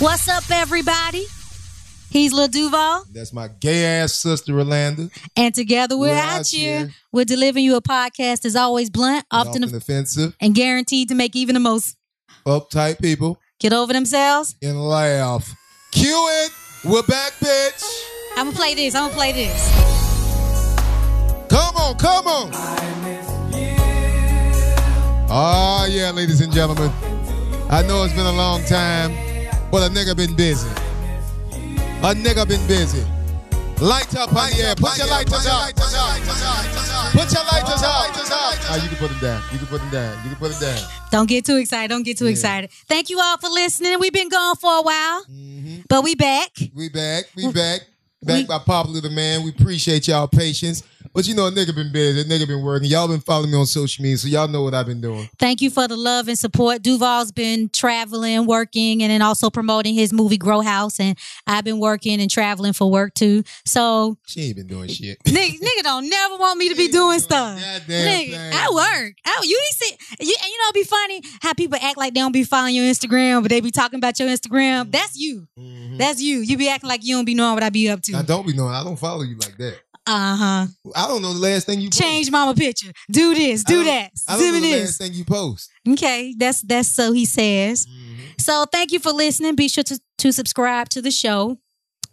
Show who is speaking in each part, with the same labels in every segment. Speaker 1: What's up, everybody? He's Lil Duval,
Speaker 2: That's my gay ass sister, Rolanda.
Speaker 1: and together we're,
Speaker 2: We're
Speaker 1: out
Speaker 2: out
Speaker 1: here.
Speaker 2: here.
Speaker 1: We're delivering you a podcast that's always blunt, often,
Speaker 2: Often, offensive,
Speaker 1: and guaranteed to make even the most
Speaker 2: uptight people
Speaker 1: get over themselves.
Speaker 2: and laugh. Cue it. We're back, bitch.
Speaker 1: I'm gonna play this. I'm gonna play this.
Speaker 2: Come on, come on. Oh, yeah, ladies and gentlemen. I know it's been a long time, but a nigga been busy. A nigga been busy. Light up, hot yeah. Put your lighters out. Put your lighters out. Ah, you can put them down. You can put them down. You can put them down.
Speaker 1: Don't get too excited. Don't get too
Speaker 2: Yeah.
Speaker 1: excited. Thank you all for listening. We've been gone for a while, but we back.
Speaker 2: We back. We back. Back
Speaker 1: We-
Speaker 2: by popular demand. We appreciate y'all patience. But you know, a nigga been busy. A nigga been working. Y'all been following me on social media, so y'all know what I've been doing.
Speaker 1: Thank you for the love and support. Duval's been traveling, working, and then also promoting his movie Grow House. And I've been working and traveling for work too. So
Speaker 2: She ain't been doing shit.
Speaker 1: nigga, nigga don't never want me to be doing stuff.
Speaker 2: Goddamn
Speaker 1: Nigga,
Speaker 2: thing.
Speaker 1: I work. I, you ain't see, you, and you know, it'd be funny how people act like they don't be following your Instagram, but they be talking about your
Speaker 2: Mm.
Speaker 1: Instagram. That's you.
Speaker 2: Mhm.
Speaker 1: That's you. You be acting like you don't be knowing what I be up
Speaker 2: I
Speaker 1: to.
Speaker 2: don't be knowing. I don't follow you like that.
Speaker 1: Uh huh.
Speaker 2: I don't know the last thing you post.
Speaker 1: Change mama picture. Do this.
Speaker 2: I
Speaker 1: Do
Speaker 2: don't-
Speaker 1: that.
Speaker 2: I don't
Speaker 1: Do
Speaker 2: know the
Speaker 1: this.
Speaker 2: last thing you post. Mm-hmm.
Speaker 1: Okay, that's that's so he says. So thank you for listening. Be sure to, to subscribe to the show.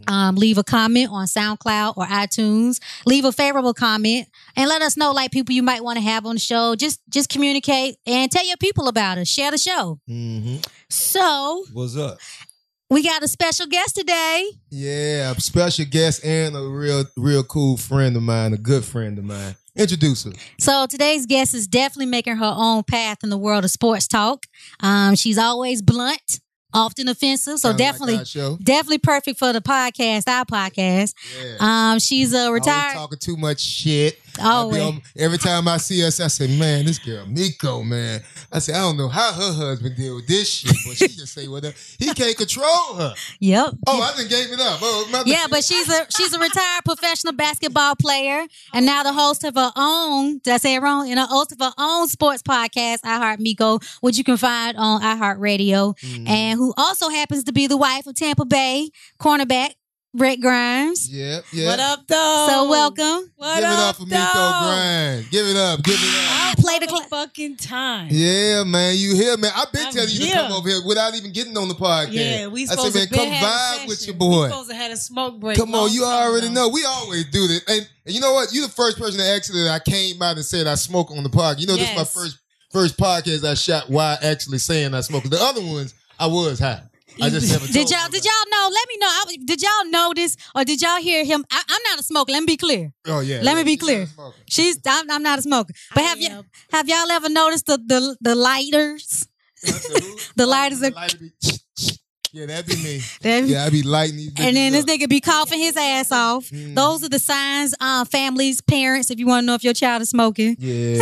Speaker 1: Um, leave a comment on SoundCloud or iTunes. Leave a favorable comment and let us know like people you might want to have on the show. Just just communicate and tell your people about us. Share the show.
Speaker 2: Mm-hmm.
Speaker 1: So
Speaker 2: What's up?
Speaker 1: we got a special guest today.
Speaker 2: Yeah, a special guest and a real, real cool friend of mine, a good friend of mine. Introduce her.
Speaker 1: So today's guest is definitely making her own path in the world of sports talk. Um, she's always blunt, often offensive. So
Speaker 2: Kinda like
Speaker 1: definitely
Speaker 2: our show.
Speaker 1: definitely perfect for the podcast, our podcast.
Speaker 2: Yeah.
Speaker 1: Um, she's a
Speaker 2: Always
Speaker 1: retired.
Speaker 2: talking too much shit. I be
Speaker 1: Always.
Speaker 2: on- every time I see us, I say, "Man, this girl Miko, man." I say, "I don't know how her husband deal with this shit, but she just say whatever. He can't control her.
Speaker 1: Yep.
Speaker 2: Oh, I done gave it up. Oh, my
Speaker 1: Yeah, but she's a she's a retired professional basketball player and now the host of her own. Did I say it wrong? And a host of her own sports podcast, I Heart Miko, which you can find on iHeartRadio,
Speaker 2: Mhm.
Speaker 1: and who also happens to be the wife of Tampa Bay cornerback Brett Grimes.
Speaker 2: yeah, yeah.
Speaker 3: What up, though?
Speaker 1: So welcome.
Speaker 3: What
Speaker 2: give it
Speaker 3: up,
Speaker 2: up for Miko Grind. Give it up. Give it up.
Speaker 3: I
Speaker 1: Play
Speaker 3: play
Speaker 1: the
Speaker 3: the
Speaker 1: cla-
Speaker 3: fucking time.
Speaker 2: Yeah, man, you here, man? I've been
Speaker 3: I'm
Speaker 2: telling you
Speaker 3: here.
Speaker 2: to come over here without even getting on the podcast.
Speaker 3: Yeah, we
Speaker 2: I said,
Speaker 3: supposed
Speaker 2: man,
Speaker 3: to been
Speaker 2: come
Speaker 3: had a
Speaker 2: vibe with
Speaker 3: session.
Speaker 2: your boy.
Speaker 3: We supposed to had a smoke break.
Speaker 2: Come on,
Speaker 3: long
Speaker 2: you
Speaker 3: time
Speaker 2: already
Speaker 3: ago.
Speaker 2: know. We always do this. And, and you know what? You're the first person that actually that I came out and said I smoke on the podcast. You know, this is my
Speaker 3: Yes.
Speaker 2: first first podcast I shot while actually saying I smoke. The other ones, I was high. I just never
Speaker 1: Did
Speaker 2: told
Speaker 1: y'all did y'all know? Let me know. I, was- did y'all know this or did y'all hear him? I, I'm not a smoker. Let me be clear.
Speaker 2: y'all? Oh yeah.
Speaker 1: Let me
Speaker 2: yeah,
Speaker 1: be
Speaker 2: she's
Speaker 1: clear.
Speaker 2: not smoking.
Speaker 1: She's I'm, I'm not a smoker. But
Speaker 3: I
Speaker 1: have you
Speaker 3: am.
Speaker 1: have y'all ever noticed the the, the lighters?
Speaker 2: I said, "Ooh,
Speaker 1: The lighters
Speaker 2: the
Speaker 1: are-
Speaker 2: lighter be- Yeah, that'd be me.
Speaker 1: That-
Speaker 2: Yeah, I'd be lighting these.
Speaker 1: and then
Speaker 2: bitches
Speaker 1: this
Speaker 2: up.
Speaker 1: nigga be coughing his ass off.
Speaker 2: Mhm.
Speaker 1: Those are the signs, uh, families, parents, if you want to know if your child is smoking.
Speaker 2: Yeah.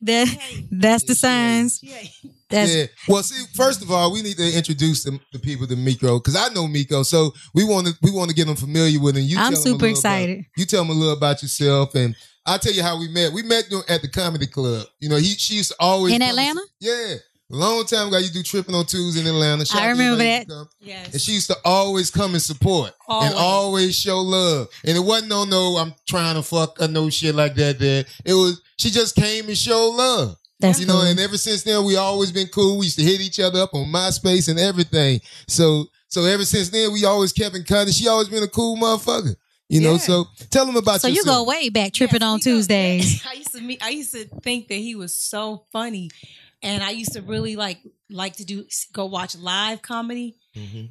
Speaker 1: That that's the signs.
Speaker 3: Yeah.
Speaker 1: That's
Speaker 2: yeah. Well, see, first of all, we need to introduce the, the people to Miko because I know Miko, so we want to we want to get them familiar with him. You,
Speaker 1: I'm
Speaker 2: tell 'em a
Speaker 1: super
Speaker 2: little about-
Speaker 1: excited.
Speaker 2: you tell them a little about yourself, and I'll tell you how we met. We met doing- at the comedy club. You know, he she used to always
Speaker 1: in
Speaker 2: come-
Speaker 1: Atlanta.
Speaker 2: Yeah, a long time ago, you do tripping on Tuesdays in Atlanta. Shout out to
Speaker 1: remember that.
Speaker 2: everybody who come. And
Speaker 3: Yes.
Speaker 2: she used to always come and support
Speaker 3: Always.
Speaker 2: and always show love. And it wasn't no no I'm trying to fuck or no shit like that. That it was she just came and showed love
Speaker 1: That's
Speaker 2: you know,
Speaker 1: cool.
Speaker 2: and ever since then we always been cool. We used to hit each other up on MySpace and everything. So so ever since then we always kept in contact. She always been a cool motherfucker. You know,
Speaker 3: Yeah.
Speaker 2: so tell them about
Speaker 1: So you go
Speaker 2: yourself.
Speaker 1: way back tripping
Speaker 3: Yes,
Speaker 1: on
Speaker 3: we go-
Speaker 1: Tuesdays.
Speaker 3: I used to meet. I used to think that he was so funny, and I used to really like like to do go watch live comedy.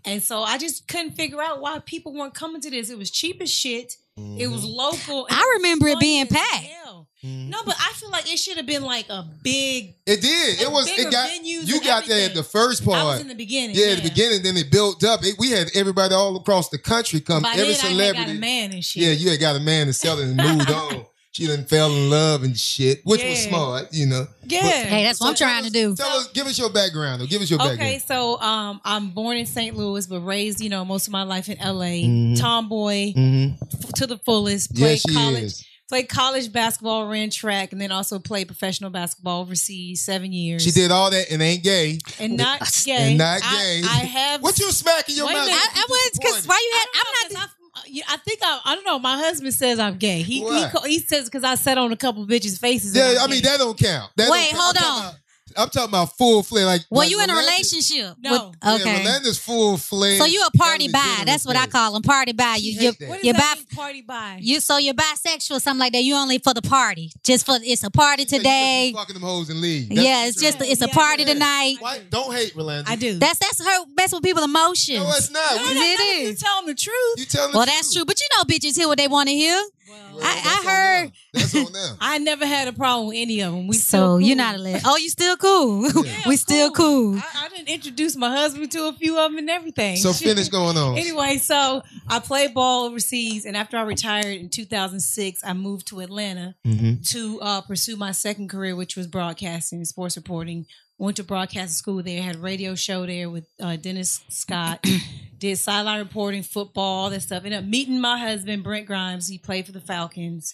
Speaker 3: And so I just couldn't figure out why people weren't coming to this. It was cheap as shit. It was
Speaker 2: Mm-hmm.
Speaker 3: local. and
Speaker 1: I remember it being
Speaker 3: funny as
Speaker 1: packed.
Speaker 3: hell. No, but I feel like it should have been like a big.
Speaker 2: It did. It
Speaker 3: and
Speaker 2: was.
Speaker 3: bigger
Speaker 2: It got.
Speaker 3: venues
Speaker 2: You
Speaker 3: and
Speaker 2: got there at
Speaker 3: everything.
Speaker 2: the first
Speaker 3: I was
Speaker 2: part.
Speaker 3: in the beginning.
Speaker 2: yeah, at the beginning. Then it built up. It, we had everybody all across the country come.
Speaker 3: By
Speaker 2: every
Speaker 3: then, I had got a
Speaker 2: celebrity.
Speaker 3: man and shit.
Speaker 2: yeah, you had got a man to sell it and moved on. She done fell in love and shit, which was
Speaker 3: Yeah.
Speaker 2: smart. You know.
Speaker 3: yeah.
Speaker 1: Hey, that's what I'm
Speaker 2: So tell
Speaker 1: trying to
Speaker 2: us-
Speaker 1: do.
Speaker 2: Tell us. Give us your background. Though. Give us your
Speaker 3: Okay,
Speaker 2: background.
Speaker 3: so um, I'm born in St. Louis, but raised, you know, most of my life in LA.
Speaker 2: Mhm.
Speaker 3: Tomboy
Speaker 2: Mm-hmm.
Speaker 3: f- to the fullest.
Speaker 2: Yeah,
Speaker 3: Played
Speaker 2: she
Speaker 3: college.
Speaker 2: is.
Speaker 3: played college basketball, ran track, and then also played professional basketball overseas seven years.
Speaker 2: She did all that and ain't gay.
Speaker 3: and not gay.
Speaker 2: And not
Speaker 3: I-
Speaker 2: gay.
Speaker 3: I, have.
Speaker 2: What you smacking your
Speaker 3: Wait a
Speaker 2: mouth?
Speaker 3: minute.
Speaker 1: I, I was because why you
Speaker 3: I
Speaker 1: had?
Speaker 3: don't know,
Speaker 1: I'm not.
Speaker 3: 'cause I- you- I think I, I don't know. My husband says I'm gay. He he,
Speaker 2: What?
Speaker 3: co- he says because I sat on a couple bitches' faces. and
Speaker 2: Yeah,
Speaker 3: I'm
Speaker 2: I mean
Speaker 3: gay.
Speaker 2: that don't count. That
Speaker 1: Wait,
Speaker 2: don't
Speaker 1: hold
Speaker 2: count. I'm
Speaker 1: on.
Speaker 2: Talking about, I'm talking about full fledged. Like,
Speaker 1: Well,
Speaker 2: like
Speaker 1: you in a
Speaker 2: Melanda's-
Speaker 1: relationship?
Speaker 3: No.
Speaker 1: with-
Speaker 2: yeah,
Speaker 1: okay.
Speaker 2: Melanda's full fledged.
Speaker 1: so you a party bi? That's what I call them. Party bi. You
Speaker 2: She hate
Speaker 1: you
Speaker 2: that.
Speaker 3: What does
Speaker 1: you
Speaker 3: that
Speaker 1: bi.
Speaker 3: mean, party by?
Speaker 1: You so you're bisexual, something like that. You only for the party, just for it's a party today.
Speaker 2: Fucking them hoes and leave. That's
Speaker 1: Yeah,
Speaker 2: what
Speaker 1: it's
Speaker 2: you're
Speaker 1: just
Speaker 2: saying.
Speaker 1: it's a
Speaker 3: Yeah,
Speaker 1: party
Speaker 2: yeah.
Speaker 1: tonight.
Speaker 2: Why, don't hate Rolanda.
Speaker 3: I do.
Speaker 1: That's that's her. That's with people emotions.
Speaker 2: No, it's not.
Speaker 3: No,
Speaker 2: We-
Speaker 1: It
Speaker 3: that's not if You
Speaker 1: is.
Speaker 3: tell him the truth.
Speaker 2: you telling the
Speaker 1: well, that's true. But you know, bitches hear what they want to hear.
Speaker 2: Well,
Speaker 1: I- I
Speaker 2: that's on
Speaker 1: heard-
Speaker 2: them. That's on them.
Speaker 3: I never had a problem with any of them. We
Speaker 1: so
Speaker 3: still
Speaker 1: you're
Speaker 3: cool.
Speaker 1: not a le- Oh, you still cool.
Speaker 2: Yeah,
Speaker 1: we still cool.
Speaker 3: I, I didn't introduce my husband to a few of them and everything.
Speaker 2: So finish going on.
Speaker 3: Anyway, so I played ball overseas, and after I retired in 2006, I moved to Atlanta
Speaker 2: Mhm.
Speaker 3: to uh, pursue my second career, which was broadcasting and sports reporting. Went to broadcasting school there, had a radio show there with uh, Dennis Scott, did sideline reporting, football, all that stuff. Ended up meeting my husband, Brent Grimes. He played for the Falcons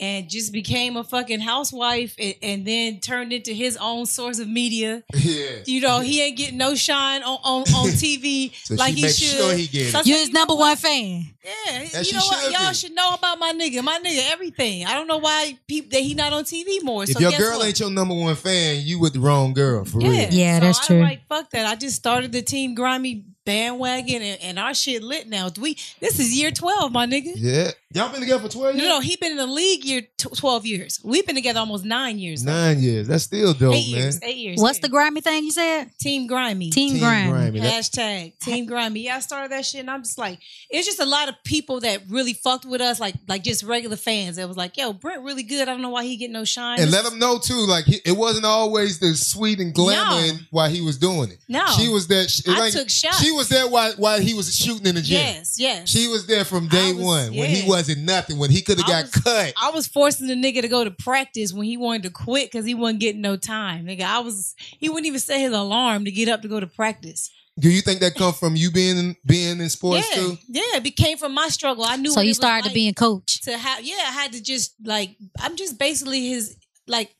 Speaker 3: and just became a fucking housewife and, and then turned into his own source of media.
Speaker 2: Yeah.
Speaker 3: You know, he ain't getting no shine on, on, on TV
Speaker 2: So
Speaker 3: like
Speaker 2: she
Speaker 3: he
Speaker 2: make
Speaker 3: should.
Speaker 2: sure he get it.
Speaker 3: So I
Speaker 1: You're
Speaker 3: said,
Speaker 1: his
Speaker 3: you know
Speaker 1: number
Speaker 3: what?
Speaker 1: one fan.
Speaker 3: Yeah,
Speaker 2: That
Speaker 3: you
Speaker 2: she
Speaker 3: know what?
Speaker 2: should
Speaker 3: Y'all
Speaker 2: be.
Speaker 3: should know about my nigga. My nigga, everything. I don't know why people that he not on TV more.
Speaker 2: If
Speaker 3: so
Speaker 2: your
Speaker 3: guess
Speaker 2: girl
Speaker 3: what?
Speaker 2: ain't your number one fan, you with the wrong girl for
Speaker 3: yeah,
Speaker 2: real.
Speaker 1: Yeah,
Speaker 3: So
Speaker 1: that's
Speaker 3: I'm
Speaker 1: true.
Speaker 3: Like fuck that. I just started the team grimy bandwagon, and, and our shit lit now. We this is year twelve, my nigga.
Speaker 2: Yeah. Y'all been together for twelve
Speaker 3: No,
Speaker 2: years.
Speaker 3: no, he been in the league year tw- twelve years. We've been together almost nine years. now.
Speaker 2: Nine years. That's still dope,
Speaker 3: Eight
Speaker 2: man.
Speaker 3: years. Eight years.
Speaker 1: What's
Speaker 3: yeah.
Speaker 1: the grimy thing you said?
Speaker 3: team grimy?
Speaker 1: Team,
Speaker 2: Team
Speaker 1: grimy.
Speaker 2: Grammy. That-
Speaker 3: Hashtag Team Grimy. Yeah, I started that shit, and I'm just like, it's just a lot of people that really fucked with us, like like just regular fans. That was like, yo, Brent really good. I don't know why he get no shine.
Speaker 2: and let them know too, like he, it wasn't always the sweet and glamour
Speaker 3: No.
Speaker 2: in while he was doing it.
Speaker 3: No.
Speaker 2: she was there. She,
Speaker 3: I
Speaker 2: like,
Speaker 3: took shots.
Speaker 2: She was there while while he was shooting in the gym.
Speaker 3: yes, yes.
Speaker 2: She was there from day
Speaker 3: I was-
Speaker 2: one when
Speaker 3: yeah.
Speaker 2: he wasn't nothing. When he could have
Speaker 3: I
Speaker 2: got
Speaker 3: was-
Speaker 2: cut.
Speaker 3: I was forcing the nigga to go to practice when he wanted to quit because he wasn't getting no time. Nigga, I was he wouldn't even set his alarm to get up to go to practice.
Speaker 2: Do you think that come from you being in, being in sports
Speaker 3: yeah,
Speaker 2: too?
Speaker 3: yeah, it became from my struggle. I knew.
Speaker 1: So
Speaker 3: what it
Speaker 1: you
Speaker 3: was
Speaker 1: started
Speaker 3: like.
Speaker 1: being coach.
Speaker 3: to have yeah i had to just like i'm just basically his like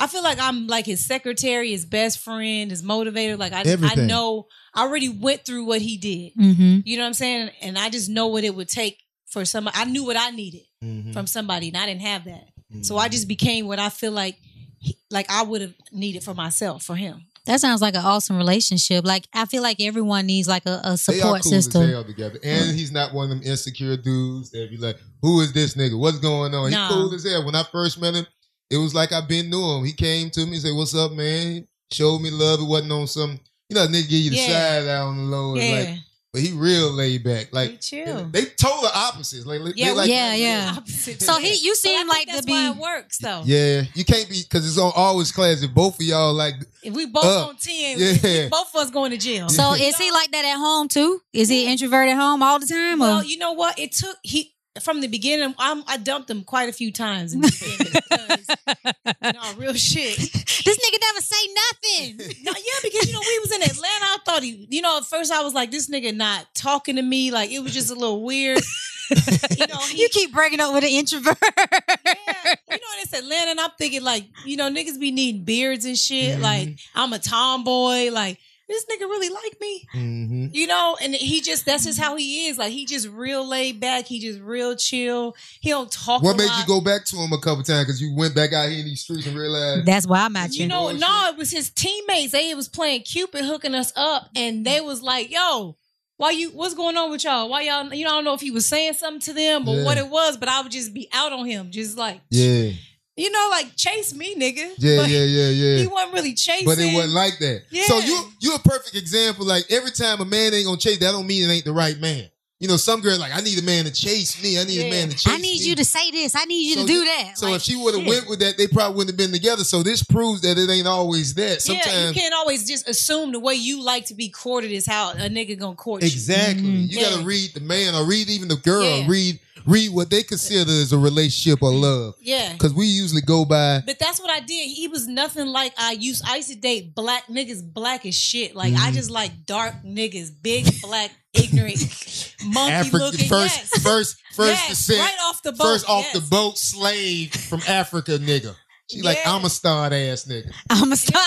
Speaker 3: i feel like i'm like his secretary his best friend his motivator like i, I
Speaker 2: Everything.
Speaker 3: know i already went through what he did
Speaker 1: Mm-hmm.
Speaker 3: you know what i'm saying and i just know what it would take for somebody i knew what i needed
Speaker 2: Mm.
Speaker 3: from somebody and i didn't have that
Speaker 2: Mm-hmm.
Speaker 3: so i just became what i feel like he- like i would have needed for myself for him
Speaker 1: That sounds like an awesome relationship. Like I feel like everyone needs like a, a
Speaker 2: They all
Speaker 1: support
Speaker 2: cool as
Speaker 1: system.
Speaker 2: hell together, and he's not one of them insecure dudes that be like, "Who is this nigga? What's going on?"
Speaker 3: Nah.
Speaker 2: He cool as hell. When I first met him, it was like I been knew him. He came to me, and said, "What's up, man?" Showed me love. It wasn't on some, you know, nigga give you the
Speaker 3: Yeah.
Speaker 2: side eye on the low, and
Speaker 3: yeah
Speaker 2: like, but he real laid back.
Speaker 3: He
Speaker 2: Like
Speaker 3: chill
Speaker 2: they total opposites. Like they
Speaker 3: Yeah,
Speaker 2: like
Speaker 1: yeah, yeah.
Speaker 3: Opposite.
Speaker 1: So he, you
Speaker 3: But I
Speaker 1: seem
Speaker 3: think
Speaker 1: like to
Speaker 3: that's
Speaker 1: be.
Speaker 3: why it works though
Speaker 2: Yeah, you can't be because it's on always class if both of y'all like
Speaker 3: if we both
Speaker 2: Uh,
Speaker 3: on 10
Speaker 2: yeah.
Speaker 3: both of us going to jail
Speaker 1: So is he like that at home too? Is he introvert at home all the time?
Speaker 3: Well,
Speaker 1: Or?
Speaker 3: you know what? It took he from the beginning. I'm, I dumped him quite a few times. In the beginning because, no, real shit.
Speaker 1: this nigga never say nothing.
Speaker 3: No, yeah, because you know we was in Atlanta. I thought he, you know, at first I was like, this nigga not talking to me. Like it was just a little weird. you know, he,
Speaker 1: you keep breaking up with an introvert.
Speaker 3: yeah, you know, it's Atlanta, and I'm thinking like, you know, niggas be needing beards and shit.
Speaker 2: Mhm.
Speaker 3: Like I'm a tomboy. Like this nigga really like me.
Speaker 2: hmm
Speaker 3: You know, and he just that's just how he is. Like he just real laid back. He just real chill. He don't talk.
Speaker 2: What
Speaker 3: a
Speaker 2: made
Speaker 3: lot.
Speaker 2: you go back to him a couple times? Because you went back out here in these streets and realized
Speaker 1: That's why I'm at you.
Speaker 3: You know,
Speaker 2: Bullshit.
Speaker 3: no, it was his teammates. They was playing Cupid hooking us up, and
Speaker 2: Mm.
Speaker 3: they was like, "Yo, why you? What's going on with y'all? Why y'all? You know, I don't know if he was saying something to them or
Speaker 2: Yeah.
Speaker 3: what it was, but I would just be out on him, just like,
Speaker 2: yeah,
Speaker 3: you know, like chase me, nigga.
Speaker 2: yeah,
Speaker 3: But
Speaker 2: yeah, yeah, yeah.
Speaker 3: He wasn't really chasing.
Speaker 2: But it wasn't like that. So
Speaker 3: Yeah.
Speaker 2: you you a perfect example. Like every time a man ain't gonna chase, that don't mean it ain't the right man. You know, some girl like I need a man to chase me. I need a
Speaker 3: Yeah.
Speaker 2: man to chase.
Speaker 1: I need
Speaker 2: me.
Speaker 1: you to say this. I need you
Speaker 2: So
Speaker 1: to do
Speaker 2: you-
Speaker 1: that.
Speaker 2: So
Speaker 1: Like,
Speaker 2: if she would have
Speaker 1: shit.
Speaker 2: went with that, they probably wouldn't have been together. So this proves that it ain't always that.
Speaker 3: yeah, you
Speaker 2: Sometimes
Speaker 3: can't always just assume the way you like to be courted is how a nigga gonna court you.
Speaker 2: exactly.
Speaker 1: Mhm.
Speaker 2: You
Speaker 3: Mm-hmm. Yeah.
Speaker 2: gotta read the man or read even the girl.
Speaker 3: Yeah.
Speaker 2: Read read what they consider as a relationship or love.
Speaker 3: Yeah.
Speaker 2: Because we usually go by
Speaker 3: But that's what I did. He was nothing like I used. I used to date black
Speaker 2: Mm-hmm.
Speaker 3: niggas, black as shit. Like I just like dark niggas, big black, ignorant. monkey looking.
Speaker 2: first,
Speaker 3: yes.
Speaker 2: first, first
Speaker 3: yes.
Speaker 2: descent,
Speaker 3: right off the boat.
Speaker 2: first off
Speaker 3: yes.
Speaker 2: the boat, slave from Africa, nigga. She like
Speaker 3: Yeah.
Speaker 2: I'm a starred ass nigga.
Speaker 1: I'm a star.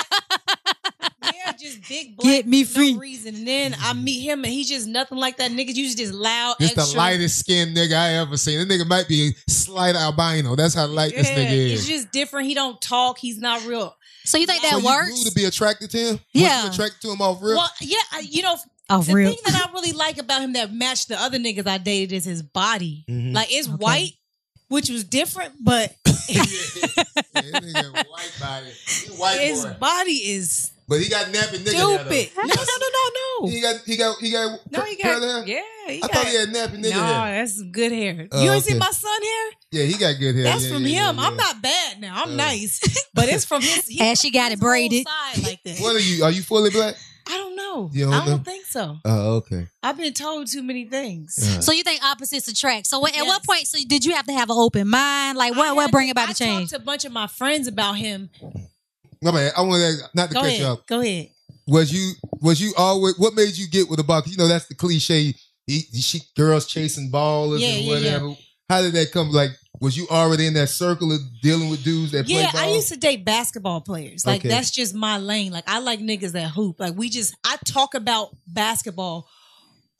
Speaker 3: Yeah, just big black.
Speaker 1: Get me
Speaker 3: for
Speaker 1: free.
Speaker 3: No reason. And then I meet him, and he's just nothing like that nigga. You just loud.
Speaker 2: This the
Speaker 3: extra.
Speaker 2: lightest skinned nigga I ever seen. This nigga might be slight albino. That's how light
Speaker 3: Yeah,
Speaker 2: this nigga
Speaker 3: It's
Speaker 2: is.
Speaker 3: just different. He don't talk. He's not real.
Speaker 1: So you think
Speaker 3: So
Speaker 1: that
Speaker 2: you
Speaker 1: works?
Speaker 2: grew to be attracted to him?
Speaker 1: Yeah.
Speaker 2: Was you attracted to him off real?
Speaker 3: Well, yeah, I- you know,
Speaker 1: oh,
Speaker 3: the
Speaker 1: real.
Speaker 3: thing that I really like about him that matched the other niggas I dated is his body.
Speaker 2: Mhm.
Speaker 3: Like it's
Speaker 1: Mm-hmm. Okay.
Speaker 3: white, which was different, but
Speaker 2: yeah, Yeah, this nigga white body. He white
Speaker 3: his
Speaker 2: boy.
Speaker 3: body is
Speaker 2: But he got nappy nigga. hair, though.
Speaker 3: stupid. No, no, no, no, no.
Speaker 2: He got he got he got
Speaker 3: No, he
Speaker 2: curly hair?
Speaker 3: got yeah. He
Speaker 2: I
Speaker 3: got,
Speaker 2: thought he had nappy nigga
Speaker 3: no,
Speaker 2: hair.
Speaker 3: that's some good hair.
Speaker 1: Uh,
Speaker 2: Oh,
Speaker 3: you ain't
Speaker 2: okay.
Speaker 3: seen my son hair?
Speaker 2: Yeah, he got good hair.
Speaker 3: That's
Speaker 2: Yeah,
Speaker 3: from
Speaker 2: yeah,
Speaker 3: him.
Speaker 2: yeah,
Speaker 3: I'm
Speaker 2: yeah.
Speaker 3: not bad now. I'm
Speaker 2: Oh.
Speaker 3: nice, but it's from his. he-
Speaker 1: And she got
Speaker 3: his
Speaker 1: it braided.
Speaker 3: whole Side like that.
Speaker 2: What are you? Are you fully black?
Speaker 3: I don't know.
Speaker 2: You don't
Speaker 3: I don't
Speaker 2: know?
Speaker 3: think so.
Speaker 2: Oh, okay.
Speaker 3: I've been told too many things.
Speaker 1: So you think opposites attract? So what, at what
Speaker 3: Yes.
Speaker 1: point? So did you have to have an open mind? Like
Speaker 3: I
Speaker 1: what? What
Speaker 3: had
Speaker 1: bring
Speaker 3: to-
Speaker 1: about the
Speaker 3: I
Speaker 1: change?
Speaker 3: talked to a bunch of my friends about him.
Speaker 2: My bad. I want to ask, not to
Speaker 3: Go
Speaker 2: catch you
Speaker 3: ahead.
Speaker 2: up.
Speaker 3: Go ahead.
Speaker 2: Was you was you always? What made you get with the ball? 'Cause You know that's the cliche. He, he- she, girls chasing ballers
Speaker 3: Yeah,
Speaker 2: and
Speaker 3: yeah,
Speaker 2: whatever. How did that come? Like, was you already in that circle of dealing with dudes that
Speaker 3: Yeah,
Speaker 2: play
Speaker 3: I
Speaker 2: ball?
Speaker 3: used to date basketball players. Like
Speaker 2: Okay.
Speaker 3: that's just my lane. Like I like niggas that hoop. Like we just I talk about basketball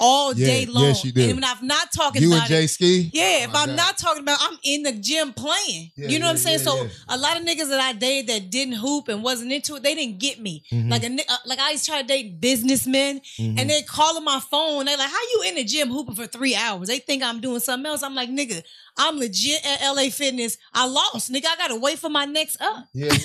Speaker 3: all
Speaker 2: Yeah,
Speaker 3: day
Speaker 2: yes,
Speaker 3: long.
Speaker 2: you do.
Speaker 3: And when I'm not talking
Speaker 2: you and
Speaker 3: about it,
Speaker 2: Jay Ski.
Speaker 3: Yeah, if
Speaker 2: Oh my
Speaker 3: I'm
Speaker 2: God.
Speaker 3: not talking about, I'm in the gym playing.
Speaker 2: Yeah,
Speaker 3: you know what I'm
Speaker 2: yeah,
Speaker 3: saying?
Speaker 2: yeah,
Speaker 3: so
Speaker 2: yeah.
Speaker 3: a lot of niggas that I dated that didn't hoop and wasn't into it, they didn't get me.
Speaker 2: Mm-hmm.
Speaker 3: Like a ni- uh, like I used to try to date businessmen, and they calling my phone. They like, "How you in the gym hooping for three hours?" They think I'm doing something else. I'm like, "Nigga, I'm legit at LA Fitness. I lost, nigga. I gotta wait for my next up."
Speaker 2: Yeah, yeah.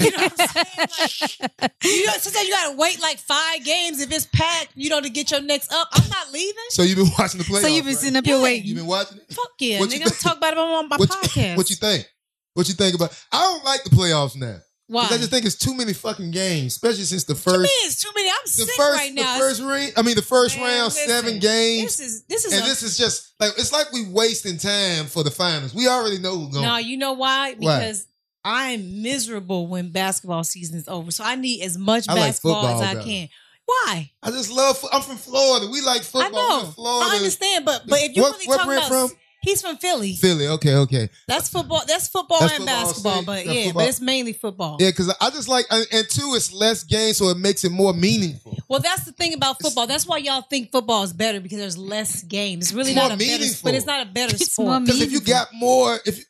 Speaker 3: You know what I'm saying? Like, you know, sometimes you gotta wait like five games if it's packed. You know to get your next up. I'm not leaving.
Speaker 2: so you've been watching the playoffs.
Speaker 1: So you've been
Speaker 2: right?
Speaker 1: sitting up your
Speaker 3: Yeah.
Speaker 2: You
Speaker 1: waiting.
Speaker 2: been watching it.
Speaker 3: Fuck yeah,
Speaker 2: What you
Speaker 3: nigga. I'm
Speaker 2: think-
Speaker 3: talk about it on my, my
Speaker 2: What
Speaker 3: podcast.
Speaker 2: you, what you think? What you think about? I don't like the playoffs now. 'Cause
Speaker 3: Why?
Speaker 2: I just think it's too many fucking games, especially since the
Speaker 3: Two
Speaker 2: first,
Speaker 3: minutes, two minutes. I'm
Speaker 2: the
Speaker 3: sick
Speaker 2: first,
Speaker 3: right
Speaker 2: the
Speaker 3: now.
Speaker 2: first ring. I mean, the first
Speaker 3: Man,
Speaker 2: round,
Speaker 3: listen.
Speaker 2: seven games,
Speaker 3: this is this is
Speaker 2: and
Speaker 3: a,
Speaker 2: this is just like it's like we wasting time for the finals. We already know who's going.
Speaker 3: no. You know why?
Speaker 2: Why?
Speaker 3: Because I'm miserable when basketball season is over. So I need as much
Speaker 2: I like
Speaker 3: basketball as
Speaker 2: football
Speaker 3: I
Speaker 2: better.
Speaker 3: can. Why?
Speaker 2: I just love. fo- I'm from Florida. We like football.
Speaker 3: I know.
Speaker 2: We're in Florida.
Speaker 3: I understand, but but if you
Speaker 2: What-
Speaker 3: really
Speaker 2: what
Speaker 3: talk
Speaker 2: brand
Speaker 3: about,
Speaker 2: from?
Speaker 3: he's from Philly.
Speaker 2: Philly. Okay. Okay.
Speaker 3: That's football. That's football
Speaker 2: That's
Speaker 3: and
Speaker 2: football,
Speaker 3: basketball.
Speaker 2: see?
Speaker 3: But
Speaker 2: That's
Speaker 3: yeah,
Speaker 2: football.
Speaker 3: but it's mainly football.
Speaker 2: Yeah, because I just like, and, and two, it's less games, so it makes it more meaningful.
Speaker 3: Well, that's the thing about football. That's why y'all think football is better because there's less games. It's really
Speaker 2: It's
Speaker 3: not
Speaker 2: more
Speaker 3: a better,
Speaker 2: meaningful.
Speaker 3: but it's not a better
Speaker 1: It's
Speaker 3: sport.
Speaker 1: more
Speaker 2: Because if you got more, if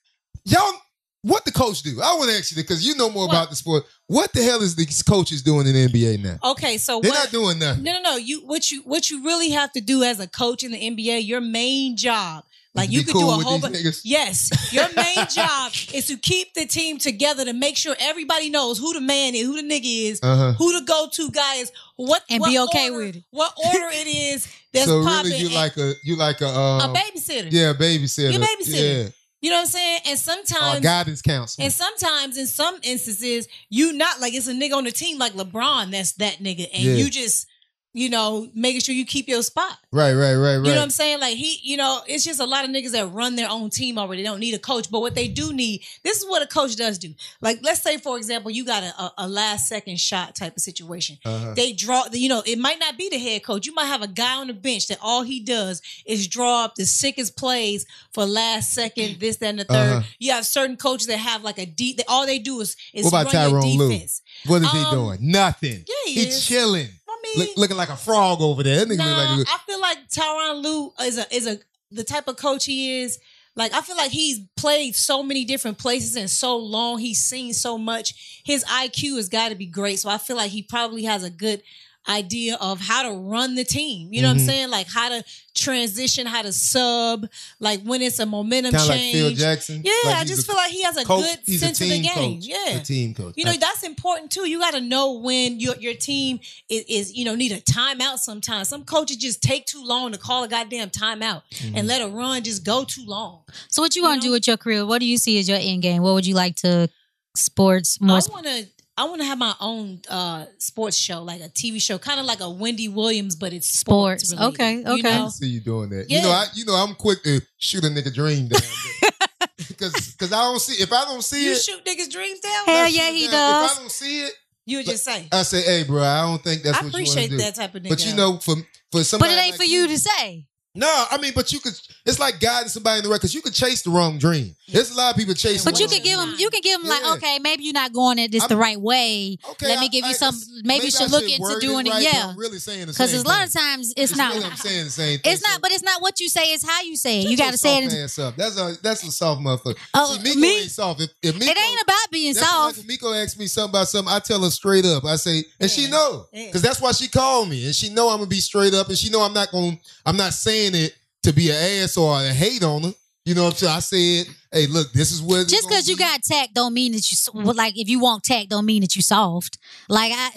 Speaker 2: y'all, what the coach do? I want to ask you because you know more
Speaker 3: What?
Speaker 2: about the sport. What the hell is these coaches doing in the NBA now?
Speaker 3: okay, so
Speaker 2: They're
Speaker 3: what?
Speaker 2: not doing nothing.
Speaker 3: No, no, no. You what you what you really have to do as a coach in the NBA, your main job, like
Speaker 2: Be
Speaker 3: you could
Speaker 2: cool
Speaker 3: do a
Speaker 2: with
Speaker 3: whole
Speaker 2: these
Speaker 3: bunch.
Speaker 2: niggas.
Speaker 3: Yes, your main job is to keep the team together to make sure everybody knows who the man is, who the nigga is,
Speaker 2: Uh huh.
Speaker 3: who the go to guy is, what
Speaker 1: And
Speaker 3: what
Speaker 1: be okay
Speaker 3: order-
Speaker 1: with it.
Speaker 3: what order it is that's
Speaker 2: So
Speaker 3: popping.
Speaker 2: really, you
Speaker 3: and
Speaker 2: like a you like a, uh,
Speaker 3: a babysitter.
Speaker 2: yeah babysitter.
Speaker 3: You're babysitter.
Speaker 2: Yeah.
Speaker 3: You know what I'm saying? And
Speaker 2: Or a
Speaker 3: sometimes.
Speaker 2: guidance counselor.
Speaker 3: and sometimes, in some instances, you not like it's a nigga on the team like LeBron. That's that nigga, and
Speaker 2: Yeah.
Speaker 3: you just, you know, making sure you keep your spot.
Speaker 2: Right. Right. Right. Right.
Speaker 3: You know what I'm saying? Like he, you know, it's just a lot of niggas that run their own team already. They don't need a coach, but what they do need, this is what a coach does do. Like let's say for example, you got a, a, a last second shot type of situation.
Speaker 2: Uh-huh.
Speaker 3: They draw, you know, it might not be the head coach. You might have a guy on the bench that all he does is draw up the sickest plays for last second, this, that, and the 3rd
Speaker 2: Uh-huh.
Speaker 3: You have certain coaches that have like a deep. That all they do is is
Speaker 2: What about
Speaker 3: run your
Speaker 2: Tyrone Lue?
Speaker 3: defense.
Speaker 2: What is he
Speaker 3: Um,
Speaker 2: doing? Nothing.
Speaker 3: yeah, he
Speaker 2: He's
Speaker 3: is.
Speaker 2: chilling.
Speaker 3: I mean,
Speaker 2: Look, looking like a frog over there. That nigga look
Speaker 3: Nah,
Speaker 2: like a,
Speaker 3: I feel like Tyron Lue is a is a the type of coach he is. Like I feel like he's played so many different places and so long. He's seen so much. His IQ has got to be great. So I feel like he probably has a good idea of how to run the team. You know what
Speaker 2: Mhm.
Speaker 3: I'm saying? Like how to transition, how to sub, like when it's a momentum
Speaker 2: kind of like
Speaker 3: change.
Speaker 2: Phil Jackson.
Speaker 3: yeah,
Speaker 2: Like,
Speaker 3: I
Speaker 2: he's
Speaker 3: just
Speaker 2: a
Speaker 3: feel like he has a
Speaker 2: coach.
Speaker 3: good
Speaker 2: he's
Speaker 3: sense
Speaker 2: a
Speaker 3: of the
Speaker 2: team
Speaker 3: game.
Speaker 2: coach.
Speaker 3: Yeah.
Speaker 2: a team coach.
Speaker 3: You know, that's important too. You got to know when your your team is, is you know need a timeout sometimes. Some coaches just take too long to call a goddamn timeout
Speaker 2: Mm-hmm.
Speaker 1: Mm.
Speaker 3: and let a run just go too long.
Speaker 1: So what you
Speaker 3: you
Speaker 1: want
Speaker 3: know?
Speaker 1: to do with your career? What do you see as your end game? What would you like to sports more?
Speaker 3: I want to I want to have my own uh sports show, like a TV show, kind of like a Wendy Williams, but it's sports.
Speaker 1: Sports.
Speaker 3: related,
Speaker 1: Okay,
Speaker 3: you
Speaker 1: okay.
Speaker 2: I
Speaker 3: know?
Speaker 2: can see you doing that. You
Speaker 3: Yeah.
Speaker 2: know, I you know I'm quick to shoot a nigga dream down. Because I don't see if I don't see
Speaker 3: You
Speaker 2: it.
Speaker 3: shoot niggas' dreams down.
Speaker 1: Hell
Speaker 2: I
Speaker 3: Hell,
Speaker 2: shoot
Speaker 1: yeah,
Speaker 2: it
Speaker 1: he
Speaker 2: down. If
Speaker 1: does.
Speaker 2: I don't see it,
Speaker 3: you would just say.
Speaker 2: I say, "Hey, bro, I don't think that's
Speaker 3: I
Speaker 2: what you want to
Speaker 3: appreciate
Speaker 2: do."
Speaker 3: that type of nigga.
Speaker 2: But you know, for for
Speaker 1: but
Speaker 2: somebody,
Speaker 1: it ain't
Speaker 2: like
Speaker 1: for you to say.
Speaker 2: No, I mean, but you could. It's like guiding somebody in the right because you could chase the wrong dream. There's a lot of people chasing.
Speaker 1: But
Speaker 2: the
Speaker 1: you
Speaker 2: wrong
Speaker 1: can give them, you can give them
Speaker 2: Yeah.
Speaker 1: like, okay, maybe you're not going at this the
Speaker 2: I'm-
Speaker 1: right way.
Speaker 2: Okay,
Speaker 1: Let
Speaker 2: I-
Speaker 1: me give
Speaker 2: I-
Speaker 1: you some. Maybe, you
Speaker 2: I
Speaker 1: should look
Speaker 2: should
Speaker 1: into
Speaker 2: word
Speaker 1: doing it.
Speaker 2: right, but
Speaker 1: yeah,
Speaker 2: I'm really saying the
Speaker 1: because
Speaker 2: same
Speaker 1: a lot
Speaker 2: thing.
Speaker 1: of times it's
Speaker 2: You
Speaker 1: not.
Speaker 2: feel what I'm saying the same thing.
Speaker 1: It's not, but it's not what you say. It's how you say it.
Speaker 2: Shut
Speaker 1: You got
Speaker 2: your
Speaker 1: to say it.
Speaker 2: soft
Speaker 1: in-
Speaker 2: ass up. That's a that's a soft motherfucker.
Speaker 1: Oh,
Speaker 2: See, Miko
Speaker 1: me?
Speaker 2: ain't soft. If, if Miko,
Speaker 1: It ain't about being
Speaker 2: that's why
Speaker 1: soft.
Speaker 2: When Miko asks me something about something, I tell her straight up. I say, and she
Speaker 3: Yeah.
Speaker 2: know,
Speaker 3: Yeah.
Speaker 2: because that's why she called me, and she know I'm gonna be straight up, and she know I'm not gonna, I'm not saying it to be an ass or to hate on her. You know what I'm saying? I said, hey, look, this is what. it's
Speaker 1: Just
Speaker 2: gonna Mm.
Speaker 1: because you
Speaker 2: be.
Speaker 1: got tact don't mean that you s- well, like. If you want tact, don't mean that you soft. Like I,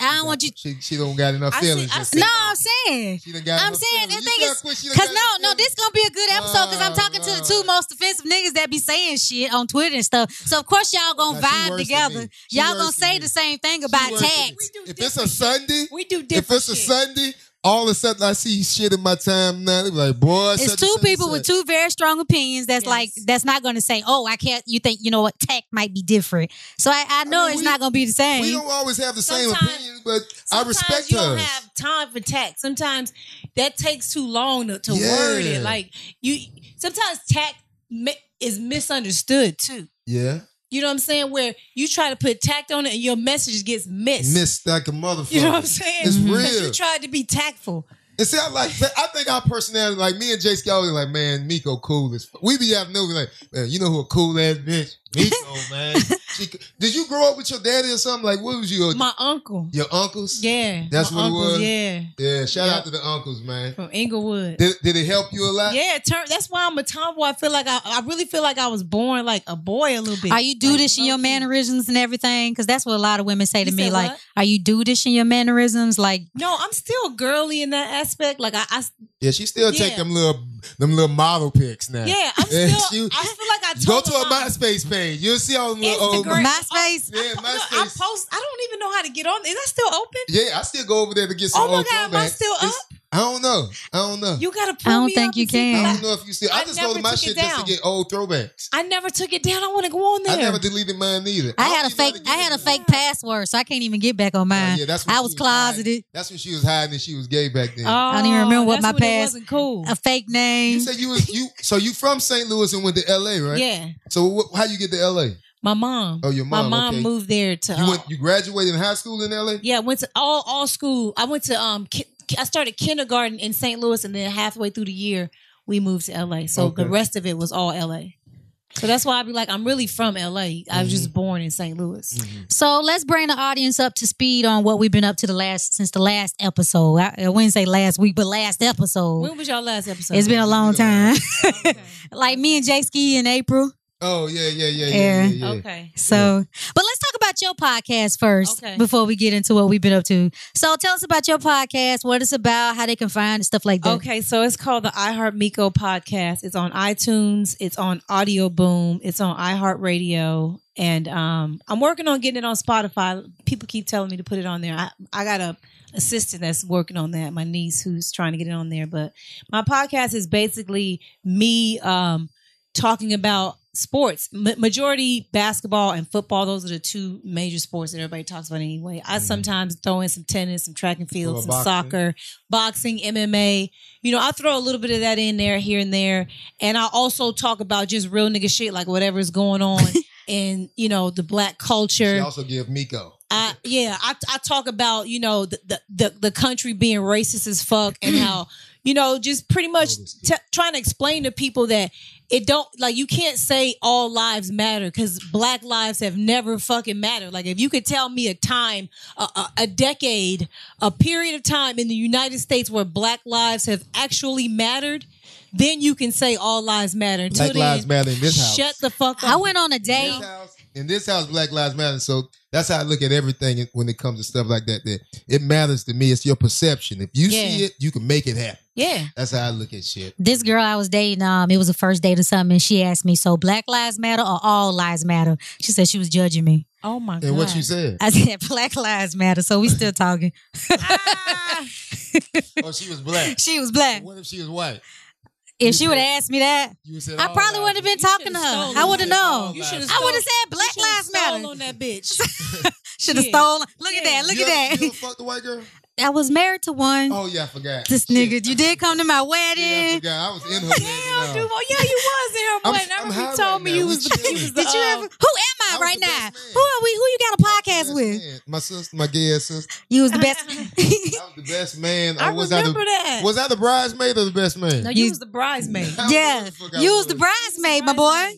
Speaker 1: I don't want you.
Speaker 2: She, she don't got enough
Speaker 3: I see-
Speaker 2: feelings.
Speaker 3: I
Speaker 2: just
Speaker 3: see-
Speaker 1: No,
Speaker 2: now.
Speaker 1: I'm saying.
Speaker 2: She done got
Speaker 1: I'm
Speaker 2: enough
Speaker 1: saying
Speaker 2: feelings.
Speaker 1: the
Speaker 2: You Uh,
Speaker 1: thing
Speaker 2: see
Speaker 1: is-
Speaker 2: how quick she done
Speaker 1: Cause
Speaker 2: got
Speaker 1: no,
Speaker 2: enough
Speaker 1: no,
Speaker 2: feelings?
Speaker 1: this gonna be a good episode. Cause I'm talking to the two
Speaker 2: Alright.
Speaker 1: most offensive niggas that be saying shit on Twitter and stuff. So of course y'all gonna
Speaker 2: Nah, she
Speaker 1: vibe
Speaker 2: worse than
Speaker 1: together.
Speaker 2: me. She
Speaker 1: Y'all
Speaker 2: worse
Speaker 1: gonna
Speaker 2: than
Speaker 1: say
Speaker 2: me.
Speaker 1: the same thing
Speaker 2: She
Speaker 1: about
Speaker 2: worse than me.
Speaker 1: tax.
Speaker 3: We do
Speaker 2: If it's a
Speaker 3: different
Speaker 2: Sunday,
Speaker 3: We do different.
Speaker 2: if it's a
Speaker 3: shit.
Speaker 2: Sunday, all of a sudden I see shit in my time now. They be like, boy,
Speaker 1: It's
Speaker 2: such and
Speaker 1: two
Speaker 2: such and
Speaker 1: people with
Speaker 2: such.
Speaker 1: two very strong opinions. That's
Speaker 3: Yes.
Speaker 1: like that's not gonna say, oh, I can't. You think you know what tact might be different. So I, I know
Speaker 2: mean,
Speaker 1: it's
Speaker 2: we-
Speaker 1: not gonna be the same.
Speaker 2: We don't always have the same
Speaker 3: Sometimes-
Speaker 2: opinion, but I
Speaker 3: Sometimes
Speaker 2: respect
Speaker 3: you
Speaker 2: her.
Speaker 3: don't have time for tact. Sometimes that takes too long to, to
Speaker 2: Yeah.
Speaker 3: word it. Like you, sometimes tact mi- is misunderstood too.
Speaker 2: yeah,
Speaker 3: You know what I'm saying? Where you try to put tact on it and your message gets missed.
Speaker 2: missed like a motherfucker.
Speaker 3: You know what I'm saying?
Speaker 2: It's
Speaker 3: 'Cause
Speaker 2: real.
Speaker 3: You tried to be tactful.
Speaker 2: And see, I like. I think our personality, like me and Jay Scott, like man, Miko cool as. Fuck. We be having no be like, man, you know who a cool ass bitch, Miko, man. She, c- did you grow up with your daddy or something? Like, what was your
Speaker 3: My uncle.
Speaker 2: your uncles?
Speaker 3: Yeah.
Speaker 2: That's
Speaker 3: my
Speaker 2: what it
Speaker 3: uncle,
Speaker 2: was?
Speaker 3: Yeah.
Speaker 2: Yeah, shout
Speaker 3: Yeah.
Speaker 2: out to the uncles, man.
Speaker 3: From Inglewood.
Speaker 2: Did, did it help you a lot?
Speaker 3: yeah, turn, that's why I'm a tomboy. I feel like I, I really feel like I was born like a boy a little bit.
Speaker 1: Are you do this in your
Speaker 3: low-key.
Speaker 1: mannerisms and everything? Because that's what a lot of women say to
Speaker 3: You
Speaker 1: me.
Speaker 3: said
Speaker 1: Like,
Speaker 3: what?
Speaker 1: are you do this in your mannerisms? Like,
Speaker 3: no, I'm still girly in that aspect. Like I, I
Speaker 2: Yeah, she still take
Speaker 3: Yeah.
Speaker 2: them little them little model pics now.
Speaker 3: yeah, I'm still.
Speaker 2: Yeah, she-
Speaker 3: I feel like I
Speaker 2: Go
Speaker 3: told
Speaker 2: to a
Speaker 3: my
Speaker 2: MySpace page. You'll see all them little old.
Speaker 3: Instagram.
Speaker 1: MySpace.
Speaker 2: Yeah,
Speaker 3: No, I
Speaker 2: MySpace.
Speaker 3: post. I don't even know how to get on. Is that still open?
Speaker 2: Yeah, I still go over there to get some
Speaker 3: Oh my
Speaker 2: old
Speaker 3: god, am I
Speaker 2: throwbacks.
Speaker 3: still up?
Speaker 2: It's- I don't know. I don't know.
Speaker 3: You gotta. Pull
Speaker 1: I don't
Speaker 3: me
Speaker 1: think
Speaker 3: up
Speaker 1: you
Speaker 3: and see-
Speaker 1: can.
Speaker 2: I don't know if you still. I,
Speaker 3: I
Speaker 2: just go to
Speaker 3: never
Speaker 2: my
Speaker 3: took
Speaker 2: shit
Speaker 3: it
Speaker 2: just to
Speaker 3: down.
Speaker 2: get old throwbacks.
Speaker 3: I never took it down. I want to go on there.
Speaker 2: I never deleted mine either.
Speaker 1: I
Speaker 2: don't
Speaker 1: had a
Speaker 2: even know how
Speaker 1: fake.
Speaker 2: to
Speaker 1: I
Speaker 2: get
Speaker 1: had a
Speaker 2: it.
Speaker 1: fake password, so I can't even get back on
Speaker 2: Oh,
Speaker 1: mine.
Speaker 2: yeah, that's when
Speaker 1: I
Speaker 2: she
Speaker 1: was
Speaker 2: hiding.
Speaker 1: closeted.
Speaker 2: That's when she was hiding that she was gay back then.
Speaker 3: Oh,
Speaker 1: don't even remember what
Speaker 3: that's
Speaker 1: my
Speaker 3: when it
Speaker 1: past-
Speaker 3: Wasn't cool.
Speaker 1: A fake
Speaker 2: you
Speaker 1: name.
Speaker 2: said you was you. So you from St. Louis and went to L.A. Right?
Speaker 3: Yeah,
Speaker 2: So wh- how you get to L.A.?
Speaker 3: my mom.
Speaker 2: Oh, your
Speaker 3: my
Speaker 2: mom,
Speaker 3: mom
Speaker 2: okay.
Speaker 3: moved there to.
Speaker 2: You
Speaker 3: uh,
Speaker 2: went. You graduated in high school in L.A.
Speaker 3: yeah, went to all all school. I went to um. Ki- I started kindergarten in St. Louis, and then halfway through the year, we moved to LA. So
Speaker 2: Okay.
Speaker 3: the rest of it was all LA. So that's why I'd be like, I'm really from LA. I was
Speaker 2: Mm-hmm.
Speaker 3: just born in St. Louis.
Speaker 1: So let's bring the audience up to speed on what we've been up to the last since the last episode. I, I wouldn't say last week, but last episode.
Speaker 3: When was y'all last episode?
Speaker 1: It's been a long
Speaker 2: Yeah.
Speaker 1: time. like me and Jay Ski in April.
Speaker 2: Oh yeah, yeah, yeah, yeah,
Speaker 1: Yeah.
Speaker 2: yeah. yeah,
Speaker 3: Okay.
Speaker 1: So, but let's talk about your podcast first
Speaker 3: Okay.
Speaker 1: before we get into what we've been up to. So, tell us about your podcast, what it's about, how they can find it, stuff like that.
Speaker 3: Okay, so it's called the iHeart Miko podcast. It's on iTunes, it's on Audio Boom, it's on iHeartRadio, and um, I'm working on getting it on Spotify. People keep telling me to put it on there. I, I got a assistant that's working on that, my niece who's trying to get it on there. But my podcast is basically me um, talking about sports, Ma- majority basketball and football. Those are the two major sports that everybody talks about anyway. I
Speaker 2: Mhm.
Speaker 3: sometimes throw in some tennis, some track and field,
Speaker 2: Well,
Speaker 3: some
Speaker 2: boxing.
Speaker 3: soccer, boxing, MMA. You know, I throw a little bit of that in there here and there. And I also talk about just real nigga shit, like whatever's going on in, you know, the black culture.
Speaker 2: She also give Miko.
Speaker 3: I yeah, I, I talk about you know the, the the the country being racist as fuck and how you know just pretty much
Speaker 2: this
Speaker 3: t- trying to explain to people that it don't like you can't say all lives matter because black lives have never fucking mattered. Like if you could tell me a time, a, a, a decade, a period of time in the United States where black lives have actually mattered, then you can say all lives matter. Until
Speaker 2: Black Lives
Speaker 3: then,
Speaker 2: Matter in this house.
Speaker 3: Shut the fuck up.
Speaker 1: I went on a date.
Speaker 2: in this house, in this house, Black Lives Matter. So that's how I look at everything when it comes to stuff like that. That it matters to me. It's your perception. If you see
Speaker 3: Yeah.
Speaker 2: it, you can make it happen.
Speaker 3: yeah.
Speaker 2: That's how I look at shit.
Speaker 1: This girl I was dating, um, it was a first date or something, and she asked me, "So, Black Lives Matter or All Lives Matter?" She said she was judging me.
Speaker 3: Oh my god.
Speaker 2: And what you said?
Speaker 1: I said, "Black Lives Matter." So we still talking.
Speaker 3: Ah.
Speaker 2: oh, she was black.
Speaker 1: She was black.
Speaker 2: What if she was white?
Speaker 1: If she would have asked me that,
Speaker 2: You would "Oh, said
Speaker 1: I
Speaker 2: all
Speaker 1: probably wouldn't
Speaker 2: lives
Speaker 1: have been talking to
Speaker 3: You should've
Speaker 1: her.
Speaker 3: stolen
Speaker 1: I
Speaker 3: it.
Speaker 1: would have known.
Speaker 2: You
Speaker 3: should've
Speaker 1: I would have
Speaker 3: stolen-
Speaker 1: said Black
Speaker 3: You should've
Speaker 1: Lives
Speaker 3: stole
Speaker 1: Matter.
Speaker 3: on that bitch.
Speaker 1: Should have
Speaker 3: Yeah.
Speaker 1: stolen. Look at
Speaker 3: Yeah.
Speaker 1: that. Look
Speaker 2: you
Speaker 1: at
Speaker 2: ever-
Speaker 1: that.
Speaker 2: You ever fucked the white girl?
Speaker 1: I was married to one.
Speaker 2: Oh yeah, I forgot.
Speaker 1: this
Speaker 2: Shit.
Speaker 1: nigga, you did come to my
Speaker 2: Yeah, I
Speaker 1: wedding.
Speaker 2: forgot. I was in her.
Speaker 3: Damn,
Speaker 2: wedding,
Speaker 3: dude.
Speaker 2: uh,
Speaker 3: Well, yeah, you was in her
Speaker 2: I'm-
Speaker 3: wedding. I
Speaker 2: I'm
Speaker 3: remember
Speaker 2: high
Speaker 3: you told
Speaker 2: right
Speaker 3: me
Speaker 2: now.
Speaker 3: you
Speaker 2: We
Speaker 3: was the, you was
Speaker 2: chilling.
Speaker 3: the,
Speaker 1: Did you
Speaker 3: uh,
Speaker 1: ever? Who am I
Speaker 2: was
Speaker 1: right
Speaker 2: the
Speaker 1: now?
Speaker 2: best man.
Speaker 1: Who are we? Who you got a podcast
Speaker 2: best
Speaker 1: with?
Speaker 2: man. My sister, my gay ass sister.
Speaker 1: You was the best.
Speaker 2: I was the best man.
Speaker 3: I
Speaker 2: Or was
Speaker 3: remember
Speaker 2: I the,
Speaker 3: that.
Speaker 2: Was I the bridesmaid or the best man?
Speaker 3: no,
Speaker 2: Man,
Speaker 3: you,
Speaker 1: You-
Speaker 3: was the bridesmaid.
Speaker 2: I don't
Speaker 1: yeah,
Speaker 2: know what the fuck I
Speaker 1: you was the
Speaker 2: was.
Speaker 1: bridesmaid, my boy.
Speaker 2: a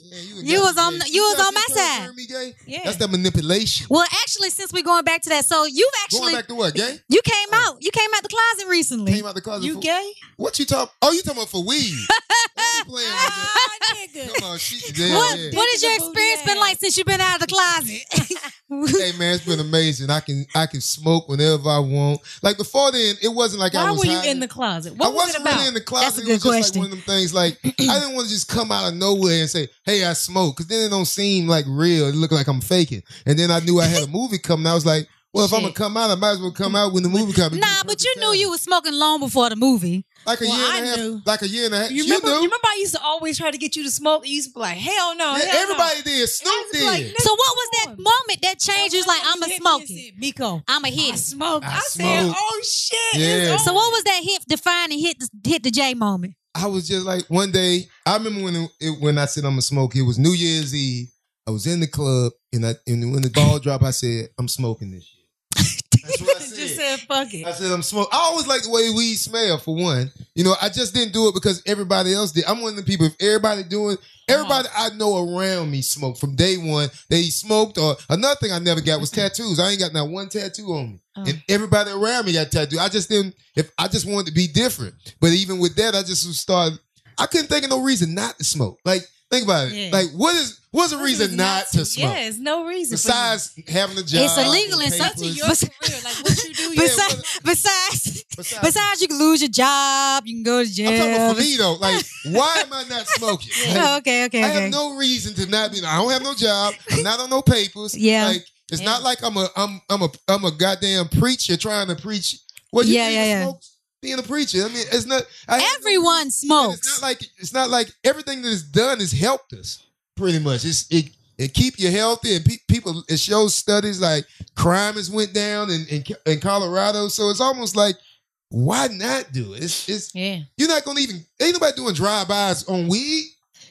Speaker 1: You was
Speaker 2: goddamn
Speaker 1: on-
Speaker 2: gay.
Speaker 1: you was
Speaker 2: trying-
Speaker 1: on my
Speaker 2: trying to
Speaker 1: side.
Speaker 2: turn me gay?
Speaker 3: Yeah.
Speaker 2: That's the manipulation.
Speaker 1: Well, actually, since we're going back to that, so you've
Speaker 2: Going
Speaker 1: actually
Speaker 2: back to what? Gay?
Speaker 1: you came out. You came out the closet recently.
Speaker 2: Came out the closet.
Speaker 3: you
Speaker 2: for,
Speaker 3: gay?
Speaker 2: What you talk? Oh, you talking about for weed? Don't be playing with that.
Speaker 3: Ah, nigga.
Speaker 2: Come on, she, yeah,
Speaker 1: what
Speaker 2: yeah.
Speaker 1: What has your
Speaker 3: Dick is a booty
Speaker 1: experience been
Speaker 3: ass.
Speaker 1: like since you've been out of the closet?
Speaker 2: Hey man, it's been amazing. I can I can smoke whenever I want. Like before then, it wasn't like I
Speaker 3: Why
Speaker 2: was.
Speaker 3: were you
Speaker 2: hiding.
Speaker 3: in the closet?
Speaker 2: I
Speaker 3: What was it
Speaker 2: wasn't
Speaker 3: about?
Speaker 2: really in the closet.
Speaker 1: That's a
Speaker 2: it was
Speaker 1: good
Speaker 2: just
Speaker 1: question.
Speaker 2: like one of them things. Like I didn't want to just come out of nowhere and say, "Hey, I smoke," because then it don't seem like real. It looked like I'm faking. And then I knew I had a movie coming. I was like, "Well, if I'm gonna
Speaker 3: Shit.
Speaker 2: come out, I might as well come out when the movie comes."
Speaker 1: nah, but you knew you was smoking long before the movie.
Speaker 2: like a
Speaker 3: Well,
Speaker 2: year
Speaker 3: I
Speaker 2: and a half.
Speaker 3: knew.
Speaker 2: Like a year and a half.
Speaker 3: you remember?
Speaker 2: knew.
Speaker 3: You remember? Oh, I used to always try to get you to smoke. You used to be like, "Hell no!"
Speaker 2: Yeah,
Speaker 3: hell no.
Speaker 2: everybody did. Snoop
Speaker 3: was
Speaker 2: did.
Speaker 3: like,
Speaker 1: So what was that
Speaker 3: Come on.
Speaker 1: moment that changed? You was like,
Speaker 3: Everybody
Speaker 1: I'm a
Speaker 3: hit me and
Speaker 1: smoking.
Speaker 3: said, Miko,
Speaker 1: I'm a
Speaker 3: I
Speaker 1: hit.
Speaker 3: smoke.
Speaker 2: I
Speaker 3: I,
Speaker 2: smoke.
Speaker 3: said, "Oh shit!"
Speaker 2: Yeah.
Speaker 3: It's
Speaker 1: So
Speaker 3: over.
Speaker 1: what was that hit defining hit hit the J moment?
Speaker 2: I was just like one day. I remember when it, when I said I'm gonna smoke. It was New Year's Eve. I was in the club, and I and when the ball dropped, I said I'm smoking this shit. That's what I said.
Speaker 3: Just said, "Fuck it."
Speaker 2: I said I'm smoking. I always like the way weed smell. For one, you know, I just didn't do it because everybody else did. I'm one of the people. If everybody doing,
Speaker 3: Uh-huh.
Speaker 2: everybody I know around me smoked from day one. They smoked. Or another thing I never got was tattoos. I ain't got not one tattoo on me,
Speaker 3: Oh.
Speaker 2: and everybody around me got tattoo. I just didn't. If I just wanted to be different, but even with that, I just started. I couldn't think of no reason not to smoke. Like think about it.
Speaker 3: Yeah.
Speaker 2: Like what is what's a
Speaker 3: This
Speaker 2: reason
Speaker 3: is
Speaker 2: not, to smoke?
Speaker 3: Yeah, it's no reason. for you.
Speaker 2: Besides having a job,
Speaker 1: illegal
Speaker 2: and
Speaker 1: in some-
Speaker 3: to
Speaker 2: papers.
Speaker 3: your career, like what you do,
Speaker 2: Yeah,
Speaker 3: yeah,
Speaker 1: Besides, besides, besides, you can lose your job. You can go to
Speaker 2: I'm talking
Speaker 1: jail.
Speaker 2: about for me though. Like, why am I not smoking?
Speaker 1: Oh,
Speaker 2: Like,
Speaker 1: okay, okay,
Speaker 2: I
Speaker 1: okay.
Speaker 2: have no reason to not be. I don't have no job. I'm not on no papers.
Speaker 1: Yeah.
Speaker 2: Like, it's
Speaker 3: Yeah.
Speaker 2: not like I'm a I'm I'm a I'm a goddamn preacher trying to preach. What you
Speaker 1: Yeah,
Speaker 2: think
Speaker 1: yeah,
Speaker 2: of
Speaker 1: yeah.
Speaker 2: smoke? Being a preacher. I mean, it's not. I have no
Speaker 1: Everyone
Speaker 2: and It's
Speaker 1: smokes.
Speaker 2: not like it's not like everything that is done has helped us pretty much. It's it it keep you healthy and pe- people. It shows studies like crime has went down in, in Ca- in Colorado, so it's almost like why not do it? It's, it's
Speaker 3: yeah.
Speaker 2: you're not gonna even ain't nobody doing drive bys on weed.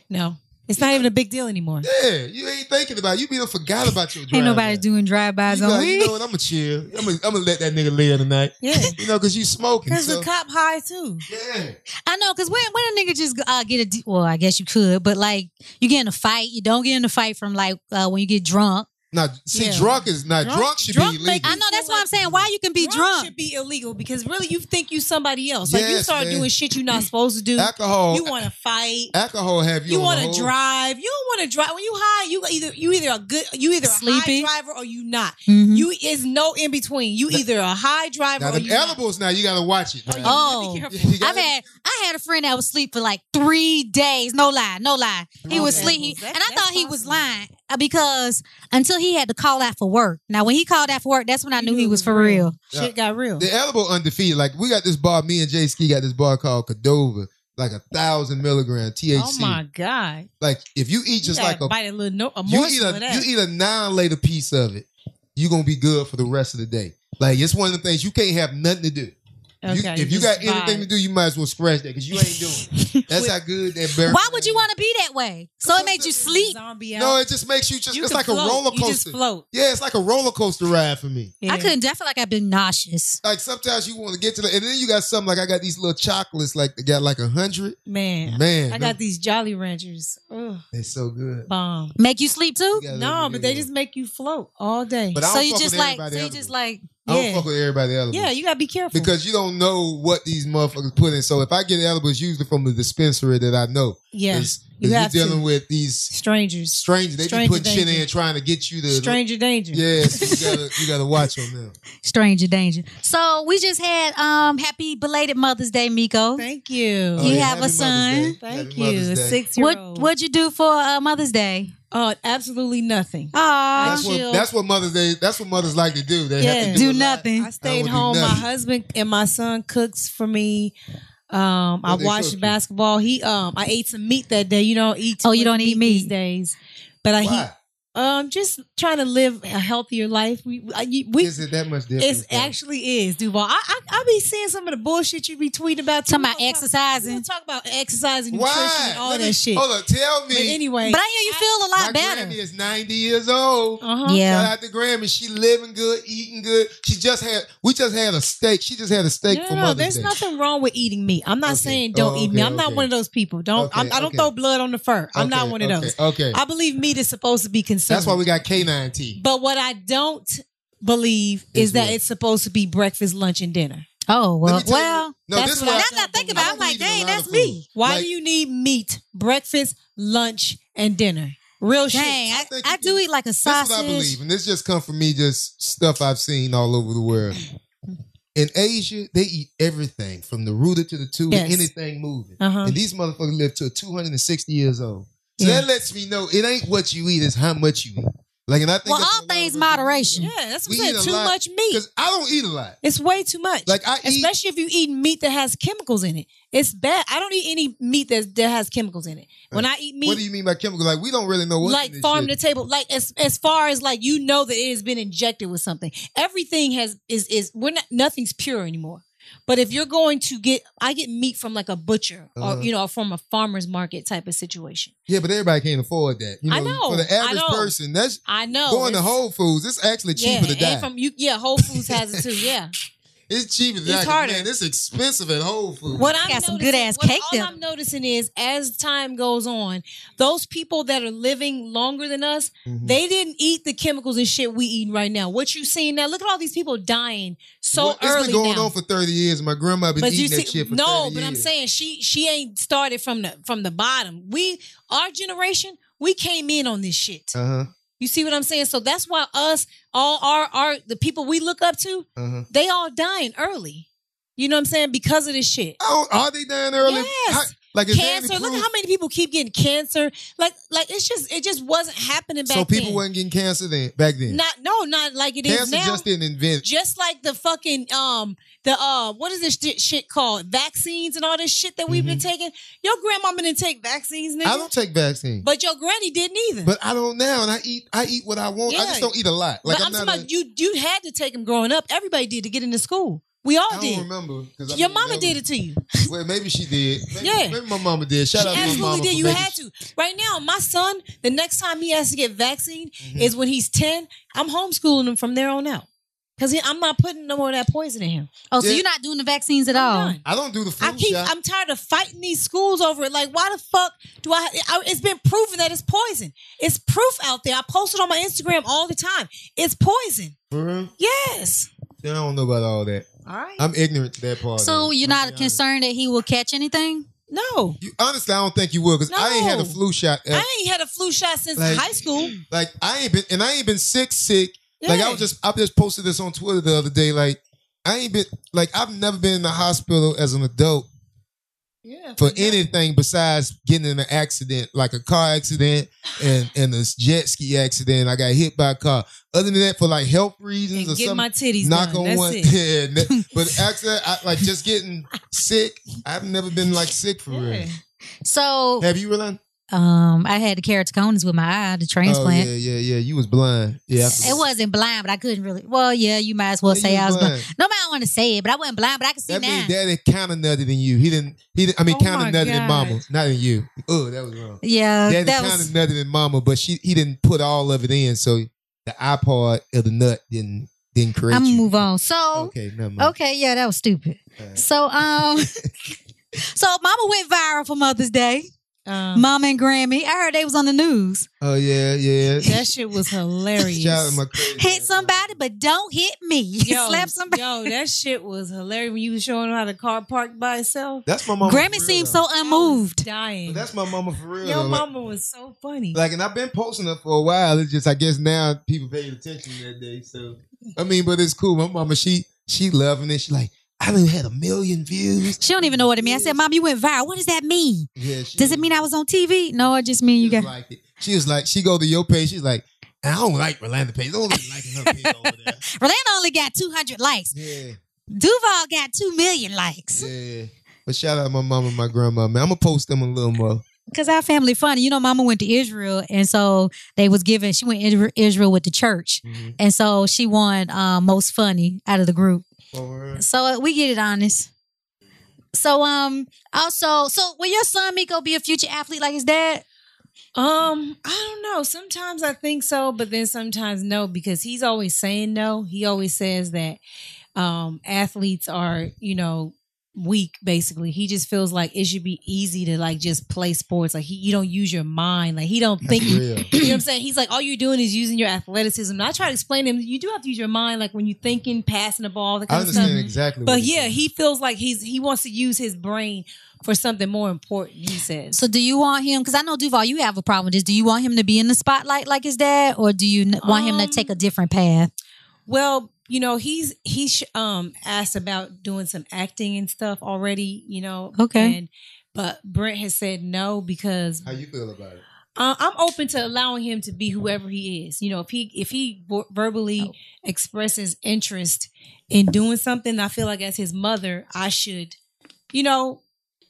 Speaker 3: No, it's not even a big deal anymore.
Speaker 2: Yeah, you ain't thinking about it. you. Be done forgot about your drive.
Speaker 1: Ain't nobody doing drive-bys on
Speaker 2: You
Speaker 1: weed.
Speaker 2: know what? I'm gonna chill. I'm gonna I'm gonna let that nigga live tonight.
Speaker 3: Yeah,
Speaker 2: You know, cause you smoking.
Speaker 3: because
Speaker 2: So,
Speaker 3: the cop high too.
Speaker 2: yeah.
Speaker 1: I know, cause when when a nigga just uh, get a d- well, I guess you could, but like you get in a fight, you don't get in a fight from like uh, when you get drunk.
Speaker 2: Now, see,
Speaker 3: Yeah.
Speaker 2: drunk is not drunk,
Speaker 3: Drunk-
Speaker 2: should
Speaker 3: drunk
Speaker 2: be
Speaker 3: make-
Speaker 2: illegal.
Speaker 1: I know that's why I'm saying why you can be
Speaker 3: Drunk
Speaker 1: drunk.
Speaker 3: should be illegal because really you think you somebody else. Like you
Speaker 2: Yes,
Speaker 3: start
Speaker 2: man.
Speaker 3: doing shit you're not supposed to do.
Speaker 2: Alcohol.
Speaker 3: You want to fight.
Speaker 2: alcohol have you,
Speaker 3: You
Speaker 2: on
Speaker 3: want
Speaker 2: a
Speaker 3: to
Speaker 2: whole-
Speaker 3: drive. You don't want to drive. When you high, you either you either a good you either a
Speaker 1: Sleepy.
Speaker 3: high driver or you not.
Speaker 1: Mhm.
Speaker 3: You is no in between. You either a high driver
Speaker 2: Now
Speaker 3: or
Speaker 2: them
Speaker 3: you not.
Speaker 2: edibles now you gotta watch it. man.
Speaker 1: Oh.
Speaker 3: You gotta be
Speaker 2: You
Speaker 3: careful.
Speaker 2: gotta-
Speaker 1: I've had I had a friend that was asleep for like three days. No lie, no lie. He was
Speaker 3: Okay.
Speaker 1: asleep, He-
Speaker 3: That-
Speaker 1: and I
Speaker 3: that's
Speaker 1: thought he was
Speaker 3: possible.
Speaker 1: lying uh, because until he had to call out for work. Now, when he called out for work, that's when I
Speaker 3: You
Speaker 1: knew
Speaker 3: knew
Speaker 1: he
Speaker 3: it
Speaker 1: was
Speaker 3: was
Speaker 1: for
Speaker 3: real.
Speaker 1: real.
Speaker 2: Yeah.
Speaker 3: Shit got real.
Speaker 2: The edible undefeated. Like we got this bar. Me and Jay Ski got this bar called Cadova. Like a thousand milligram THC.
Speaker 3: Oh my god!
Speaker 2: Like if you eat
Speaker 3: You
Speaker 2: just
Speaker 3: gotta
Speaker 2: like a
Speaker 3: bite a little no, a
Speaker 2: you eat
Speaker 3: morsel of
Speaker 2: a
Speaker 3: that.
Speaker 2: you eat a nine later piece of it, you gonna be good for the rest of the day. Like it's one of the things you can't have nothing to do. You-
Speaker 3: Okay,
Speaker 2: if you
Speaker 3: just
Speaker 2: got anything
Speaker 3: vibe.
Speaker 2: to do, you might as well scratch that because you ain't doing. it. That's how good that bear.
Speaker 1: Why would you want to be that way? So it made you sleep.
Speaker 3: Zombie
Speaker 2: No,
Speaker 3: out.
Speaker 2: it just makes you just.
Speaker 3: You
Speaker 2: it's
Speaker 3: can
Speaker 2: like
Speaker 3: float.
Speaker 2: a roller
Speaker 3: You just
Speaker 2: coaster.
Speaker 3: float.
Speaker 2: Yeah, it's like a roller coaster ride for me.
Speaker 1: I couldn't. I feel like I've been nauseous.
Speaker 2: like sometimes you want to get to the and then you got something like I got these little chocolates like they got like a hundred.
Speaker 3: Man,
Speaker 2: Man,
Speaker 3: I
Speaker 2: them-
Speaker 3: got these Jolly Ranchers. Ugh,
Speaker 2: they're so good.
Speaker 3: bomb.
Speaker 1: Make you sleep too.
Speaker 2: You gotta let
Speaker 3: No,
Speaker 2: me
Speaker 3: but
Speaker 2: do
Speaker 3: they
Speaker 2: it.
Speaker 3: just make you float all day.
Speaker 2: But I don't
Speaker 1: So you
Speaker 2: fuck
Speaker 1: just
Speaker 2: with
Speaker 1: like.
Speaker 2: everybody
Speaker 1: So you
Speaker 2: edible.
Speaker 1: just like.
Speaker 2: I don't
Speaker 3: Yeah.
Speaker 2: fuck with everybody edible.
Speaker 3: yeah, you gotta be careful.
Speaker 2: Because you don't know what these motherfuckers put in. So if I get edibles, usually from the dispensary that I know.
Speaker 3: yeah,
Speaker 2: 'Cause-
Speaker 3: you
Speaker 2: 'cause
Speaker 3: have to.
Speaker 2: you're dealing with these
Speaker 3: strangers,
Speaker 2: strangers. They be
Speaker 3: Stranger
Speaker 2: putting shit
Speaker 3: danger.
Speaker 2: in trying to get you to.
Speaker 3: stranger danger.
Speaker 2: Yeah, so you gotta you gotta watch on them.
Speaker 1: Stranger danger. So we just had um happy belated Mother's Day, Miko.
Speaker 3: Thank you.
Speaker 2: Oh,
Speaker 1: You have a
Speaker 2: yeah, happy Mother's
Speaker 1: son?
Speaker 2: Day.
Speaker 3: Thank
Speaker 2: Happy Mother's
Speaker 3: you.
Speaker 2: Day.
Speaker 3: Six year
Speaker 1: What
Speaker 3: old.
Speaker 1: What'd you do for uh, Mother's Day?
Speaker 3: Oh, absolutely nothing.
Speaker 1: Oh,
Speaker 2: That's
Speaker 3: chill.
Speaker 2: what that's what mothers they that's what mothers like to do. They have
Speaker 3: Yeah.
Speaker 2: to do,
Speaker 1: do
Speaker 2: a lot.
Speaker 1: nothing.
Speaker 3: I stayed
Speaker 2: would do
Speaker 3: home. My
Speaker 2: nothing.
Speaker 3: husband and my son cooks for me. Um,
Speaker 2: What
Speaker 3: I
Speaker 2: they cook you?
Speaker 3: watched basketball. He um, I ate some meat that day. You don't eat.
Speaker 1: Oh,
Speaker 3: too
Speaker 1: you
Speaker 3: much
Speaker 1: don't eat
Speaker 3: these
Speaker 1: meat.
Speaker 3: days. But I he,
Speaker 2: Why?
Speaker 3: Um, just trying to live a healthier life. We I- you- we
Speaker 2: Is it that much different?
Speaker 3: it actually is Duval. I, I I be seeing some of the bullshit you be tweeting about. too.
Speaker 1: Talking about
Speaker 3: We don't talk- we
Speaker 1: exercising.
Speaker 3: don't Talk about exercise and nutrition
Speaker 2: Why?
Speaker 3: and all
Speaker 2: Let
Speaker 3: that
Speaker 2: me-
Speaker 3: shit.
Speaker 2: Hold on. Tell me.
Speaker 3: But anyway,
Speaker 1: But I hear you feel a
Speaker 2: my
Speaker 1: lot better.
Speaker 2: Grammy is 90 years old.
Speaker 3: uh-huh.
Speaker 1: Yeah.
Speaker 2: Shout out to Grammy. She living good, eating good. She just had, we just had a steak. She just had a steak
Speaker 3: No,
Speaker 2: for
Speaker 3: no, no,
Speaker 2: Mother's
Speaker 3: there's
Speaker 2: Day.
Speaker 3: nothing wrong with eating meat. I'm not
Speaker 2: Okay.
Speaker 3: saying don't
Speaker 2: Oh,
Speaker 3: eat meat.
Speaker 2: okay,
Speaker 3: I'm not
Speaker 2: okay.
Speaker 3: one of those people. Don't.
Speaker 2: Okay,
Speaker 3: I'm, I don't
Speaker 2: okay.
Speaker 3: throw blood on the fur. I'm not
Speaker 2: Okay,
Speaker 3: one of
Speaker 2: okay,
Speaker 3: those.
Speaker 2: Okay.
Speaker 3: I believe meat is supposed to be consumed.
Speaker 2: That's why we got K9 tea.
Speaker 3: But what I don't believe
Speaker 2: Is
Speaker 3: is, that
Speaker 2: what?
Speaker 3: it's supposed to be breakfast, lunch, and dinner.
Speaker 1: Oh
Speaker 2: Let
Speaker 1: well,
Speaker 2: me tell you-
Speaker 1: well.
Speaker 2: no,
Speaker 3: that's
Speaker 2: this is
Speaker 3: what
Speaker 2: why-
Speaker 3: I-
Speaker 1: Now that I think about, it, I'm
Speaker 2: I
Speaker 1: like,
Speaker 2: believe in a
Speaker 1: dang,
Speaker 2: lot
Speaker 1: that's
Speaker 2: of
Speaker 1: me.
Speaker 2: food.
Speaker 3: Why
Speaker 2: Like-
Speaker 3: do you need meat? Breakfast, lunch, and dinner. Real
Speaker 1: Dang,
Speaker 3: shit.
Speaker 1: I,
Speaker 2: think
Speaker 1: I
Speaker 2: you
Speaker 1: do eat like a
Speaker 2: That's
Speaker 1: sausage.
Speaker 2: what I believe. And this just come from me, just stuff I've seen all over the world. In Asia, they eat everything from the rooter to the tube,
Speaker 3: Yes.
Speaker 2: anything moving.
Speaker 3: Uh-huh.
Speaker 2: And these motherfuckers live till 260 years old. So
Speaker 3: Yeah.
Speaker 2: that lets me know it ain't what you eat, it's how much you eat. Like, and I think
Speaker 1: Well,
Speaker 2: that's
Speaker 1: all
Speaker 2: what a lot
Speaker 1: things
Speaker 2: of us do.
Speaker 1: moderation.
Speaker 3: Yeah, that's what
Speaker 2: We
Speaker 3: I'm
Speaker 2: eat
Speaker 3: saying.
Speaker 2: a
Speaker 3: Too
Speaker 2: lot.
Speaker 3: much meat.
Speaker 2: Cause I don't eat a lot.
Speaker 3: It's way too much.
Speaker 2: Like I eat,
Speaker 3: Especially if you eat meat that has chemicals in it. It's bad. I don't eat any meat that, that has chemicals in it. When I eat
Speaker 2: what
Speaker 3: meat,
Speaker 2: do you mean by chemical? Like we don't really know what.
Speaker 3: like farm to table, like as as far as like you know that it has been injected with something. Everything has is is we're not nothing's pure anymore. But if you're going to get, I get meat from like a butcher
Speaker 2: Uh-huh.
Speaker 3: or you know from a farmer's market type of situation.
Speaker 2: Yeah, but everybody can't afford that. You know,
Speaker 3: I know,
Speaker 2: for the
Speaker 3: I
Speaker 2: average
Speaker 3: know.
Speaker 2: person, that's
Speaker 3: I know
Speaker 2: going to
Speaker 3: it's-
Speaker 2: Whole Foods. It's actually cheaper
Speaker 3: yeah,
Speaker 2: to die.
Speaker 3: And from you, yeah, Whole Foods has it too. Yeah.
Speaker 2: it's cheaper to
Speaker 3: It's
Speaker 2: die. 'cause,
Speaker 3: harder.
Speaker 2: Man, it's expensive at Whole Foods.
Speaker 3: What I'm
Speaker 1: Got some
Speaker 3: noticing-
Speaker 1: good-ass
Speaker 3: what
Speaker 1: cake
Speaker 3: All
Speaker 1: there.
Speaker 3: I'm noticing is as time goes on, those people that are living longer than us,
Speaker 2: Mhm.
Speaker 3: they didn't eat the chemicals and shit we eat right now. What you seeing now? Look at all these people dying so
Speaker 2: Well,
Speaker 3: early
Speaker 2: It's been going
Speaker 3: now.
Speaker 2: on for thirty years. My grandma been
Speaker 3: but you
Speaker 2: eating
Speaker 3: see,
Speaker 2: that shit for
Speaker 3: no,
Speaker 2: 30
Speaker 3: but I'm
Speaker 2: years.
Speaker 3: saying she she ain't started from the from the bottom. We our generation we came in on this shit.
Speaker 2: Uh
Speaker 3: You see what I'm saying? So that's why us all our our the people we look up to
Speaker 2: huh. Uh huh.
Speaker 3: they all dying early. You know what I'm saying because of this shit.
Speaker 2: Oh, are they dying early?
Speaker 3: Yes.
Speaker 2: How- like is there any
Speaker 3: cancer. Look at
Speaker 2: proof?
Speaker 3: how many people keep getting cancer. Like, like it's just it just wasn't happening back
Speaker 2: so people
Speaker 3: then.
Speaker 2: weren't getting cancer then back then.
Speaker 3: not no, not like it is
Speaker 2: cancer
Speaker 3: now.
Speaker 2: just
Speaker 3: Just,
Speaker 2: didn't invent.
Speaker 3: like the fucking um the uh what is this shit, shit called vaccines and all this shit that we've been taking. Your grandmama didn't take vaccines, nigga.
Speaker 2: Mm-hmm. I don't take vaccines.
Speaker 3: but your granny didn't either.
Speaker 2: But I don't now, and I eat. I eat what I want. I
Speaker 3: Yeah.
Speaker 2: just don't eat a lot. Like
Speaker 3: But I'm,
Speaker 2: I'm,
Speaker 3: talking
Speaker 2: not.
Speaker 3: about you. You had to take them growing up. Everybody did to get into school. We all
Speaker 2: a, I
Speaker 3: did.
Speaker 2: don't remember. 'cause I
Speaker 3: Your
Speaker 2: mean,
Speaker 3: mama
Speaker 2: that
Speaker 3: did
Speaker 2: was-
Speaker 3: it to you.
Speaker 2: Well, maybe she did. Maybe,
Speaker 3: Yeah.
Speaker 2: Maybe my mama did. Shout
Speaker 3: She
Speaker 2: out to my mama.
Speaker 3: absolutely did.
Speaker 2: for
Speaker 3: You
Speaker 2: making-
Speaker 3: had to. Right now, my son, the next time he has to get vaccine
Speaker 2: Mm-hmm.
Speaker 3: is when he's 10. I'm homeschooling him from there on out. Because I'm not putting no more of that poison in him.
Speaker 1: Oh, so
Speaker 2: Yeah.
Speaker 1: you're not doing the vaccines at
Speaker 3: I'm
Speaker 1: all?
Speaker 3: done.
Speaker 2: I don't do the flu
Speaker 3: I keep.
Speaker 2: shot.
Speaker 3: I'm tired of fighting these schools over it. Like, why the fuck do I, I? It's been proven that it's poison. It's proof out there. I post it on my Instagram all the time. It's poison.
Speaker 2: For real?
Speaker 3: Yes.
Speaker 2: Then I don't know about all that.
Speaker 3: All right.
Speaker 2: I'm ignorant to that part.
Speaker 1: So
Speaker 2: of it.
Speaker 1: you're
Speaker 2: I'll be
Speaker 1: not
Speaker 2: honest.
Speaker 1: concerned that he will catch anything?
Speaker 3: no,
Speaker 2: You, honestly, I don't think you will because I ain't had a
Speaker 3: No.
Speaker 2: flu shot. At,
Speaker 3: I ain't had a flu shot since
Speaker 2: Like-
Speaker 3: high school.
Speaker 2: like I ain't been, and I ain't been sick, sick. Like I
Speaker 3: Yeah.
Speaker 2: was just, I just posted this on Twitter the other day. Like I ain't been, like I've never been in the hospital as an adult
Speaker 3: Yeah.
Speaker 2: for anything besides getting in an accident, like a car accident and and a jet ski accident. I got hit by a car. Other than that, for like health reasons or
Speaker 3: And get
Speaker 2: something,
Speaker 3: my titties
Speaker 2: knock
Speaker 3: done.
Speaker 2: on
Speaker 3: That's
Speaker 2: one.
Speaker 3: it.
Speaker 2: Yeah, ne- but actually, I, like just getting sick. I've never been like sick for
Speaker 3: Yeah.
Speaker 2: real.
Speaker 1: So
Speaker 2: Have you realized?
Speaker 1: um, I had the keratoconus with my eye, the transplant.
Speaker 2: Oh yeah, yeah, yeah. You was blind. Yeah, I
Speaker 1: It
Speaker 2: forgot.
Speaker 1: wasn't blind, but I couldn't really. Well, yeah, you might as well
Speaker 2: Yeah,
Speaker 1: say
Speaker 2: you
Speaker 1: I was blind.
Speaker 2: blind.
Speaker 1: Nobody want to say it, but I wasn't blind, but I can see
Speaker 2: That
Speaker 1: now.
Speaker 2: means daddy kind of nutted in you. He didn't. He didn't. I mean,
Speaker 3: Oh
Speaker 2: kind
Speaker 3: my
Speaker 2: of nutted in
Speaker 3: God.
Speaker 2: mama, not in you. Oh, that was wrong.
Speaker 1: yeah,
Speaker 2: Daddy
Speaker 1: Uh, that
Speaker 2: kind of
Speaker 1: was.
Speaker 2: nutted in mama, but she he didn't put all of it in, so the iPod of the nut didn't didn't create.
Speaker 1: I'm
Speaker 2: you.
Speaker 1: gonna move on. So
Speaker 2: Okay, never mind.
Speaker 1: okay. yeah, that was stupid.
Speaker 2: Alright.
Speaker 1: So um, so Mama went viral for Mother's Day.
Speaker 2: Uh-huh.
Speaker 3: Um,
Speaker 1: Mama and Grammy, I heard they was on the news.
Speaker 2: Oh yeah, yeah.
Speaker 3: that shit was hilarious.
Speaker 2: Shout out to my crazy
Speaker 1: Hit
Speaker 2: ass.
Speaker 1: somebody, but don't hit me. Slap somebody.
Speaker 3: Yo, that shit was hilarious when you was showing how the car parked by itself.
Speaker 2: That's my mama.
Speaker 1: Grammy
Speaker 2: Oh, for real,
Speaker 1: seems
Speaker 2: though.
Speaker 1: so unmoved.
Speaker 3: I was dying.
Speaker 2: That's my mama for real.
Speaker 3: Your
Speaker 2: though. Like,
Speaker 3: mama was so funny.
Speaker 2: like, and I've been posting it for a while. It's just, I guess now people pay attention that day. So, I mean, but it's cool. My mama, she she loving it. She like, I done had a million views.
Speaker 1: She don't even know what it means. I said, Mom, you went viral. What does that mean?
Speaker 2: Yeah, she,
Speaker 1: Does it mean I was on TV? No, it just mean
Speaker 2: she
Speaker 1: you got.
Speaker 2: just liked it? She was like, she go to your page. She's like, I don't like Rolanda page. I don't like liking her page over there.
Speaker 1: Rolanda only got 200 likes.
Speaker 2: Yeah,
Speaker 1: Duval got 2 million likes.
Speaker 2: yeah. But shout out to my mom and my grandma, man. I'm gonna post them a little more.
Speaker 1: because our family funny. You know, Mama went to Israel, and so they was given. She went to Israel with the church,
Speaker 2: Mhm.
Speaker 1: and so she won uh, most funny out of the group. So uh, we get it honest. So um, also, so will your son Miko be a future athlete like his dad?
Speaker 3: Um, I don't know. Sometimes I think so, but then sometimes no, because he's always saying no. He always says that um athletes are, you know, weak basically. He just feels like it should be easy to like just play sports. Like he you don't use your mind. Like he don't think you
Speaker 2: real.
Speaker 3: know what I'm saying? He's like, all you're doing is using your athleticism. And I try to explain to him, you do have to use your mind, like when you're thinking, passing the ball, that
Speaker 2: I
Speaker 3: kind of stuff.
Speaker 2: understand exactly.
Speaker 3: But
Speaker 2: what you're
Speaker 3: yeah,
Speaker 2: saying.
Speaker 3: he feels like he's he wants to use his brain for something more important, he says.
Speaker 1: So do you want him? Because I know Duval, you have a problem with this. Do you want him to be in the spotlight like his dad, or do you n- want him
Speaker 3: Um,
Speaker 1: to take a different path?
Speaker 3: Well, you know, he's he's um asked about doing some acting and stuff already, you know.
Speaker 1: Okay.
Speaker 3: And, but Brent has said no because
Speaker 2: How you feel about it?
Speaker 3: uh, I'm open to allowing him to be whoever he is. You know, if he if he ver- verbally expresses interest in doing something, I feel like as his mother, I should, you know,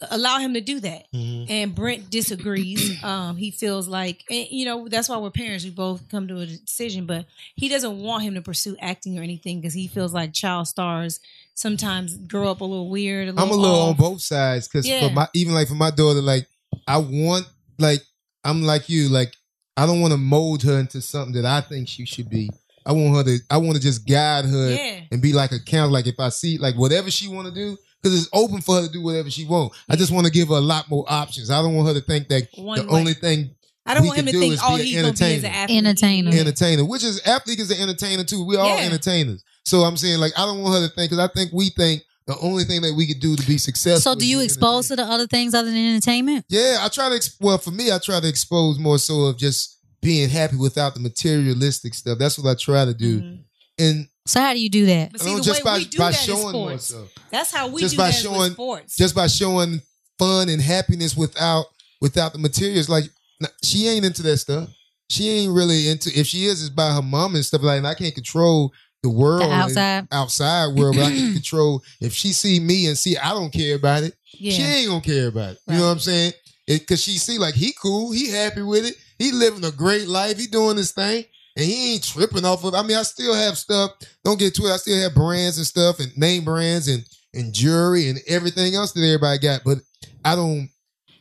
Speaker 3: allow him to do that. And Brent disagrees. Um, he feels like, and, you know, that's why we're parents. We both come to a decision, but he doesn't want him to pursue acting or anything because he feels like child stars sometimes grow up a little weird. A little
Speaker 2: I'm a little on
Speaker 3: off.
Speaker 2: both sides because
Speaker 3: Yeah.
Speaker 2: for my even like for my daughter, like I want like I'm like you, like I don't want to mold her into something that I think she should be. I want her to. I want to just guide her
Speaker 3: Yeah.
Speaker 2: and be like a counselor. Like if I see like whatever she want to do, because it's open for her to do whatever she want. I just want to give her a lot more options. I don't want her to think that
Speaker 3: One
Speaker 2: the
Speaker 3: way.
Speaker 2: only thing
Speaker 3: I don't
Speaker 2: we
Speaker 3: want him
Speaker 2: can
Speaker 3: to
Speaker 2: do
Speaker 3: think
Speaker 2: is
Speaker 3: all
Speaker 2: be an
Speaker 3: he's going to be is an
Speaker 2: entertainer.
Speaker 3: athlete.
Speaker 1: Entertainer. Yeah.
Speaker 2: entertainer, which is athlete is an entertainer too. We're all
Speaker 3: Mm-hmm. Yeah.
Speaker 2: entertainers. So I'm saying like I don't want her to think because I think we think the only thing that we could do to be successful.
Speaker 1: So do you expose her to other things other than entertainment?
Speaker 2: Yeah, I try to. Ex- well, for me, I try to expose more so of just being happy without the materialistic stuff. That's what I try to do,
Speaker 3: Mhm.
Speaker 2: and
Speaker 1: So how do you do that?
Speaker 3: But
Speaker 2: I
Speaker 3: see,
Speaker 2: don't-
Speaker 3: the
Speaker 2: just
Speaker 3: way
Speaker 2: by,
Speaker 3: we do
Speaker 2: by
Speaker 3: that is
Speaker 2: showing more
Speaker 3: sports.
Speaker 2: so,
Speaker 3: That's how we
Speaker 2: Just
Speaker 3: do
Speaker 2: by
Speaker 3: that is
Speaker 2: showing-
Speaker 3: with sports.
Speaker 2: just by showing fun and happiness without without the materials. Like nah, she ain't into that stuff. She ain't really into. If she is, it's by her mom and stuff like. And I can't control the world
Speaker 1: The
Speaker 2: and
Speaker 1: outside.
Speaker 2: outside world, but I can control. If she see me and see I don't care about it, she
Speaker 3: yeah.
Speaker 2: ain't gonna care about it. You
Speaker 3: Right.
Speaker 2: know what I'm saying? It, Cause she see like he cool, he happy with it, he living a great life, he doing his thing, and he ain't tripping off of. I mean, I still have stuff. Don't get to it. I still have brands and stuff, and name brands, and and jewelry, and everything else that everybody got. But I don't.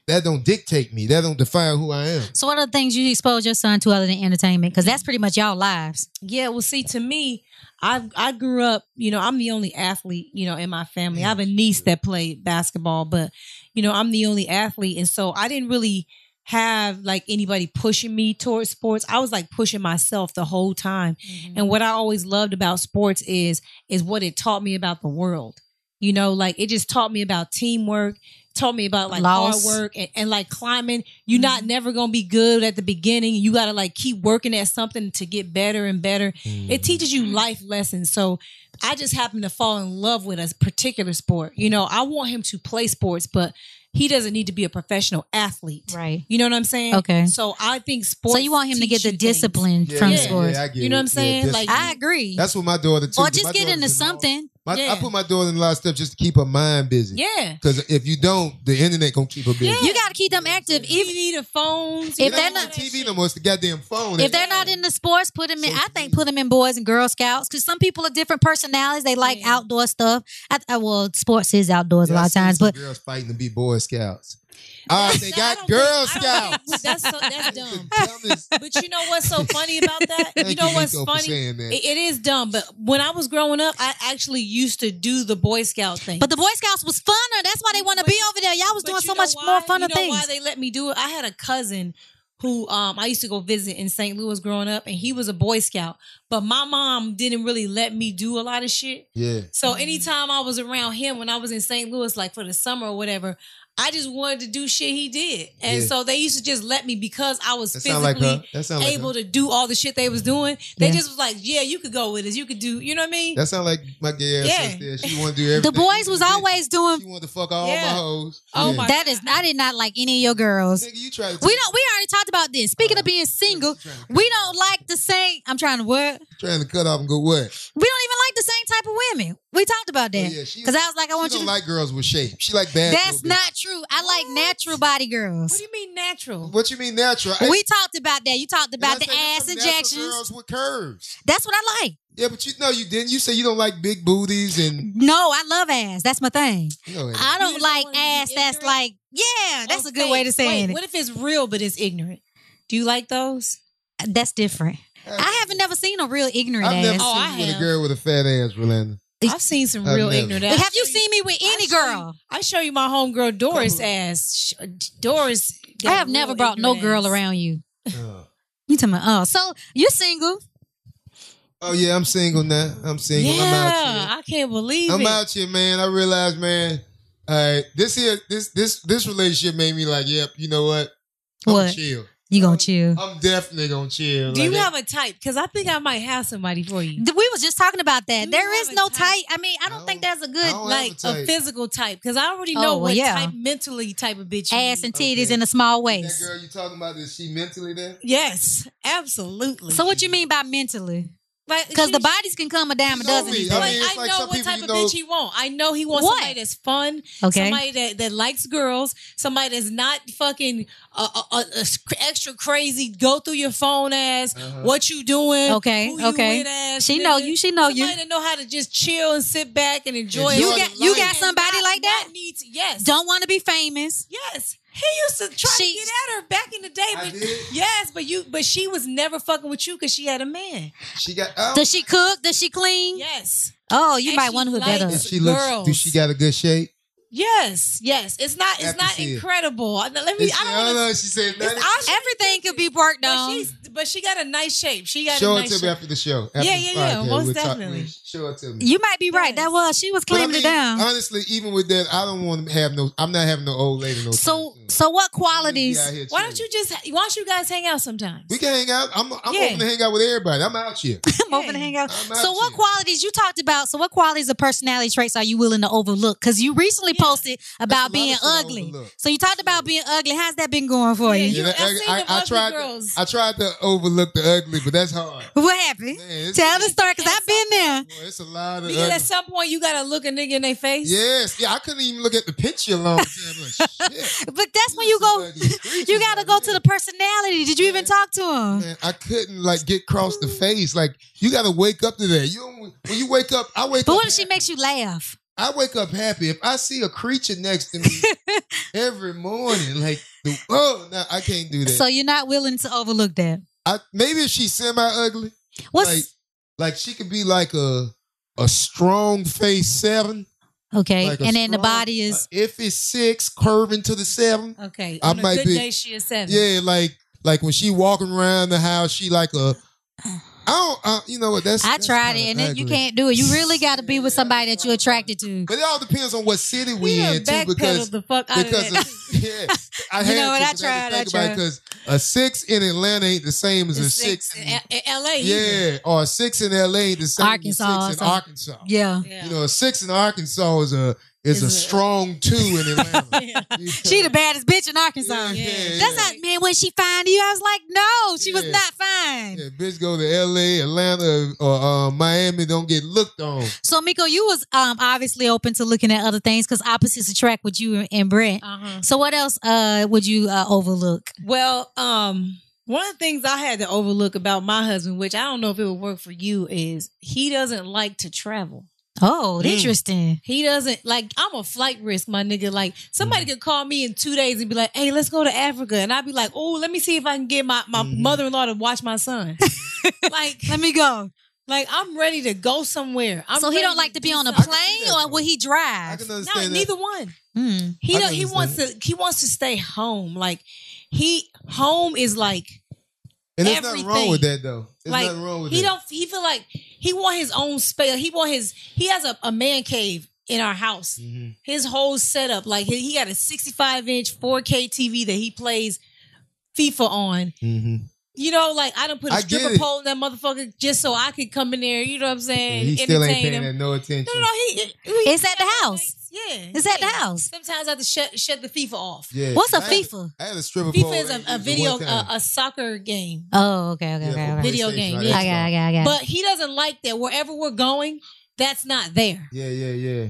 Speaker 2: That don't dictate me. That don't define who I am.
Speaker 1: So what are the things you expose your son to other than entertainment? Because that's pretty much y'all lives.
Speaker 3: Yeah, well, see, to me, I I grew up. You know, I'm the only athlete. You know, in my family, I have a
Speaker 2: Mm,
Speaker 3: niece that played basketball, but you know, I'm the only athlete, and so I didn't really have like anybody pushing me towards sports. I was like pushing myself the whole time. And what I always loved about sports is is what it taught me about the world. You know, like it just taught me about teamwork, taught me about like
Speaker 1: Loss. Mm-hmm.
Speaker 3: hard work and, and like climbing. You're not never gonna be good at the beginning. You gotta like keep working at something to get better and better.
Speaker 1: Mm-hmm.
Speaker 3: It teaches you life lessons. So I just happen to fall in love with a particular sport. You know, I want him to play sports, but he doesn't need to be a professional athlete.
Speaker 1: Right.
Speaker 3: You know what I'm saying?
Speaker 1: Okay.
Speaker 3: So I think sports.
Speaker 1: So you want him to
Speaker 3: teach
Speaker 1: get the
Speaker 3: you things.
Speaker 1: discipline from
Speaker 3: yeah,
Speaker 1: sports.
Speaker 2: I get
Speaker 3: You know
Speaker 2: it.
Speaker 3: what I'm saying?
Speaker 2: that's-
Speaker 3: Like,
Speaker 1: I agree.
Speaker 2: that's what my daughter too.
Speaker 1: or
Speaker 2: My
Speaker 1: just get
Speaker 2: daughter's
Speaker 1: into
Speaker 2: been all-
Speaker 1: something.
Speaker 2: My,
Speaker 3: Yeah.
Speaker 2: I put my daughter in a lot of stuff just to keep her mind busy.
Speaker 3: Yeah.
Speaker 2: Because if you don't, the internet gonna keep her busy.
Speaker 1: You got to keep them active. Even
Speaker 3: TV, the phones.
Speaker 1: If
Speaker 3: you
Speaker 2: It
Speaker 3: know,
Speaker 1: they're
Speaker 2: ain't
Speaker 1: not-
Speaker 2: even TV no more, it's the goddamn phone.
Speaker 1: if they're not in the sports, put them in. I think put them in boys and girl scouts because some people are different personalities. They like
Speaker 3: Yeah.
Speaker 1: outdoor stuff. I, I, well, sports is outdoors a lot of times, but
Speaker 2: girls fighting to be Boy Scouts. Ah, they
Speaker 3: No, I
Speaker 2: got
Speaker 3: don't
Speaker 2: Girl
Speaker 3: think- I don't
Speaker 2: Scouts.
Speaker 3: think- That's so, that's
Speaker 2: It's the
Speaker 3: dumb.
Speaker 2: dumbest-
Speaker 3: But you know what's so funny about that?
Speaker 2: Thank
Speaker 3: You know what's
Speaker 2: Nico, For
Speaker 3: funny?
Speaker 2: saying that.
Speaker 3: It- it is dumb. But when I was growing up, I actually used to do the Boy Scout thing.
Speaker 1: but the Boy Scouts was funner. That's why they want to be over there. Y'all was
Speaker 3: But
Speaker 1: doing
Speaker 3: you
Speaker 1: so
Speaker 3: know
Speaker 1: much more
Speaker 3: why?
Speaker 1: funner
Speaker 3: you know Why
Speaker 1: things.
Speaker 3: they let me do it? I had a cousin who um, I used to go visit in St. Louis growing up, and he was a Boy Scout. But my mom didn't really let me do a lot of shit.
Speaker 2: yeah.
Speaker 3: So anytime I was around him when I was in St. Louis, like for the summer or whatever, I just wanted to do shit he did, and
Speaker 2: Yeah.
Speaker 3: so they used to just let me because I was
Speaker 2: That sound like
Speaker 3: physically
Speaker 2: her. That sound like
Speaker 3: able
Speaker 2: her.
Speaker 3: to do all the shit they was doing. They
Speaker 1: Yeah.
Speaker 3: just was like, "Yeah, you could go with us. You could do, you know what I mean?"
Speaker 2: That sound like my gay ass
Speaker 3: Yeah.
Speaker 2: sister. She want to do
Speaker 1: The
Speaker 2: everything.
Speaker 1: boys was
Speaker 2: She
Speaker 1: always doing.
Speaker 2: wanted to fuck all
Speaker 3: Yeah.
Speaker 2: my hoes.
Speaker 3: Oh
Speaker 2: Yeah.
Speaker 3: my-
Speaker 1: That is, I did not like any of your girls.
Speaker 2: Nigga, you try to.
Speaker 1: We don't. We already talked about this. Speaking of being single, we don't like the same. I'm trying to what?
Speaker 2: Trying to cut off and go what? Oh,
Speaker 1: We don't even like the same type of women. We talked
Speaker 3: Oh,
Speaker 1: about that.
Speaker 2: yeah, she-
Speaker 1: Cause I was like, I
Speaker 2: She
Speaker 1: want you
Speaker 2: don't
Speaker 1: to
Speaker 2: like girls with shape. She like bad.
Speaker 1: That's
Speaker 2: little
Speaker 1: not true. I like natural body
Speaker 3: What
Speaker 1: girls.
Speaker 3: do you mean
Speaker 2: bitch.
Speaker 3: natural?
Speaker 2: What you mean natural? Hey,
Speaker 1: We talked about that. You talked
Speaker 2: and I
Speaker 1: about the
Speaker 2: said there's
Speaker 1: ass
Speaker 2: some natural
Speaker 1: injections.
Speaker 2: Girls with curves.
Speaker 1: That's what I like.
Speaker 2: Yeah, but you know you didn't. You say you don't like big booties and
Speaker 1: No, I love ass. That's my thing.
Speaker 2: you know, and-
Speaker 1: I
Speaker 3: You
Speaker 1: don't
Speaker 3: just
Speaker 1: like
Speaker 3: don't wanna be
Speaker 1: ass that's
Speaker 3: ignorant?
Speaker 1: like, yeah, that's
Speaker 3: Oh,
Speaker 1: a good way to
Speaker 3: fake.
Speaker 1: say
Speaker 3: Wait,
Speaker 1: it.
Speaker 3: What if it's real but it's ignorant? Do you like those?
Speaker 1: That's different. I haven't never seen a real ignorant
Speaker 2: I've never
Speaker 1: ass.
Speaker 3: Oh, I
Speaker 2: seen you with a
Speaker 3: have.
Speaker 2: girl with a fat ass, Rolanda.
Speaker 3: I've seen some
Speaker 2: I've
Speaker 3: real
Speaker 2: never.
Speaker 3: ignorant.
Speaker 1: Have
Speaker 3: ass.
Speaker 1: you seen me with any
Speaker 3: show you-
Speaker 1: girl?
Speaker 3: I show you my homegirl Doris
Speaker 2: Come
Speaker 3: ass. Sh- Doris.
Speaker 1: I
Speaker 3: got
Speaker 1: have
Speaker 3: real
Speaker 1: never brought no
Speaker 3: ignorant
Speaker 1: girl
Speaker 3: ass.
Speaker 1: around you.
Speaker 2: Oh.
Speaker 1: You talking about, oh, so you're single.
Speaker 2: Oh yeah, I'm single now. I'm single.
Speaker 3: Yeah,
Speaker 2: I'm out here.
Speaker 3: I can't believe
Speaker 2: I'm
Speaker 3: it.
Speaker 2: out here, man. I realized, man. All right, this here, this this this relationship made me like, yep. You know what? I'm
Speaker 1: What?
Speaker 2: Chill.
Speaker 1: You gonna chill.
Speaker 2: I'm definitely gonna chill.
Speaker 3: Do you
Speaker 2: Like,
Speaker 3: have a type? Because I think I might have somebody for you.
Speaker 1: Th- We was just talking about that.
Speaker 3: You
Speaker 1: There
Speaker 3: have
Speaker 1: is
Speaker 3: a
Speaker 1: no
Speaker 3: type.
Speaker 1: type. I mean, I
Speaker 2: I
Speaker 1: don't think
Speaker 2: don't-
Speaker 1: there's a
Speaker 2: Oh. I
Speaker 1: good
Speaker 2: don't
Speaker 1: like
Speaker 3: Like
Speaker 2: have a type.
Speaker 3: a physical type, because I already
Speaker 1: Oh,
Speaker 3: know
Speaker 1: well,
Speaker 3: what
Speaker 1: yeah.
Speaker 3: type mentally type of bitch. you
Speaker 1: ass
Speaker 3: be.
Speaker 1: and titties
Speaker 2: Okay.
Speaker 1: in a small
Speaker 2: that
Speaker 1: waist.
Speaker 2: girl you talking about? Is she mentally there?
Speaker 3: Yes, absolutely.
Speaker 1: So what you mean by mentally?
Speaker 3: like,
Speaker 1: Because
Speaker 3: she-
Speaker 1: the bodies can come a dime a
Speaker 2: You know
Speaker 1: dozen.
Speaker 2: me.
Speaker 1: these
Speaker 2: I
Speaker 1: days.
Speaker 3: But
Speaker 2: mean,
Speaker 3: I,
Speaker 2: it's like
Speaker 3: know
Speaker 2: some
Speaker 3: what
Speaker 2: people
Speaker 3: type
Speaker 2: you
Speaker 3: of
Speaker 2: know-
Speaker 3: bitch he wants. I know he wants
Speaker 1: What?
Speaker 3: somebody that's fun,
Speaker 1: Okay.
Speaker 3: somebody that, that likes girls, somebody that's not fucking uh, uh, uh, extra crazy. Go through your phone ass.
Speaker 2: Uh-huh.
Speaker 3: What you doing?
Speaker 1: Okay,
Speaker 3: who you
Speaker 1: okay.
Speaker 3: with ass,
Speaker 1: She
Speaker 3: nigga.
Speaker 1: know you. She know
Speaker 3: somebody
Speaker 1: you.
Speaker 3: that know how to just chill and sit back and enjoy.
Speaker 2: Enjoy
Speaker 1: You
Speaker 2: the
Speaker 3: life.
Speaker 1: got you
Speaker 2: life.
Speaker 1: got
Speaker 3: And
Speaker 1: somebody
Speaker 3: not-
Speaker 1: like that.
Speaker 3: not Need to, yes.
Speaker 1: Don't want to be famous.
Speaker 3: Yes, he used to try
Speaker 1: She-
Speaker 3: to get at her back in the day,
Speaker 2: I
Speaker 3: but
Speaker 2: did.
Speaker 3: yes, but you, but she was never fucking with you because she had a man.
Speaker 2: She got. Oh,
Speaker 1: Does she cook? Does she clean?
Speaker 3: Yes,
Speaker 1: Oh, you
Speaker 3: And
Speaker 1: might
Speaker 3: she
Speaker 1: want to hook that up.
Speaker 3: likes-
Speaker 2: If she looks, do
Speaker 3: girls.
Speaker 2: she got a good shape?
Speaker 3: yes, yes. It's not, it's
Speaker 2: Have to
Speaker 3: not
Speaker 2: see it.
Speaker 3: incredible. I- Let me.
Speaker 2: Is
Speaker 3: I
Speaker 2: she,
Speaker 3: don't.
Speaker 2: oh,
Speaker 3: Wanna,
Speaker 2: no, she said
Speaker 3: it's
Speaker 2: nothing.
Speaker 3: Asha
Speaker 1: Everything could be worked
Speaker 3: But,
Speaker 1: down.
Speaker 3: she's, but she got a nice shape. She got
Speaker 2: Show
Speaker 3: a
Speaker 2: it
Speaker 3: nice
Speaker 2: to me
Speaker 3: shape.
Speaker 2: after the show. After
Speaker 3: Yeah,
Speaker 2: the
Speaker 3: yeah, yeah,
Speaker 2: podcast,
Speaker 3: most
Speaker 2: we'll talk-
Speaker 3: definitely.
Speaker 2: we'll show it to me.
Speaker 1: You might be right.
Speaker 3: Yes.
Speaker 1: That was she was
Speaker 2: But I
Speaker 1: cleaning it
Speaker 2: mean,
Speaker 1: down.
Speaker 2: Honestly, even with that, I don't want to have no. I'm not having no old lady. No.
Speaker 1: so
Speaker 2: time soon.
Speaker 1: so what
Speaker 2: I'm gonna be
Speaker 1: qualities?
Speaker 2: out here
Speaker 3: Why
Speaker 2: chilling.
Speaker 3: don't you just? Why don't you guys hang out sometimes?
Speaker 2: We can hang out. I'm, I'm
Speaker 3: Yeah.
Speaker 2: open to hang out with everybody. I'm out here.
Speaker 1: I'm open to hang out.
Speaker 2: I'm out
Speaker 1: So what
Speaker 2: here.
Speaker 1: qualities you talked about? So what qualities of personality traits are you willing to overlook? Because you recently
Speaker 3: Yeah.
Speaker 1: posted about
Speaker 2: That's a lot
Speaker 1: being
Speaker 2: of shit I
Speaker 1: ugly.
Speaker 2: overlook.
Speaker 1: So you talked about being ugly. How's that been going for
Speaker 3: Yeah,
Speaker 1: you?
Speaker 3: you-
Speaker 2: that
Speaker 3: I've
Speaker 2: ugly-
Speaker 3: seen
Speaker 2: I,
Speaker 3: them
Speaker 2: I
Speaker 3: ugly
Speaker 2: tried.
Speaker 3: girls.
Speaker 2: To, I tried to overlook the ugly, but that's hard.
Speaker 1: What happened?
Speaker 2: Man, it's-
Speaker 1: Tell the story because I've been there.
Speaker 2: Boy, it's a lot of.
Speaker 3: Because
Speaker 2: ugly-
Speaker 3: at some point you gotta look a nigga in their face.
Speaker 2: Yes, Uh, yeah. I couldn't even look at the picture a long time. Like, shit.
Speaker 1: But that's when you go. You gotta go to the personality. Did you even talk to him?
Speaker 2: Man, I couldn't like get across the face. Like you got to wake up to that. You don't, when you wake up, I wake
Speaker 1: But
Speaker 2: up.
Speaker 1: what if she
Speaker 2: happy.
Speaker 1: makes you laugh?
Speaker 2: I wake up happy if I see a creature next to me every morning. Like, the, oh, no, I can't do that.
Speaker 1: So you're not willing to overlook that.
Speaker 2: I, maybe if she's semi ugly, like,
Speaker 1: What's
Speaker 2: like she could be like a a strong face seven,
Speaker 1: okay?
Speaker 2: like a
Speaker 1: and then the
Speaker 2: strong-
Speaker 1: body is
Speaker 2: if it's six curving to the seven.
Speaker 3: Okay.
Speaker 2: I
Speaker 3: On a
Speaker 2: might
Speaker 3: good
Speaker 2: be-
Speaker 3: day, she is seven.
Speaker 2: Yeah, like like when she walking around the house, she like a. I don't, uh, you know what? That's
Speaker 1: I
Speaker 2: that's
Speaker 1: tried
Speaker 2: kinda
Speaker 1: it, and it, you
Speaker 2: ugly.
Speaker 1: can't do it. You really got to be with somebody that you're attracted to.
Speaker 2: But it all depends on what city we
Speaker 3: He done
Speaker 2: in too, because
Speaker 3: backpedaled the fuck out of
Speaker 2: because
Speaker 3: that.
Speaker 2: of, yeah, I
Speaker 1: You
Speaker 2: had
Speaker 1: know what? I
Speaker 2: to, but had to
Speaker 1: tried, I
Speaker 2: think about it
Speaker 1: tried.
Speaker 2: 'cause a six in Atlanta ain't the same as a
Speaker 3: It's
Speaker 2: six.
Speaker 3: six in
Speaker 2: in,
Speaker 3: A- in LA. either.
Speaker 2: yeah, or a six in LA ain't the same
Speaker 1: Arkansas
Speaker 2: as
Speaker 1: or
Speaker 2: a six in
Speaker 1: something.
Speaker 2: Arkansas.
Speaker 1: Yeah,
Speaker 3: Yeah.
Speaker 2: You know, a six in Arkansas is a is,
Speaker 3: Is
Speaker 2: a,
Speaker 3: a-
Speaker 2: strong two in Atlanta.
Speaker 3: Yeah.
Speaker 2: You
Speaker 1: she
Speaker 2: know?
Speaker 1: the baddest bitch in Arkansas.
Speaker 2: Yeah, yeah,
Speaker 1: That's
Speaker 2: yeah.
Speaker 1: not man. When she found you, I was like, no, she was
Speaker 2: Yeah.
Speaker 1: not fine.
Speaker 2: Yeah, bitch go to LA, Atlanta, or uh, Miami, don't get looked on.
Speaker 1: So Miko, you was um obviously open to looking at other things because opposites attract with you and Brent.
Speaker 3: Uh-huh.
Speaker 1: So what else uh would you uh, overlook?
Speaker 3: Well, um, one of the things I had to overlook about my husband, which I don't know if it would work for you, is he doesn't like to travel.
Speaker 1: Oh,
Speaker 2: Mm.
Speaker 1: interesting.
Speaker 3: He doesn't like. I'm a flight risk, my nigga. Like somebody
Speaker 2: Mm-hmm.
Speaker 3: could call me in two days and be like, "Hey, let's go to Africa," and I'd be like, "Oh, let me see if I can get my my
Speaker 2: Mhm.
Speaker 3: mother in law to watch my son." like,
Speaker 1: Let me go.
Speaker 3: like I'm ready to go somewhere. I'm
Speaker 1: so he
Speaker 3: ready
Speaker 1: don't like to be
Speaker 3: do
Speaker 1: on a
Speaker 3: something.
Speaker 2: I can see
Speaker 1: plane,
Speaker 2: that,
Speaker 1: or
Speaker 2: though.
Speaker 1: will he
Speaker 2: I
Speaker 1: drive?
Speaker 2: can
Speaker 3: No,
Speaker 2: understand that.
Speaker 3: neither one.
Speaker 1: Hmm.
Speaker 3: He
Speaker 2: I
Speaker 3: don't,
Speaker 2: can
Speaker 3: he wants to he wants to stay home. Like he home is like
Speaker 2: and there's nothing wrong
Speaker 3: everything.
Speaker 2: with that though. There's
Speaker 3: like
Speaker 2: nothing wrong with
Speaker 3: he
Speaker 2: that.
Speaker 3: don't he feel like he want his own space. He want his he has a, a man cave in our house.
Speaker 2: Mhm.
Speaker 3: His whole setup like he, he got a 65 inch 4K TV that he plays FIFA on.
Speaker 2: Mhm.
Speaker 3: You know, like I don't put a
Speaker 2: I get
Speaker 3: stripper
Speaker 2: it.
Speaker 3: pole in that motherfucker just so I could come in there. You know what I'm saying?
Speaker 2: And he still ain't
Speaker 3: entertain
Speaker 2: paying
Speaker 3: him.
Speaker 2: that no attention.
Speaker 3: No, no, no. He, he-
Speaker 1: It's at the
Speaker 3: yeah,
Speaker 1: house.
Speaker 3: Yeah,
Speaker 1: It's at the
Speaker 3: yeah.
Speaker 1: house.
Speaker 3: Sometimes I have to shut shut the FIFA off.
Speaker 2: Yeah,
Speaker 1: What's a
Speaker 2: I had-
Speaker 1: FIFA?
Speaker 2: I had a stripper pole.
Speaker 3: FIFA is
Speaker 2: at
Speaker 3: a, a
Speaker 2: one
Speaker 3: video,
Speaker 2: time.
Speaker 3: a, a soccer game.
Speaker 1: Oh, okay, okay,
Speaker 2: Yeah,
Speaker 1: okay,
Speaker 2: for
Speaker 1: okay.
Speaker 3: Video
Speaker 2: PlayStation,
Speaker 3: game,
Speaker 2: not
Speaker 3: yeah.
Speaker 1: I got,
Speaker 2: Xbox.
Speaker 1: I got, I got.
Speaker 3: But he doesn't like that. Wherever we're going,
Speaker 1: that's not there.
Speaker 2: Yeah, yeah, yeah.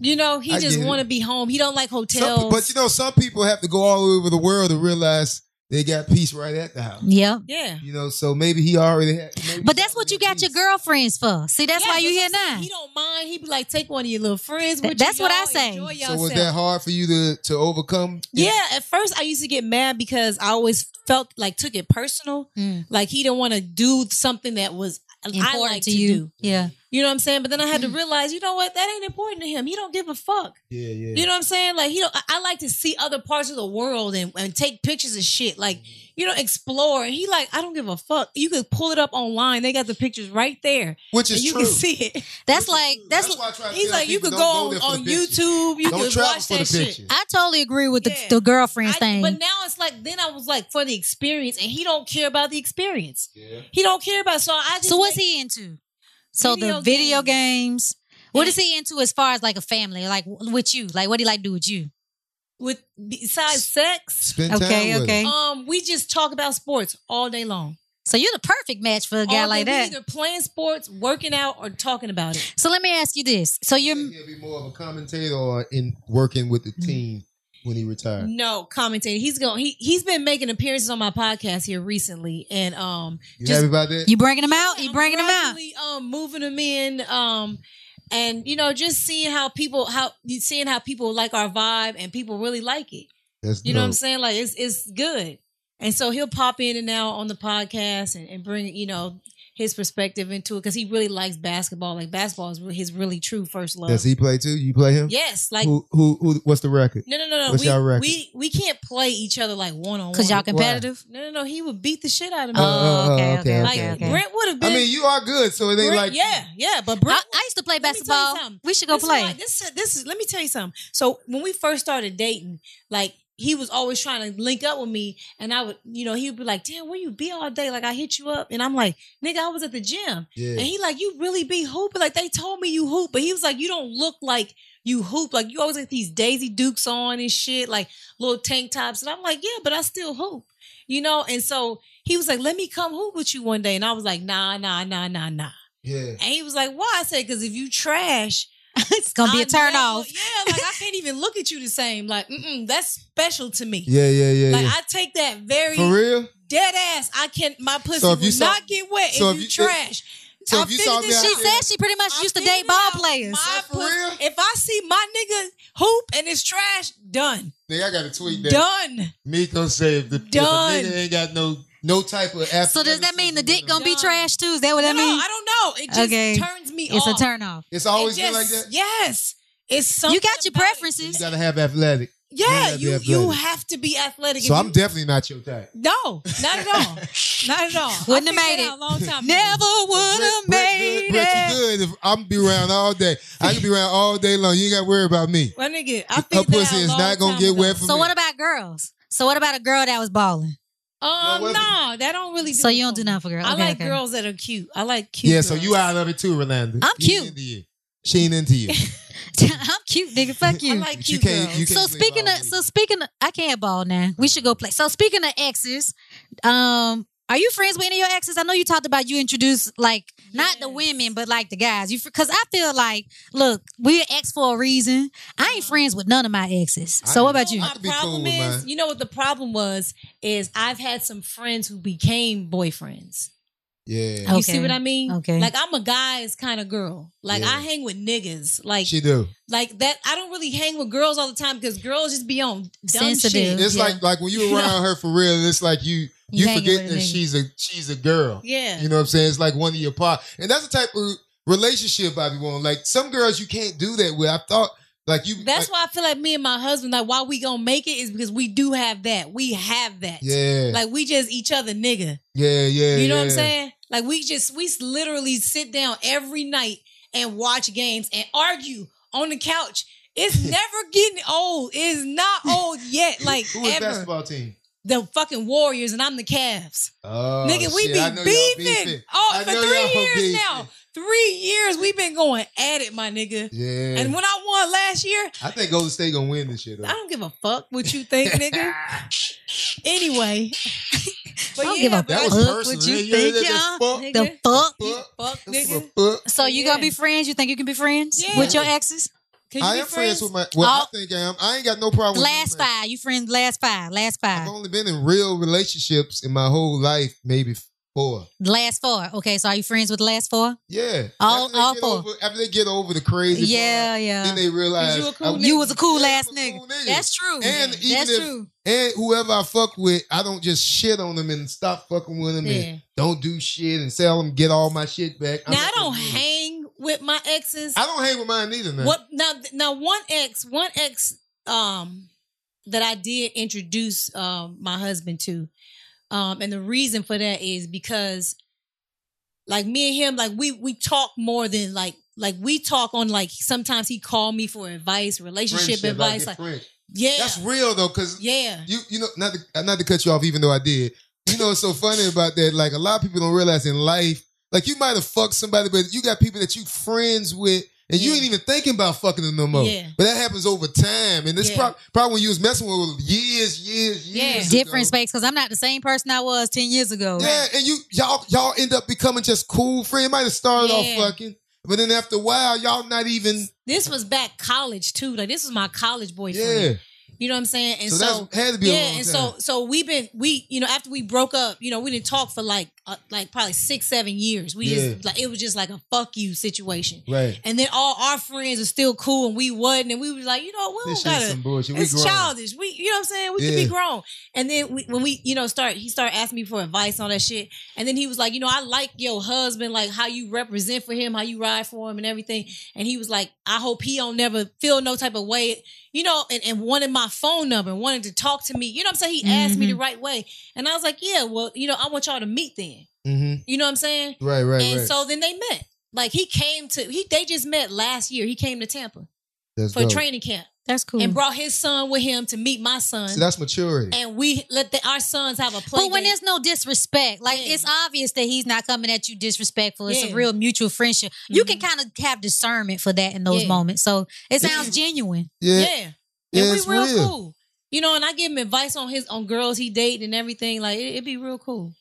Speaker 1: You know, he
Speaker 2: I
Speaker 1: just
Speaker 2: get it.
Speaker 1: want to be home. He don't like hotels.
Speaker 2: Some, but you know, some people have to go all over the world to realize they got peace right at the house.
Speaker 1: yep.
Speaker 3: Yeah.
Speaker 2: You know, so maybe he already had. maybe
Speaker 1: But
Speaker 2: he
Speaker 1: that's what you
Speaker 2: already
Speaker 1: got your
Speaker 2: peace.
Speaker 1: girlfriends for. See, that's
Speaker 3: Yeah,
Speaker 1: why you here
Speaker 3: what I'm saying.
Speaker 1: now.
Speaker 3: He don't mind. He be like, take one of your little friends
Speaker 1: Th-
Speaker 3: with
Speaker 1: that's
Speaker 3: you.
Speaker 1: what I
Speaker 3: y'all
Speaker 1: say.
Speaker 3: Enjoy
Speaker 2: So was
Speaker 3: yourself.
Speaker 2: that hard for you to to overcome?
Speaker 3: yeah, at first I used to get mad because I always felt like took it personal.
Speaker 1: Mm.
Speaker 3: Like he didn't want to do something that was I
Speaker 1: Important
Speaker 3: like
Speaker 1: to you. Mm-hmm.
Speaker 3: do.
Speaker 1: Yeah.
Speaker 3: You know what I'm saying? But then I had to realize, you know what? That ain't important to him. He don't give a fuck.
Speaker 2: Yeah, yeah.
Speaker 3: You know what I'm saying? Like he don't. I, I like to see other parts of the world and, and take pictures of shit. Like you know, explore. And he like, I don't give a fuck. You could pull it up online. They got the pictures right there.
Speaker 2: Which
Speaker 3: And
Speaker 2: is
Speaker 3: you
Speaker 2: true.
Speaker 3: can see it.
Speaker 1: That's like that's,
Speaker 2: why I try to
Speaker 3: He's
Speaker 2: tell
Speaker 3: like, you
Speaker 2: people,
Speaker 3: could go,
Speaker 2: don't
Speaker 3: on,
Speaker 2: there for the
Speaker 3: on
Speaker 2: pictures.
Speaker 3: YouTube. You
Speaker 2: Don't
Speaker 3: could
Speaker 2: travel
Speaker 3: watch
Speaker 2: for the
Speaker 3: that shit.
Speaker 2: pictures.
Speaker 1: I totally agree with the,
Speaker 3: Yeah.
Speaker 1: the girlfriends
Speaker 3: I-
Speaker 1: thing.
Speaker 3: But now it's like then I was like for the experience, and he don't care about the experience.
Speaker 2: Yeah.
Speaker 3: He don't care about. So I just
Speaker 1: so what's
Speaker 3: like,
Speaker 1: he into? So
Speaker 3: Video
Speaker 1: the video games. What is he into as far as like a family, like w- with you? Like what do he like to do with you?
Speaker 3: with besides sex.
Speaker 2: Spend
Speaker 1: Okay,
Speaker 2: time with
Speaker 1: okay.
Speaker 2: her.
Speaker 3: Um, we just talk about sports all day long.
Speaker 1: So you're the perfect match for a guy
Speaker 3: All
Speaker 1: like
Speaker 3: day. We
Speaker 1: that.
Speaker 3: either playing sports, working out, or talking about it.
Speaker 1: So let me ask you this. So you're
Speaker 2: He'll be more of a commentator or in working with the
Speaker 3: Mm.
Speaker 2: team when he retired.
Speaker 3: No commentating. He's going. He he's been making appearances on my podcast here recently, and um,
Speaker 2: You
Speaker 3: Just-
Speaker 2: happy about that?
Speaker 1: you bringing him out? You bringing him out?
Speaker 3: gradually, Um, moving them in. Um, and you know, just seeing how people how you seeing how people like our vibe and people really like it.
Speaker 2: That's
Speaker 3: You know what I'm
Speaker 2: dope.
Speaker 3: saying? Like it's it's good. And so he'll pop in and out on the podcast and, and bring, you know, his perspective into it because he really likes basketball. Like basketball is re- his really true first love.
Speaker 2: Does he play too? You play him?
Speaker 3: yes, like
Speaker 2: who, who, who, what's the record?
Speaker 3: no, no, no, no.
Speaker 2: What's
Speaker 3: we,
Speaker 2: y'all record?
Speaker 3: we we can't play each other like one on one.
Speaker 1: Cause y'all competitive.
Speaker 3: no, no, no. He would beat the shit out of me.
Speaker 2: Uh,
Speaker 1: Oh, okay, okay,
Speaker 2: uh, okay,
Speaker 3: like
Speaker 1: okay, okay.
Speaker 3: Brent would have been.
Speaker 2: I mean, you are good, so it ain't
Speaker 3: Brent-
Speaker 2: like.
Speaker 3: yeah, yeah. But
Speaker 1: I,
Speaker 3: Brent,
Speaker 1: I used to play
Speaker 3: Let me tell you
Speaker 1: basketball.
Speaker 3: something.
Speaker 1: We should go
Speaker 3: this is
Speaker 1: play.
Speaker 3: why- this is this is. Let me tell you something. So when we first started dating, like he was always trying to link up with me, and I would, you know, he would be like, "Damn, where you be all day?" Like I hit you up, and I'm like, "Nigga, I was at the gym,"
Speaker 2: Yeah.
Speaker 3: and he like, "You really be hooping?" Like they told me you hoop, but he was like, "You don't look like." You hoop like you always got these Daisy Dukes on and shit, like little tank tops, and I'm like, yeah, but I still hoop, you know. And so he was like, "Let me come hoop with you one day," and I was like, "Nah, nah, nah, nah, nah."
Speaker 2: yeah.
Speaker 3: And he was like, "Why?" I said, "Because if you trash,
Speaker 1: it's gonna be
Speaker 3: I
Speaker 1: a turn
Speaker 3: never-
Speaker 1: off.
Speaker 3: Yeah, like I can't even look at you the same. Like, mm-mm, that's special to me.
Speaker 2: Yeah, yeah, yeah,
Speaker 3: Like
Speaker 2: yeah.
Speaker 3: I take that very
Speaker 2: For real?
Speaker 3: dead ass. I can my pussy
Speaker 2: So if you
Speaker 3: will
Speaker 2: saw-
Speaker 3: not get wet
Speaker 2: so
Speaker 3: if
Speaker 2: if
Speaker 3: you,
Speaker 2: you-
Speaker 3: trash.
Speaker 2: So
Speaker 3: I
Speaker 2: if you
Speaker 3: figured
Speaker 2: saw
Speaker 3: this
Speaker 2: me out
Speaker 1: She
Speaker 3: shit
Speaker 2: here-
Speaker 1: said she pretty much
Speaker 3: I
Speaker 1: used to
Speaker 3: figured
Speaker 1: date ball
Speaker 3: out
Speaker 1: players.
Speaker 3: my
Speaker 2: Is that for
Speaker 3: pussy-
Speaker 2: real?
Speaker 3: If I see my nigga hoop and it's trash, done,
Speaker 2: Nigga, I got to tweet that.
Speaker 3: done.
Speaker 2: Miko saved the
Speaker 3: Done.
Speaker 2: If a nigga ain't got no no type of.
Speaker 1: So does that mean the dick gonna be
Speaker 3: Done.
Speaker 1: trash too? Is that what
Speaker 3: No,
Speaker 1: that
Speaker 3: no,
Speaker 1: means?
Speaker 3: I don't know. It just
Speaker 1: Okay.
Speaker 3: turns me
Speaker 1: It's
Speaker 3: off.
Speaker 1: a turn off.
Speaker 2: It's
Speaker 3: It
Speaker 2: always been
Speaker 3: just-
Speaker 2: like that.
Speaker 3: Yes, it's something.
Speaker 1: You got your
Speaker 3: about
Speaker 2: You
Speaker 3: it.
Speaker 1: preferences.
Speaker 2: gotta have athletic.
Speaker 3: Yeah,
Speaker 2: gotta be
Speaker 3: you you
Speaker 2: athletic.
Speaker 3: have to be athletic. If
Speaker 2: So I'm
Speaker 3: you-
Speaker 2: definitely not your type.
Speaker 3: No, not at all. not at all.
Speaker 1: Wouldn't
Speaker 3: I
Speaker 1: have made
Speaker 3: figured
Speaker 1: it.
Speaker 3: out a long time. ago.
Speaker 1: Never would have made
Speaker 2: Brett, Brett,
Speaker 1: it.
Speaker 2: good. If I'm be around all day. I can be around all day long. You ain't gotta worry about me.
Speaker 3: My nigga, I
Speaker 2: Her
Speaker 3: figured that
Speaker 2: pussy
Speaker 3: out a
Speaker 2: is
Speaker 3: long
Speaker 2: not gonna
Speaker 3: time
Speaker 2: get
Speaker 3: ago.
Speaker 2: wet for
Speaker 1: So
Speaker 2: me.
Speaker 1: what about girls? So what about a girl that was balling?
Speaker 3: Um,
Speaker 2: No,
Speaker 3: no,
Speaker 2: what-
Speaker 3: that don't really. Do
Speaker 1: So
Speaker 3: it
Speaker 1: you don't
Speaker 3: for
Speaker 1: do
Speaker 3: me.
Speaker 1: nothing for girls.
Speaker 3: I
Speaker 1: Okay,
Speaker 3: like
Speaker 1: okay.
Speaker 3: girls that are cute. I like cute.
Speaker 2: Yeah, so
Speaker 3: girls.
Speaker 2: you out of it too, Rolanda.
Speaker 1: I'm
Speaker 2: She ain't
Speaker 1: cute.
Speaker 2: into you. She ain't into you.
Speaker 1: I'm cute, nigga. Fuck
Speaker 3: I
Speaker 1: you.
Speaker 3: like
Speaker 2: But you
Speaker 3: cute
Speaker 2: can't-
Speaker 3: girls.
Speaker 2: you can't-
Speaker 1: so
Speaker 2: play
Speaker 1: speaking
Speaker 2: ball
Speaker 1: of,
Speaker 2: with
Speaker 1: so speaking of, I can't ball now. We should go play. So speaking of exes, um, are you friends with any of your exes? I know you talked about you introduced like not the
Speaker 3: Yes.
Speaker 1: women, but like the guys. You because I feel like, look, we're ex for a reason. I ain't friends with none of my exes.
Speaker 2: Uh-huh. I
Speaker 1: So what
Speaker 2: know
Speaker 1: about you?
Speaker 2: I
Speaker 3: My
Speaker 2: could be cool
Speaker 3: problem
Speaker 2: with
Speaker 3: is,
Speaker 2: mine.
Speaker 3: you know what the problem was is I've had some friends who became boyfriends.
Speaker 2: Yeah.
Speaker 1: Okay.
Speaker 3: You see what I mean?
Speaker 1: Okay.
Speaker 3: Like I'm a guys kind of girl. Like
Speaker 2: Yeah.
Speaker 3: I hang with niggas. Like
Speaker 2: She do.
Speaker 3: like that. I don't really hang with girls all the time because girls just be on dumb
Speaker 1: Sensitive.
Speaker 3: shit.
Speaker 2: It's like like when you
Speaker 3: Yeah.
Speaker 2: around her for real, it's like you you,
Speaker 1: You hanging
Speaker 2: forget
Speaker 1: with a
Speaker 2: that
Speaker 1: nigga.
Speaker 2: she's a she's a girl.
Speaker 3: Yeah.
Speaker 2: You know what I'm saying? It's like one of your part. And that's the type of relationship I be wanting. Like some girls you can't do that with. I thought like you like,
Speaker 3: That's why I feel like me and my husband, like why we gonna make it is because we do have that. We have that.
Speaker 2: Yeah.
Speaker 3: Like we just each other nigga.
Speaker 2: yeah, yeah.
Speaker 3: You know what I'm
Speaker 2: yeah.
Speaker 3: saying? Like we just we literally sit down every night and watch games and argue on the couch. It's never getting old. It's not old yet. Like
Speaker 2: Who is
Speaker 3: ever.
Speaker 2: basketball team?
Speaker 3: The fucking Warriors and I'm the Cavs.
Speaker 2: Oh,
Speaker 3: Nigga, we
Speaker 2: shit, I know
Speaker 3: be
Speaker 2: y'all
Speaker 3: beefing.
Speaker 2: I
Speaker 3: Oh, for
Speaker 2: know y'all
Speaker 3: three years
Speaker 2: beefing.
Speaker 3: now. Three years we've been going at it, my nigga.
Speaker 2: Yeah.
Speaker 3: And when I won last year,
Speaker 2: I think Golden State gonna win this year though.
Speaker 3: I don't give a fuck what you think, nigga. anyway,
Speaker 1: I
Speaker 3: But
Speaker 1: don't
Speaker 3: yeah,
Speaker 1: give a
Speaker 3: but
Speaker 2: That
Speaker 3: I-
Speaker 2: was
Speaker 1: Fuck
Speaker 2: personal.
Speaker 1: what you
Speaker 2: Yeah, yeah,
Speaker 1: think,
Speaker 2: yeah,
Speaker 1: y'all.
Speaker 2: fuck,
Speaker 1: The fuck?
Speaker 2: fuck,
Speaker 3: Fuck,
Speaker 2: this is a
Speaker 3: nigga.
Speaker 2: fuck.
Speaker 1: So you gonna be friends? You think you can be friends
Speaker 3: Yeah.
Speaker 1: with your exes?
Speaker 3: Can you
Speaker 2: I
Speaker 3: be
Speaker 2: am friends with my. Well,
Speaker 1: Oh.
Speaker 2: I think I am. I ain't got no problem. with
Speaker 1: Last
Speaker 2: nobody.
Speaker 1: five, you friends? Last five, last five,
Speaker 2: I've only been in real relationships in my whole life, maybe four.
Speaker 1: last four. Okay, so are you friends with the last four?
Speaker 2: Yeah.
Speaker 1: All-
Speaker 2: after they
Speaker 1: all
Speaker 2: get
Speaker 1: four.
Speaker 2: Over, after they get over the crazy.
Speaker 1: Yeah,
Speaker 2: part, Then
Speaker 1: yeah.
Speaker 2: they realize
Speaker 3: you a cool
Speaker 2: I-
Speaker 1: You was a cool
Speaker 2: Yeah,
Speaker 1: ass
Speaker 2: I'm a
Speaker 1: nigga.
Speaker 2: cool nigga.
Speaker 1: That's true.
Speaker 2: And
Speaker 1: That's
Speaker 2: even if-
Speaker 1: true.
Speaker 2: And whoever I fuck with, I don't just shit on them and stop fucking with them and
Speaker 3: Yeah.
Speaker 2: don't do shit and tell them get all my shit back. I'm
Speaker 3: Now I
Speaker 2: not
Speaker 3: don't
Speaker 2: gonna do it.
Speaker 3: hang with my exes.
Speaker 2: I don't hang with mine either. Now.
Speaker 3: What now? Now one ex, one ex, um, that I did introduce um my husband to, um, and the reason for that is because, like me and him, like we we talk more than like like we talk on like sometimes he called me for advice, relationship
Speaker 2: Friendship,
Speaker 3: advice,
Speaker 2: like,
Speaker 3: like,
Speaker 2: your friend.
Speaker 3: yeah,
Speaker 2: that's real though, because
Speaker 3: yeah,
Speaker 2: you you know not to, not to cut you off, even though I did. You know, it's so funny about that. Like a lot of people don't realize in life, like you might have fucked somebody, but you got people that you friends with. And you
Speaker 3: Yeah.
Speaker 2: ain't even thinking about fucking them no more.
Speaker 3: Yeah.
Speaker 2: But that happens over time. And this
Speaker 3: Yeah.
Speaker 2: prob- probably when you was messing with them years, years,
Speaker 3: Yeah.
Speaker 2: years.
Speaker 1: Different
Speaker 2: ago.
Speaker 1: space because I'm not the same person I was ten years ago.
Speaker 2: Yeah, and you y'all y'all end up becoming just cool friends. Might have started
Speaker 3: Yeah.
Speaker 2: off fucking, but then after a while, y'all not even.
Speaker 3: this was back college too. Like this was my college boyfriend.
Speaker 2: Yeah,
Speaker 3: You know what I'm saying? And
Speaker 2: so,
Speaker 3: so,
Speaker 2: that's had to be.
Speaker 3: yeah,
Speaker 2: a long
Speaker 3: and
Speaker 2: time.
Speaker 3: so so we've been we you know after we broke up, you know we didn't talk for like uh, like probably six seven years. We
Speaker 2: Yeah.
Speaker 3: just like it was just like a fuck you situation.
Speaker 2: right.
Speaker 3: And then all our friends are still cool, and we wasn't, and we was like, you know, what, we
Speaker 2: This
Speaker 3: don't
Speaker 2: shit's
Speaker 3: Oh, gotta.
Speaker 2: some bullshit. We
Speaker 3: It's
Speaker 2: grown.
Speaker 3: childish. We, you know, what I'm saying we could
Speaker 2: Yeah.
Speaker 3: be grown. And then we, when we, you know, start he started asking me for advice on that shit. And then he was like, you know, I like your husband, like how you represent for him, how you ride for him, and everything. And he was like, I hope he don't never feel no type of way, you know. And, and wanted my phone number, and wanted to talk to me. You know, what I'm saying he asked
Speaker 2: Mm-hmm.
Speaker 3: me the right way, and I was like, yeah, well, you know, I want y'all to meet then.
Speaker 2: Mm-hmm.
Speaker 3: You know what I'm saying?
Speaker 2: Right, right,
Speaker 3: and
Speaker 2: right.
Speaker 3: so then they met. Like he came to he they just met last year. He came to Tampa
Speaker 2: that's
Speaker 3: for
Speaker 2: dope.
Speaker 3: training camp
Speaker 1: That's cool.
Speaker 3: and brought his son with him to meet my son.
Speaker 2: Mm. See, that's maturity.
Speaker 3: and we let the, our sons have a play.
Speaker 1: But when
Speaker 3: date.
Speaker 1: there's no disrespect, like
Speaker 3: Yeah.
Speaker 1: it's obvious that he's not coming at you disrespectful. It's
Speaker 3: Yeah.
Speaker 1: a real mutual friendship. You
Speaker 2: Mm-hmm.
Speaker 1: can kind of have discernment for that in those
Speaker 3: Yeah.
Speaker 1: moments. So it
Speaker 2: Yeah.
Speaker 1: sounds genuine.
Speaker 2: Yeah,
Speaker 3: yeah.
Speaker 2: yeah,
Speaker 3: and
Speaker 2: it's
Speaker 3: we real,
Speaker 2: real.
Speaker 3: cool. You know, and I give him advice on his on girls he date and everything. Like it, would be real cool.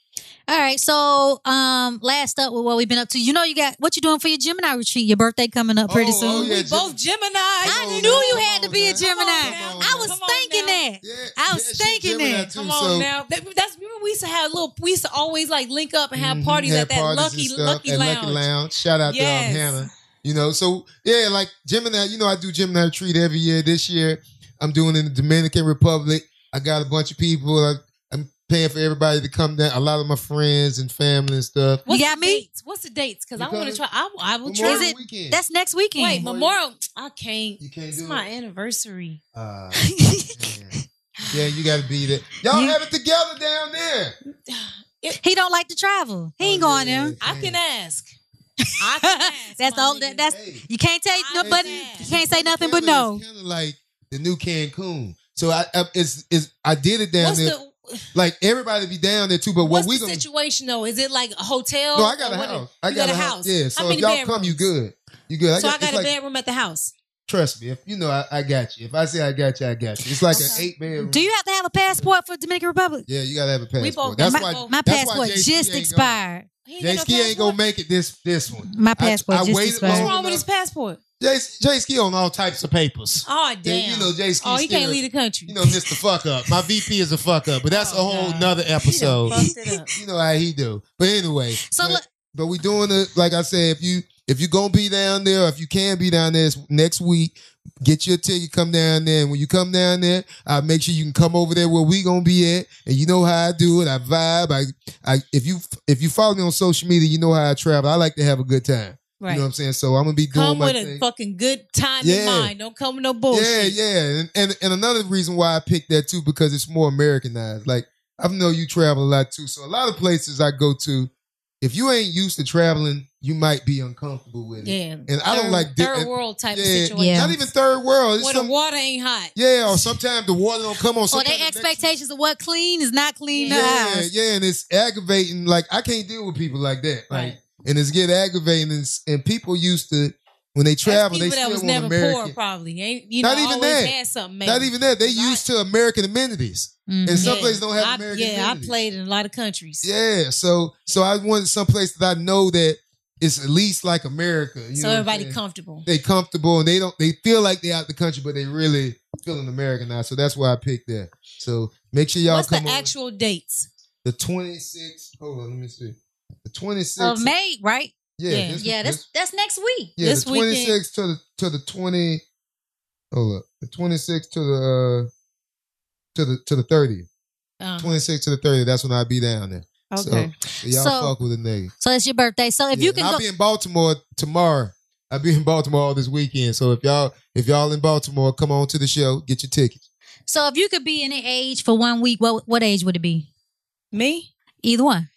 Speaker 1: All right. So um last up with what we've been up to. You know you got what you doing for your Gemini retreat. Your birthday coming up pretty
Speaker 2: Oh,
Speaker 1: soon.
Speaker 2: oh, yeah,
Speaker 3: we
Speaker 2: Gem-
Speaker 3: both Gemini.
Speaker 1: I
Speaker 2: Come on
Speaker 1: knew
Speaker 2: now,
Speaker 1: you
Speaker 2: come
Speaker 1: had to
Speaker 2: on
Speaker 1: be a
Speaker 2: now,
Speaker 1: Gemini.
Speaker 2: come on
Speaker 1: I
Speaker 2: now.
Speaker 1: was
Speaker 3: Come on
Speaker 1: thinking
Speaker 3: now.
Speaker 1: that.
Speaker 2: Yeah,
Speaker 1: I was
Speaker 2: yeah, she
Speaker 1: thinking
Speaker 2: Gemini
Speaker 1: that.
Speaker 2: too,
Speaker 3: Come
Speaker 2: so-
Speaker 3: on now. That, that's remember we used to have little. We used to always like link up and have
Speaker 2: Mhm,
Speaker 3: parties
Speaker 2: had
Speaker 3: at that
Speaker 2: parties and
Speaker 3: lucky
Speaker 2: stuff
Speaker 3: lucky
Speaker 2: at
Speaker 3: lounge.
Speaker 2: Lucky Lounge. Shout out
Speaker 3: Yes.
Speaker 2: to um, Hannah. You know, so yeah, like Gemini. You know, I do Gemini retreat every year. This year, I'm doing it in the Dominican Republic. I got a bunch of people. I, I'm paying for everybody to come down. A lot of my friends and family and stuff.
Speaker 1: You
Speaker 3: What's
Speaker 1: got
Speaker 3: the
Speaker 1: me?
Speaker 3: Dates? What's the dates? Because I want to
Speaker 2: Because
Speaker 3: try. I, I will
Speaker 2: Memorial
Speaker 3: try.
Speaker 1: it-
Speaker 2: weekend.
Speaker 1: That's next weekend.
Speaker 3: Wait,
Speaker 2: Memorial-
Speaker 3: Memorial. I can't.
Speaker 2: you can't
Speaker 3: It's
Speaker 2: do
Speaker 3: my
Speaker 2: it.
Speaker 3: anniversary.
Speaker 2: Ah, man. yeah, you got to be there. Y'all
Speaker 1: You-
Speaker 2: have it together down there.
Speaker 1: he don't like to travel. He
Speaker 2: Oh,
Speaker 1: ain't going there.
Speaker 3: I can ask. I can ask.
Speaker 1: That's
Speaker 3: my
Speaker 1: all
Speaker 3: nigga.
Speaker 1: that- that's-
Speaker 2: Hey.
Speaker 1: You can't take
Speaker 3: I
Speaker 1: no but you
Speaker 3: can't.
Speaker 1: can't say nothing but
Speaker 2: Canada
Speaker 1: no.
Speaker 2: is Kind of like the new Cancun. So I, I it's, it's I did it down
Speaker 3: What's
Speaker 2: there.
Speaker 3: the
Speaker 2: like everybody be down there too. But
Speaker 3: what's
Speaker 2: what we
Speaker 3: the
Speaker 2: gonna?
Speaker 3: situation though? Is it like a hotel?
Speaker 2: No, I got
Speaker 3: or
Speaker 2: a
Speaker 3: what
Speaker 2: house.
Speaker 3: it-
Speaker 2: I
Speaker 3: you
Speaker 2: got, a house. Yeah.
Speaker 3: How
Speaker 2: So if
Speaker 3: many
Speaker 2: y'all come,
Speaker 3: bedrooms?
Speaker 2: you good. You good. I
Speaker 3: so I
Speaker 2: got,
Speaker 3: got
Speaker 2: it's
Speaker 3: a
Speaker 2: like,
Speaker 3: bedroom at the house.
Speaker 2: Trust me. If you know, I, I got you. If I say I got you, I got you. It's like an
Speaker 1: Okay.
Speaker 2: eight bedroom.
Speaker 1: Do you have to have a passport for Dominican Republic?
Speaker 2: yeah, you gotta have a passport.
Speaker 3: We both-
Speaker 2: that's
Speaker 1: my
Speaker 2: why
Speaker 1: my
Speaker 2: that's why
Speaker 1: passport
Speaker 2: JC ain't
Speaker 1: just
Speaker 2: going.
Speaker 1: expired.
Speaker 3: He
Speaker 2: Jay
Speaker 3: got
Speaker 2: Ski ain't gonna
Speaker 3: passport?
Speaker 2: make it this this one.
Speaker 1: My passport
Speaker 2: I
Speaker 1: just
Speaker 2: waited
Speaker 1: expired.
Speaker 2: long
Speaker 3: What's wrong with his
Speaker 2: enough.
Speaker 3: passport?
Speaker 2: Jay, Jay Ski on all types of papers.
Speaker 3: Oh
Speaker 2: Yeah,
Speaker 3: damn!
Speaker 2: you know Jay Ski.
Speaker 3: oh, he can't
Speaker 2: still-
Speaker 3: leave the country.
Speaker 2: You know, Mr. Fuck Up. My VP is a fuck up, but that's
Speaker 3: Oh,
Speaker 2: a whole
Speaker 3: God.
Speaker 2: nother
Speaker 3: He done
Speaker 2: episode.
Speaker 3: fucked it up.
Speaker 2: you know how he do. But anyway,
Speaker 1: So
Speaker 2: but,
Speaker 1: look-
Speaker 2: but we doing it. Like I said, if you if you gonna be down there, if you can be down there it's next week, get your ticket, come down there. And when you come down there, I make sure you can come over there where we gonna be at. And you know how I do it. I vibe. I I if you if you follow me on social media, you know how I travel. I like to have a good time.
Speaker 3: Right.
Speaker 2: You know what I'm saying? So I'm gonna be doing
Speaker 3: come
Speaker 2: my
Speaker 3: with
Speaker 2: thing.
Speaker 3: a fucking good time
Speaker 2: Yeah.
Speaker 3: in mind. Don't come with no bullshit.
Speaker 2: Yeah, yeah. And, and and another reason why I picked that too, because it's more Americanized. Like I know you travel a lot too. So a lot of places I go to, if you ain't used to traveling, you might be uncomfortable with it.
Speaker 3: Yeah.
Speaker 2: And I don't
Speaker 3: Third-
Speaker 2: like di-
Speaker 3: third
Speaker 2: and-
Speaker 3: world type of
Speaker 2: Yeah,
Speaker 3: situation.
Speaker 1: Yeah.
Speaker 2: Not even third world. It's
Speaker 3: Where
Speaker 2: some-
Speaker 3: the water ain't hot.
Speaker 2: yeah, or sometimes the water don't come on.
Speaker 1: Or
Speaker 2: sometimes
Speaker 1: their
Speaker 2: the next-
Speaker 1: expectations of what clean is not clean to
Speaker 2: Yeah,
Speaker 1: ours.
Speaker 2: yeah, and it's aggravating. Like I can't deal with people like that. Like,
Speaker 3: Right.
Speaker 2: and it's get aggravating. And, it's- and people used to When they travel,
Speaker 3: That's
Speaker 2: they
Speaker 3: people that
Speaker 2: still
Speaker 3: was
Speaker 2: want
Speaker 3: never poor,
Speaker 2: American.
Speaker 3: probably. Ain't you
Speaker 2: Not
Speaker 3: know?
Speaker 2: even
Speaker 3: always
Speaker 2: that.
Speaker 3: Had something. Maybe.
Speaker 2: Not even that. They
Speaker 3: Like-
Speaker 2: used to American amenities.
Speaker 1: Mhm.
Speaker 2: And some
Speaker 3: Yeah.
Speaker 2: places don't have
Speaker 3: I-
Speaker 2: American
Speaker 3: Yeah, I
Speaker 2: amenities.
Speaker 3: played in a lot of countries.
Speaker 2: Yeah. So so I wanted some place that I know that it's at least like America. You
Speaker 3: so
Speaker 2: know what I'm
Speaker 3: everybody
Speaker 2: saying?
Speaker 3: comfortable.
Speaker 2: They comfortable and they don't they feel like they out the country, but they really feeling American now. So that's why I picked that. So make sure y'all
Speaker 3: What's the
Speaker 2: come over.
Speaker 3: actual dates?
Speaker 2: the 26th. Hold on, let me see. The 26th.
Speaker 3: Uh,
Speaker 1: Of May, right?
Speaker 2: yeah,
Speaker 3: yeah,
Speaker 2: this-
Speaker 1: yeah,
Speaker 2: this-
Speaker 1: that's that's next week.
Speaker 2: yeah,
Speaker 3: this
Speaker 2: the
Speaker 3: weekend.
Speaker 2: 26th to the to the 20. Hold up, the 26th to the uh, to the to the 30th.
Speaker 3: Um,
Speaker 2: 26th to the 30th. That's when I be down there.
Speaker 3: okay.
Speaker 2: So y'all
Speaker 1: So-
Speaker 2: fuck with a nigga.
Speaker 1: So it's your birthday. So if
Speaker 2: Yeah,
Speaker 1: you
Speaker 2: and
Speaker 1: can
Speaker 2: I'll
Speaker 1: go,
Speaker 2: be in Baltimore tomorrow. I'll be in Baltimore all this weekend. So if y'all if y'all in Baltimore, come on to the show, get your tickets.
Speaker 1: so if you could be any age for one week, what what age would it be?
Speaker 3: Me?
Speaker 1: Either one.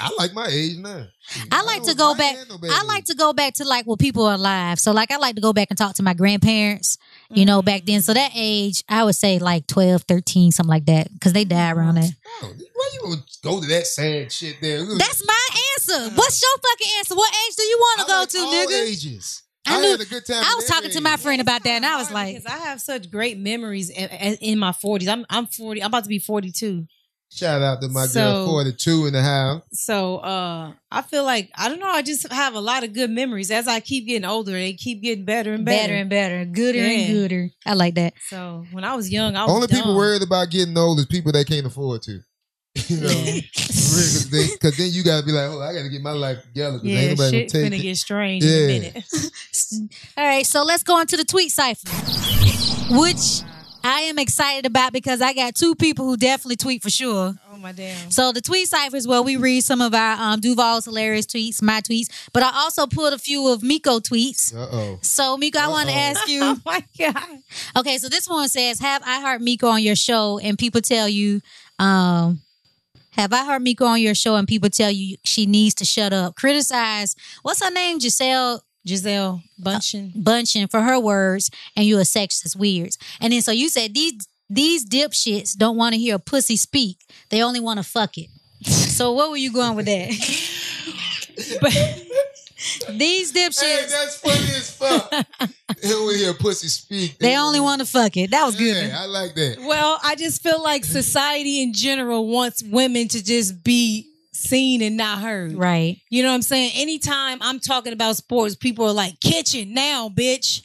Speaker 2: I like my age now.
Speaker 1: I like
Speaker 2: don't-
Speaker 1: to go
Speaker 2: ain't
Speaker 1: back-
Speaker 2: had no
Speaker 1: I
Speaker 2: baby.
Speaker 1: like to go back to like when people are alive. So like I like to go back and talk to my grandparents, you
Speaker 3: Mm.
Speaker 1: know, back then.
Speaker 2: Mm-hmm.
Speaker 1: So that age, I would say like 12, 13, something like that. Cause they die around that.
Speaker 2: Oh, Why you gonna go to that sad shit there?
Speaker 1: That's my answer. What's your fucking answer? What age do you want
Speaker 2: I
Speaker 1: to go
Speaker 2: like oh,
Speaker 1: to,
Speaker 2: all
Speaker 1: nigga?
Speaker 2: Ages.
Speaker 1: I
Speaker 2: I,
Speaker 1: knew-
Speaker 2: had a good time.
Speaker 1: I
Speaker 2: at
Speaker 1: was
Speaker 2: every
Speaker 1: talking to my
Speaker 2: age.
Speaker 1: friend about that, and I was
Speaker 3: Hard
Speaker 1: like,
Speaker 3: because I have such great memories in, in my 40s. I'm I'm 40. I'm about to be 42.
Speaker 2: Shout out to my
Speaker 3: So-
Speaker 2: girl, 42 and a half.
Speaker 3: So uh, I feel like I don't know. I just have a lot of good memories. As I keep getting older, they keep getting better and better.
Speaker 1: better and better, gooder
Speaker 3: Yeah.
Speaker 1: and gooder. I like that.
Speaker 3: so when I was young, I was
Speaker 2: Only people
Speaker 3: dumb.
Speaker 2: worried about getting old is people that can't afford to. You know,
Speaker 3: Yeah,
Speaker 2: because then you gotta be like, oh, I gotta get my life together. 'cause
Speaker 3: yeah
Speaker 2: ain't nobody
Speaker 3: shit's
Speaker 2: gonna
Speaker 3: gonna
Speaker 2: take it.
Speaker 3: get strange
Speaker 2: Yeah.
Speaker 3: in a minute.
Speaker 1: All right, so let's go on to the tweet cipher, which I am excited about because I got two people who definitely tweet for sure.
Speaker 3: oh my damn!
Speaker 1: So the tweet cipher is where we read some of our um, Duval's hilarious tweets, my tweets, but I also pulled a few of Miko tweets.
Speaker 2: Uh oh.
Speaker 1: So Miko, I want to
Speaker 2: Uh-oh.
Speaker 1: ask you.
Speaker 3: Oh my god!
Speaker 1: Okay, so this one says, "Have I heard Miko on your show?" And people tell you, um, "Have I heard Miko on your show?" And people tell you she needs to shut up. Criticize. What's her name? Giselle
Speaker 3: Giselle Bunchen.
Speaker 1: bunching for her words and you a sexist weirds. And then so you said these these dipshits don't want to hear a pussy speak. They only want to fuck it. So where were you going with that?
Speaker 3: But
Speaker 1: these
Speaker 2: Hey,
Speaker 1: dipshits
Speaker 2: that's funny as fuck. Hell, we hear pussy speak.
Speaker 1: they only want to fuck it. That was good.
Speaker 2: Yeah, I like that.
Speaker 3: well, I just feel like society in general wants women to just be seen and not heard.
Speaker 1: Right.
Speaker 3: You know what I'm saying? Anytime I'm talking about sports, people are like, kitchen now, bitch.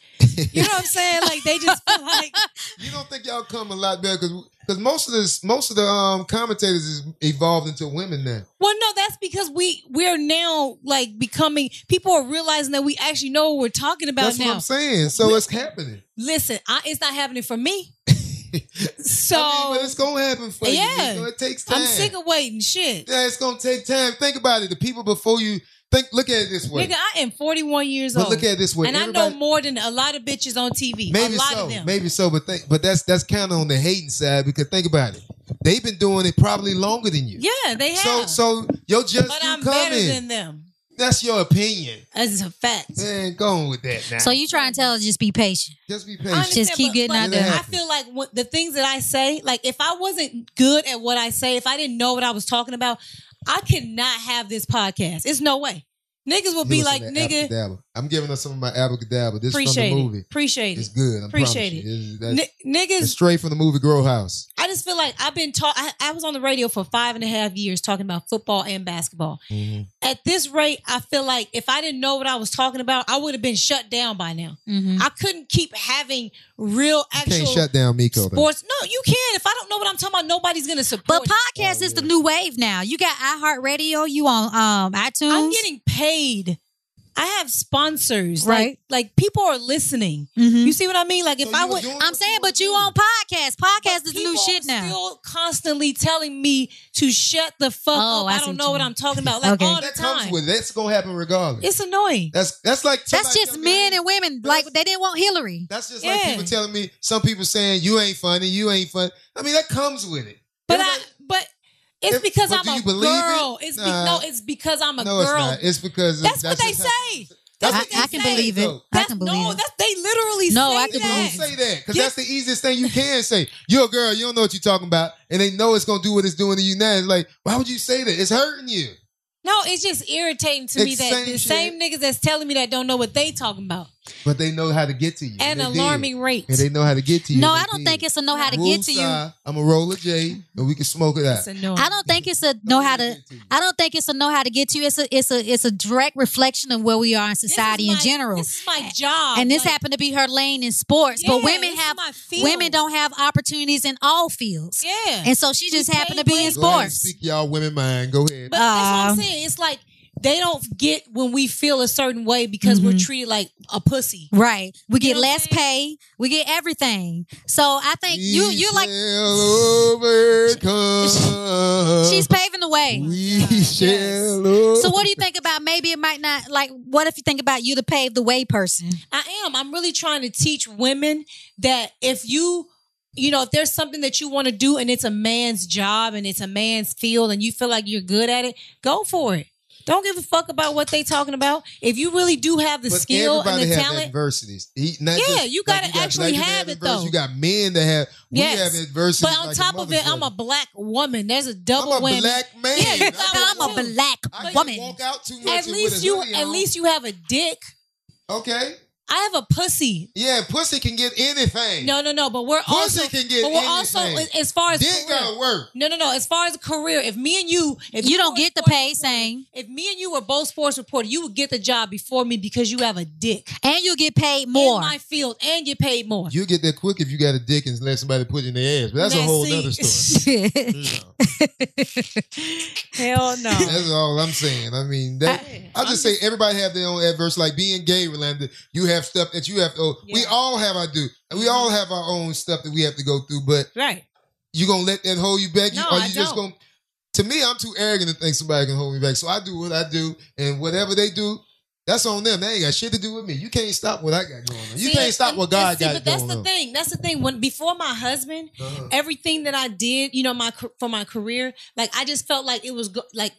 Speaker 3: You know what I'm saying? Like they just feel like
Speaker 2: You don't think y'all come a lot better because because most of this most of the um commentators is evolved into women now.
Speaker 3: Well, no, that's because we we're now like becoming people are realizing that we actually know what we're talking about
Speaker 2: That's
Speaker 3: now.
Speaker 2: what I'm saying. So it's happening.
Speaker 3: Listen, I, it's not happening for me. so
Speaker 2: I mean, but it's gonna happen for you.
Speaker 3: Yeah.
Speaker 2: You know, It takes time.
Speaker 3: I'm sick of waiting. Shit,
Speaker 2: Yeah, it's gonna take time. Think about it. The people before you think. Look at it this way.
Speaker 3: nigga, I am 41 years
Speaker 2: but
Speaker 3: old,
Speaker 2: look at it this way.
Speaker 3: and I know
Speaker 2: Everybody-
Speaker 3: more than a lot of bitches on TV.
Speaker 2: Maybe
Speaker 3: a lot
Speaker 2: so.
Speaker 3: of them.
Speaker 2: Maybe so. But think, but that's that's kind of on the hating side because think about it. They've been doing it probably longer than you.
Speaker 3: yeah, they
Speaker 2: So
Speaker 3: have.
Speaker 2: so your just
Speaker 3: but
Speaker 2: you
Speaker 3: I'm
Speaker 2: coming.
Speaker 3: better than them.
Speaker 2: that's your opinion.
Speaker 3: That's a fact.
Speaker 2: Man, going with that now.
Speaker 1: So you trying to tell us just be patient.
Speaker 2: just be
Speaker 3: I
Speaker 2: patient.
Speaker 1: Just keep
Speaker 3: understand,
Speaker 1: getting out there.
Speaker 3: I feel like what, the things that I say, like if I wasn't good at what I say, if I didn't know what I was talking about, I could not have this podcast. It's no way. Niggas will
Speaker 2: Give
Speaker 3: be
Speaker 2: us
Speaker 3: like,
Speaker 2: some of that
Speaker 3: nigga,
Speaker 2: abracadabra. I'm giving us some of my abracadabra. This is from
Speaker 3: appreciate
Speaker 2: the movie.
Speaker 3: it. Appreciate
Speaker 2: It's
Speaker 3: it.
Speaker 2: good. I
Speaker 3: Appreciate
Speaker 2: promise
Speaker 3: it.
Speaker 2: you. It's, that's-
Speaker 3: N-
Speaker 2: it's
Speaker 3: niggas,
Speaker 2: straight from the movie Grow House.
Speaker 3: I just feel like I've been taught. I, I was on the radio for five and a half years talking about football and basketball. At this rate, I feel like if I didn't know what I was talking about, I would have been shut down by now.
Speaker 1: Mm-hmm.
Speaker 3: I couldn't keep having real actual
Speaker 2: Can't shut down Miko. though.
Speaker 3: sports. No, you can. If I don't know what I'm talking about, nobody's gonna
Speaker 1: But
Speaker 3: support.
Speaker 1: podcast is the new wave now. You got iHeartRadio, you on um iTunes.
Speaker 3: I'm getting paid. I have sponsors.
Speaker 1: Right.
Speaker 3: Like, like people are listening.
Speaker 1: Mhm.
Speaker 3: You see what I mean? Like if
Speaker 2: So
Speaker 3: I
Speaker 2: you were
Speaker 3: would.
Speaker 2: doing
Speaker 1: I'm
Speaker 2: what
Speaker 1: saying,
Speaker 2: were
Speaker 1: but you
Speaker 2: doing.
Speaker 1: on podcast. Podcast is the
Speaker 3: People
Speaker 1: new shit
Speaker 3: are
Speaker 1: now.
Speaker 3: Still constantly telling me to shut the fuck
Speaker 1: Oh,
Speaker 3: up.
Speaker 1: I see
Speaker 3: I, don't
Speaker 1: what
Speaker 3: know
Speaker 1: you
Speaker 3: what
Speaker 1: mean.
Speaker 3: I'm talking about. Like
Speaker 1: Okay.
Speaker 3: all the
Speaker 2: that
Speaker 3: time.
Speaker 2: comes with that's gonna happen regardless.
Speaker 3: it's annoying.
Speaker 2: that's that's like
Speaker 1: That's
Speaker 2: somebody
Speaker 1: just
Speaker 2: telling me-
Speaker 1: men and women.
Speaker 2: But
Speaker 1: Like
Speaker 2: that's-
Speaker 1: they didn't want Hillary.
Speaker 2: That's just like
Speaker 3: Yeah.
Speaker 2: people telling me some people saying you ain't funny, you ain't fun. I mean that comes with it.
Speaker 3: But I.
Speaker 2: Everybody-
Speaker 3: But it's
Speaker 2: If-
Speaker 3: because
Speaker 2: but
Speaker 3: I'm
Speaker 2: do
Speaker 3: a
Speaker 2: you believe it?
Speaker 3: girl. It's be,
Speaker 2: Nah.
Speaker 3: no. It's because I'm a
Speaker 2: no, it's
Speaker 3: girl.
Speaker 2: not. It's because
Speaker 3: That's, what they
Speaker 2: just
Speaker 3: say.
Speaker 2: how-
Speaker 3: That's
Speaker 1: I,
Speaker 3: what they
Speaker 1: I can
Speaker 3: say.
Speaker 1: believe it.
Speaker 2: though.
Speaker 1: I
Speaker 3: That's,
Speaker 1: can believe
Speaker 3: no,
Speaker 1: it.
Speaker 3: that's they literally
Speaker 1: No,
Speaker 3: say
Speaker 1: I can
Speaker 3: that.
Speaker 1: believe
Speaker 2: Don't
Speaker 1: it.
Speaker 2: say that because
Speaker 3: Yeah.
Speaker 2: that's the easiest thing you can say. You're a girl, you don't know what you're talking about, and they know it's gonna do what it's doing to you now. It's like, why would you say that? It's hurting you.
Speaker 3: No, it's just irritating to me
Speaker 2: It's
Speaker 3: that
Speaker 2: same
Speaker 3: the
Speaker 2: shit.
Speaker 3: same niggas that's telling me that don't know what they talking about.
Speaker 2: But they know how to get to you.
Speaker 3: At
Speaker 2: and
Speaker 3: an
Speaker 2: they did.
Speaker 3: alarming rate.
Speaker 2: And they know how to get to you.
Speaker 1: No,
Speaker 2: and they
Speaker 1: I don't
Speaker 2: did.
Speaker 1: think it's a know how to get to you. I
Speaker 2: I'm a roller J, and we can smoke it out.
Speaker 3: It's annoying.
Speaker 1: don't think it's a know how to. I don't think it's a know how to get to you. It's a it's a it's a direct reflection of where we are in
Speaker 3: This is
Speaker 1: society in
Speaker 3: my-
Speaker 1: general.
Speaker 3: This is my job.
Speaker 1: and this
Speaker 3: Like,
Speaker 1: happened to be her lane in sports,
Speaker 3: yeah,
Speaker 1: but women
Speaker 3: this is
Speaker 1: have
Speaker 3: my field.
Speaker 1: women don't have opportunities in all fields.
Speaker 3: Yeah.
Speaker 1: And so she just
Speaker 3: We
Speaker 1: happened to
Speaker 3: pay
Speaker 1: be in
Speaker 3: way
Speaker 2: Go ahead and
Speaker 1: sports.
Speaker 2: Speak y'all women mind. Go ahead.
Speaker 3: But that's what I'm
Speaker 1: Uh,
Speaker 3: saying. It's like they don't get when we feel a certain way because we're
Speaker 1: Mhm.
Speaker 3: treated like a pussy.
Speaker 1: Right. We get
Speaker 3: know what I'm
Speaker 1: less pay. We get everything. So I think you
Speaker 2: We
Speaker 1: you like
Speaker 2: shall overcome.
Speaker 1: she's paving the way.
Speaker 2: We
Speaker 3: Yes.
Speaker 2: shall
Speaker 1: So what do you think about maybe it might not like what if you think about you to pave the way person?
Speaker 3: I am. I'm really trying to teach women that if you, you know, if there's something that you want to do and it's a man's job and it's a man's field and you feel like you're good at it, go for it. Don't give a fuck about what they talking about. If you really do have the
Speaker 2: But
Speaker 3: skill and
Speaker 2: everybody
Speaker 3: the
Speaker 2: have
Speaker 3: talent,
Speaker 2: adversities. He- not
Speaker 3: Yeah,
Speaker 2: just-
Speaker 3: you
Speaker 2: like
Speaker 3: gotta actually
Speaker 2: you
Speaker 3: have it,
Speaker 2: adversity.
Speaker 3: though.
Speaker 2: You got men that have.
Speaker 3: Yes.
Speaker 2: We have adversity.
Speaker 3: but on
Speaker 2: like
Speaker 3: top of it, I'm a black woman. There's a double
Speaker 2: motherfucker. I'm a
Speaker 3: whammy.
Speaker 2: black man.
Speaker 3: Yeah, you
Speaker 2: I
Speaker 3: got
Speaker 2: can't
Speaker 1: I'm a
Speaker 3: woman.
Speaker 2: walk-
Speaker 1: black
Speaker 2: I can't
Speaker 1: woman.
Speaker 2: walk out too much
Speaker 3: At
Speaker 2: with
Speaker 3: least
Speaker 2: a
Speaker 3: you,
Speaker 2: hoodie
Speaker 3: at
Speaker 2: on.
Speaker 3: least you have a dick.
Speaker 2: Okay.
Speaker 3: I have a pussy.
Speaker 2: Yeah, pussy can get anything.
Speaker 3: No, no, no. But we're
Speaker 2: Pussy
Speaker 3: also,
Speaker 2: can get
Speaker 3: but we're also
Speaker 2: anything.
Speaker 3: as far as
Speaker 2: Dick
Speaker 3: career-
Speaker 2: gotta work.
Speaker 3: No, no, no. As far as a career, if me and you, if
Speaker 1: You don't
Speaker 3: were
Speaker 1: get the
Speaker 3: sports
Speaker 1: pay
Speaker 3: reporter-
Speaker 1: same.
Speaker 3: If me and you were both sports reporters, you would get the job before me because you have a dick
Speaker 1: And you get paid more.
Speaker 3: in my field and get paid more.
Speaker 2: You get that quick if you got a dick and let somebody put it in their ass. But that's a
Speaker 3: Now,
Speaker 2: whole
Speaker 3: see-
Speaker 2: other story. You know,
Speaker 3: Hell no.
Speaker 2: that's all I'm saying. I mean, that,
Speaker 3: I-
Speaker 2: I, will just say everybody have their own adverse. Like being gay, Rolanda, you have stuff that you have. Oh, we
Speaker 3: Yeah. Mm-hmm.
Speaker 2: all have our do. And we all have our own stuff that we have to go through. But
Speaker 3: right.
Speaker 2: you gonna let that hold you back? You-
Speaker 3: No,
Speaker 2: or you
Speaker 3: I
Speaker 2: just
Speaker 3: don't.
Speaker 2: gonna? To me, I'm too arrogant to think somebody can hold me back. So I do what I do, and whatever they do, that's on them. They ain't got shit to do with me. You can't stop what I got going on. You
Speaker 3: See,
Speaker 2: can't stop
Speaker 3: and-
Speaker 2: what God
Speaker 3: and see,
Speaker 2: got
Speaker 3: But that's
Speaker 2: going
Speaker 3: the
Speaker 2: on.
Speaker 3: thing. That's the thing. When before my husband,
Speaker 2: Uh-huh.
Speaker 3: everything that I did, you know, my ca- for my career, like I just felt like it was go- like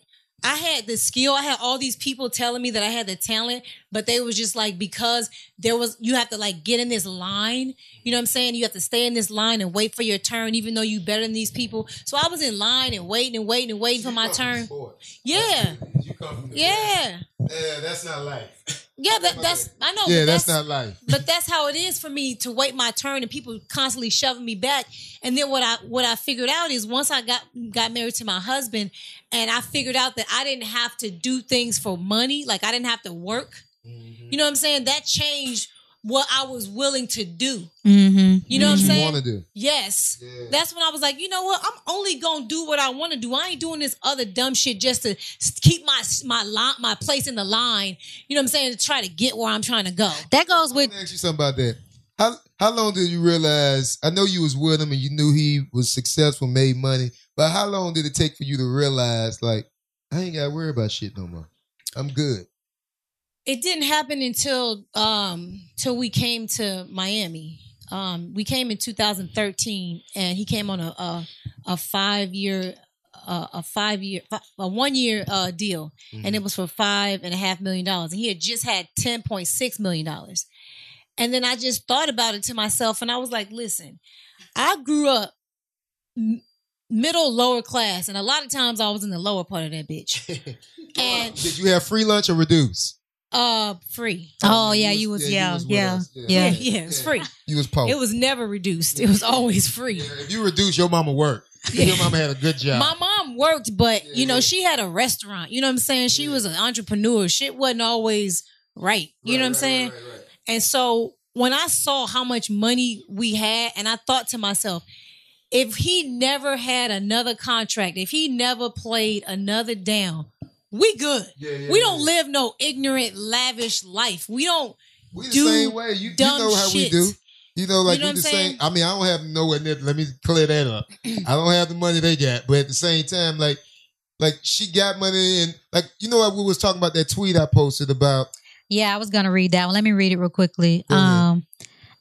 Speaker 3: I had the skill. I had all these people telling me that I had the talent, but they was just like because there was you have to like get in this line. You know what I'm saying? You have to stay in this line and wait for your turn, even though you better than these people. So I was in line and waiting and waiting and waiting for my
Speaker 2: You come from
Speaker 3: turn.
Speaker 2: sports.
Speaker 3: Yeah,
Speaker 2: You come from the-
Speaker 3: yeah,
Speaker 2: Yeah, that's not life.
Speaker 3: yeah. That, Oh, that's I know.
Speaker 2: Yeah,
Speaker 3: but
Speaker 2: that's not life.
Speaker 3: but that's how it is for me to wait my turn and people constantly shoving me back and then what i what i figured out is once i got got married to my husband and i figured out that i didn't have to do things for money like i didn't have to work you know what i'm saying that changed what i was willing to do
Speaker 1: mm-hmm.
Speaker 3: you know what i'm
Speaker 2: you
Speaker 3: saying
Speaker 2: want to do.
Speaker 3: yes
Speaker 2: Yeah.
Speaker 3: that's when I was like, you know what? I'm only gonna do what I want to do. I ain't doing this other dumb shit just to s- keep my s- my line, my place in the line. You know what I'm saying? To try to get where I'm trying to go.
Speaker 1: That goes with
Speaker 2: Let me ask you something about that. How how long did you realize? I know you was with him and you knew he was successful, made money, but how long did it take for you to realize like I ain't gotta worry about shit no more. I'm good.
Speaker 3: it didn't happen until um till we came to Miami. Um, we came in 2013, and he came on a a, a five year uh, a five year a one year uh, deal, and it was for five and a half million dollars. And he had just had 10.6 million dollars. And then I just thought about it to myself, and I was like, listen, I grew up m- middle lower class, and a lot of times I was in the lower part of that bitch, and
Speaker 2: did you have free lunch or reduce?
Speaker 3: uh, free.
Speaker 1: Oh, yeah, you was- yeah,
Speaker 2: with
Speaker 1: yeah,
Speaker 2: us.
Speaker 1: yeah.
Speaker 3: Yeah, yeah, it was free.
Speaker 2: You was poor.
Speaker 3: It was never reduced. It was always free.
Speaker 2: Oh. yeah, if you reduce, your mama worked. Your mama had a good job.
Speaker 3: My mom worked, but you
Speaker 2: Yeah.
Speaker 3: know, she had a restaurant. You know what I'm saying? She
Speaker 2: Yeah.
Speaker 3: was an entrepreneur. Shit wasn't always right. You know what I'm saying? And so when I saw how much money we had, and I thought to myself, if he never had another contract, if he never played another down, we good.
Speaker 2: Yeah, yeah,
Speaker 3: we don't
Speaker 2: yeah.
Speaker 3: live no ignorant, lavish life. We don't
Speaker 2: We the
Speaker 3: do
Speaker 2: same way. You, you
Speaker 3: dumb
Speaker 2: know how we
Speaker 3: shit.
Speaker 2: do. You know, like
Speaker 3: You know
Speaker 2: we
Speaker 3: what
Speaker 2: the same.
Speaker 3: I'm saying?
Speaker 2: I mean, I don't have nowhere near. Let me clear that up. I don't have the money they got, but at the same time, like, like she got money and like you know what we was talking about that tweet I posted about.
Speaker 1: Yeah, I was gonna read that one. Let me read it real quickly.
Speaker 2: Go ahead.
Speaker 1: Um,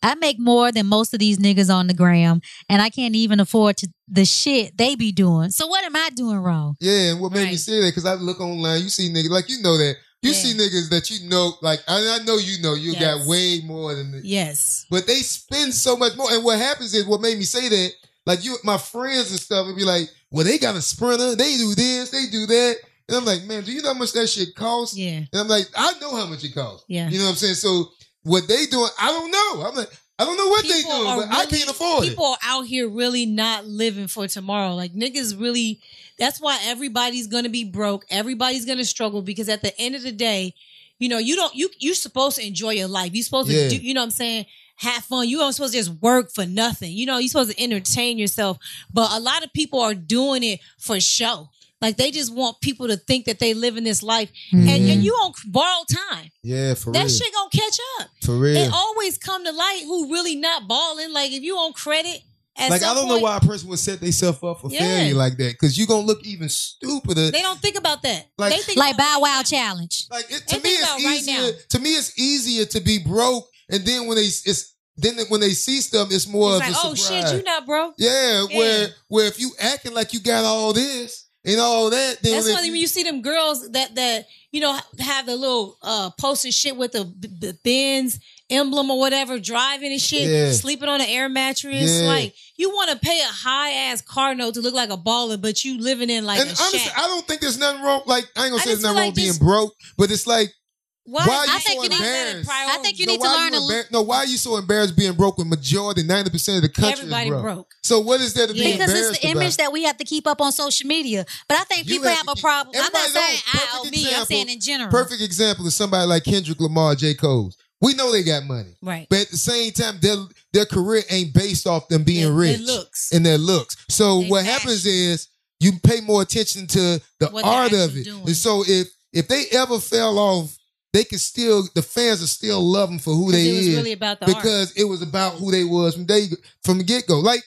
Speaker 1: I make more than most of these niggas on the gram, and I can't even afford to the shit they be doing. So what am I doing wrong?
Speaker 2: Yeah, and what made me
Speaker 3: Right.
Speaker 2: say that because I look online, you see niggas like you know that you
Speaker 3: Yeah.
Speaker 2: see niggas that you know like I, I know you know you got
Speaker 3: Yes.
Speaker 2: way more than the,
Speaker 3: Yes.
Speaker 2: but they spend so much more. And what happens is what made me say that, like you, my friends and stuff would be like, well, they got a sprinter, they do this, they do that. And I'm like, man, do you know how much that shit costs?
Speaker 3: Yeah.
Speaker 2: And I'm like, I know how much it costs.
Speaker 3: Yeah.
Speaker 2: You know what I'm saying? So what they doing, I don't know. I'm like, I don't know what they
Speaker 3: People
Speaker 2: doing,
Speaker 3: are
Speaker 2: but I
Speaker 3: really-
Speaker 2: can't afford
Speaker 3: People are out here really not living for tomorrow. Like niggas really that's why everybody's gonna be broke. Everybody's gonna struggle because at the end of the day, you know, you don't you you're supposed to enjoy your life. You're supposed
Speaker 2: Yeah.
Speaker 3: to do you know what I'm saying? Have fun. You aren't supposed to just work for nothing. You know, you're supposed to entertain yourself. But a lot of people are doing it for show. Like they just want people to think that they live in this life.
Speaker 2: Mm-hmm.
Speaker 3: And, and you on borrowed time.
Speaker 2: it. Yeah, for
Speaker 3: That
Speaker 2: real.
Speaker 3: shit gonna catch up
Speaker 2: for
Speaker 3: it
Speaker 2: real.
Speaker 3: always come to light who really not balling. Like if you on credit, at
Speaker 2: Like
Speaker 3: some
Speaker 2: I don't know
Speaker 3: point,
Speaker 2: why a person would set themselves up for
Speaker 3: Yeah.
Speaker 2: failure like that, because you gonna look even stupider.
Speaker 3: they don't think about that.
Speaker 2: Like-
Speaker 3: they think
Speaker 1: Like Bow
Speaker 3: about-
Speaker 1: Wow challenge.
Speaker 2: Like it, to
Speaker 3: They
Speaker 2: me,
Speaker 3: think about
Speaker 2: it's
Speaker 3: right
Speaker 2: easier.
Speaker 3: now.
Speaker 2: to me, it's easier to be broke, and then when they it's then when they see stuff, it's more
Speaker 3: it's
Speaker 2: of
Speaker 3: like,
Speaker 2: a
Speaker 3: oh
Speaker 2: surprise.
Speaker 3: shit, you not broke.
Speaker 2: yeah,
Speaker 3: Yeah.
Speaker 2: where where if you acting like you got all this and all that, then
Speaker 3: That's
Speaker 2: if
Speaker 3: why when you see them girls that that you know have the little uh post and shit with the, b- the Benz emblem or whatever, driving and shit,
Speaker 2: Yeah.
Speaker 3: sleeping on an air mattress.
Speaker 2: Yeah.
Speaker 3: Like you want to pay a high ass car note to look like a baller, but you living in like
Speaker 2: and
Speaker 3: a
Speaker 2: honestly,
Speaker 3: shack.
Speaker 2: I don't think there's nothing wrong. Like I ain't gonna
Speaker 3: I
Speaker 2: say there's
Speaker 3: just
Speaker 2: nothing
Speaker 3: feel
Speaker 2: wrong
Speaker 3: like
Speaker 2: being
Speaker 3: just-
Speaker 2: broke, but it's like
Speaker 3: why,
Speaker 2: why
Speaker 3: is
Speaker 2: you
Speaker 3: that
Speaker 2: so
Speaker 3: not that
Speaker 2: embarrassed?
Speaker 1: I think you
Speaker 2: no,
Speaker 1: need to
Speaker 2: why
Speaker 1: learn to.
Speaker 2: you
Speaker 1: l-
Speaker 2: embar- no, why are you so embarrassed being broke when majority ninety percent of the country
Speaker 3: everybody
Speaker 2: is broke?
Speaker 3: broke.
Speaker 2: So what is there to be
Speaker 3: Yeah.
Speaker 1: Because
Speaker 2: embarrassed
Speaker 1: it's the
Speaker 2: about?
Speaker 1: image that we have to keep up on social media. But I think
Speaker 2: You
Speaker 1: people
Speaker 2: have
Speaker 1: have
Speaker 2: to
Speaker 1: a
Speaker 2: keep-
Speaker 1: problem. I'm not
Speaker 2: everybody
Speaker 1: saying
Speaker 2: don't.
Speaker 1: I or
Speaker 2: Perfect
Speaker 1: me. I'm
Speaker 2: example.
Speaker 1: saying in general.
Speaker 2: Perfect example is somebody like Kendrick Lamar, J. Cole's. We know they got money,
Speaker 3: Right.
Speaker 2: but at the same time, their their career ain't based off them being
Speaker 3: Their- their
Speaker 2: rich
Speaker 3: looks.
Speaker 2: and their looks. So
Speaker 3: They
Speaker 2: what
Speaker 3: fashion.
Speaker 2: happens is you pay more attention to the
Speaker 3: What they're
Speaker 2: art of
Speaker 3: actually
Speaker 2: it,
Speaker 3: doing.
Speaker 2: and so if if they ever fell off, they can still the fans are still love them for who
Speaker 3: 'Cause
Speaker 2: they
Speaker 3: it was
Speaker 2: is
Speaker 3: really about the art.
Speaker 2: because it was about who they was from day from the get go. Like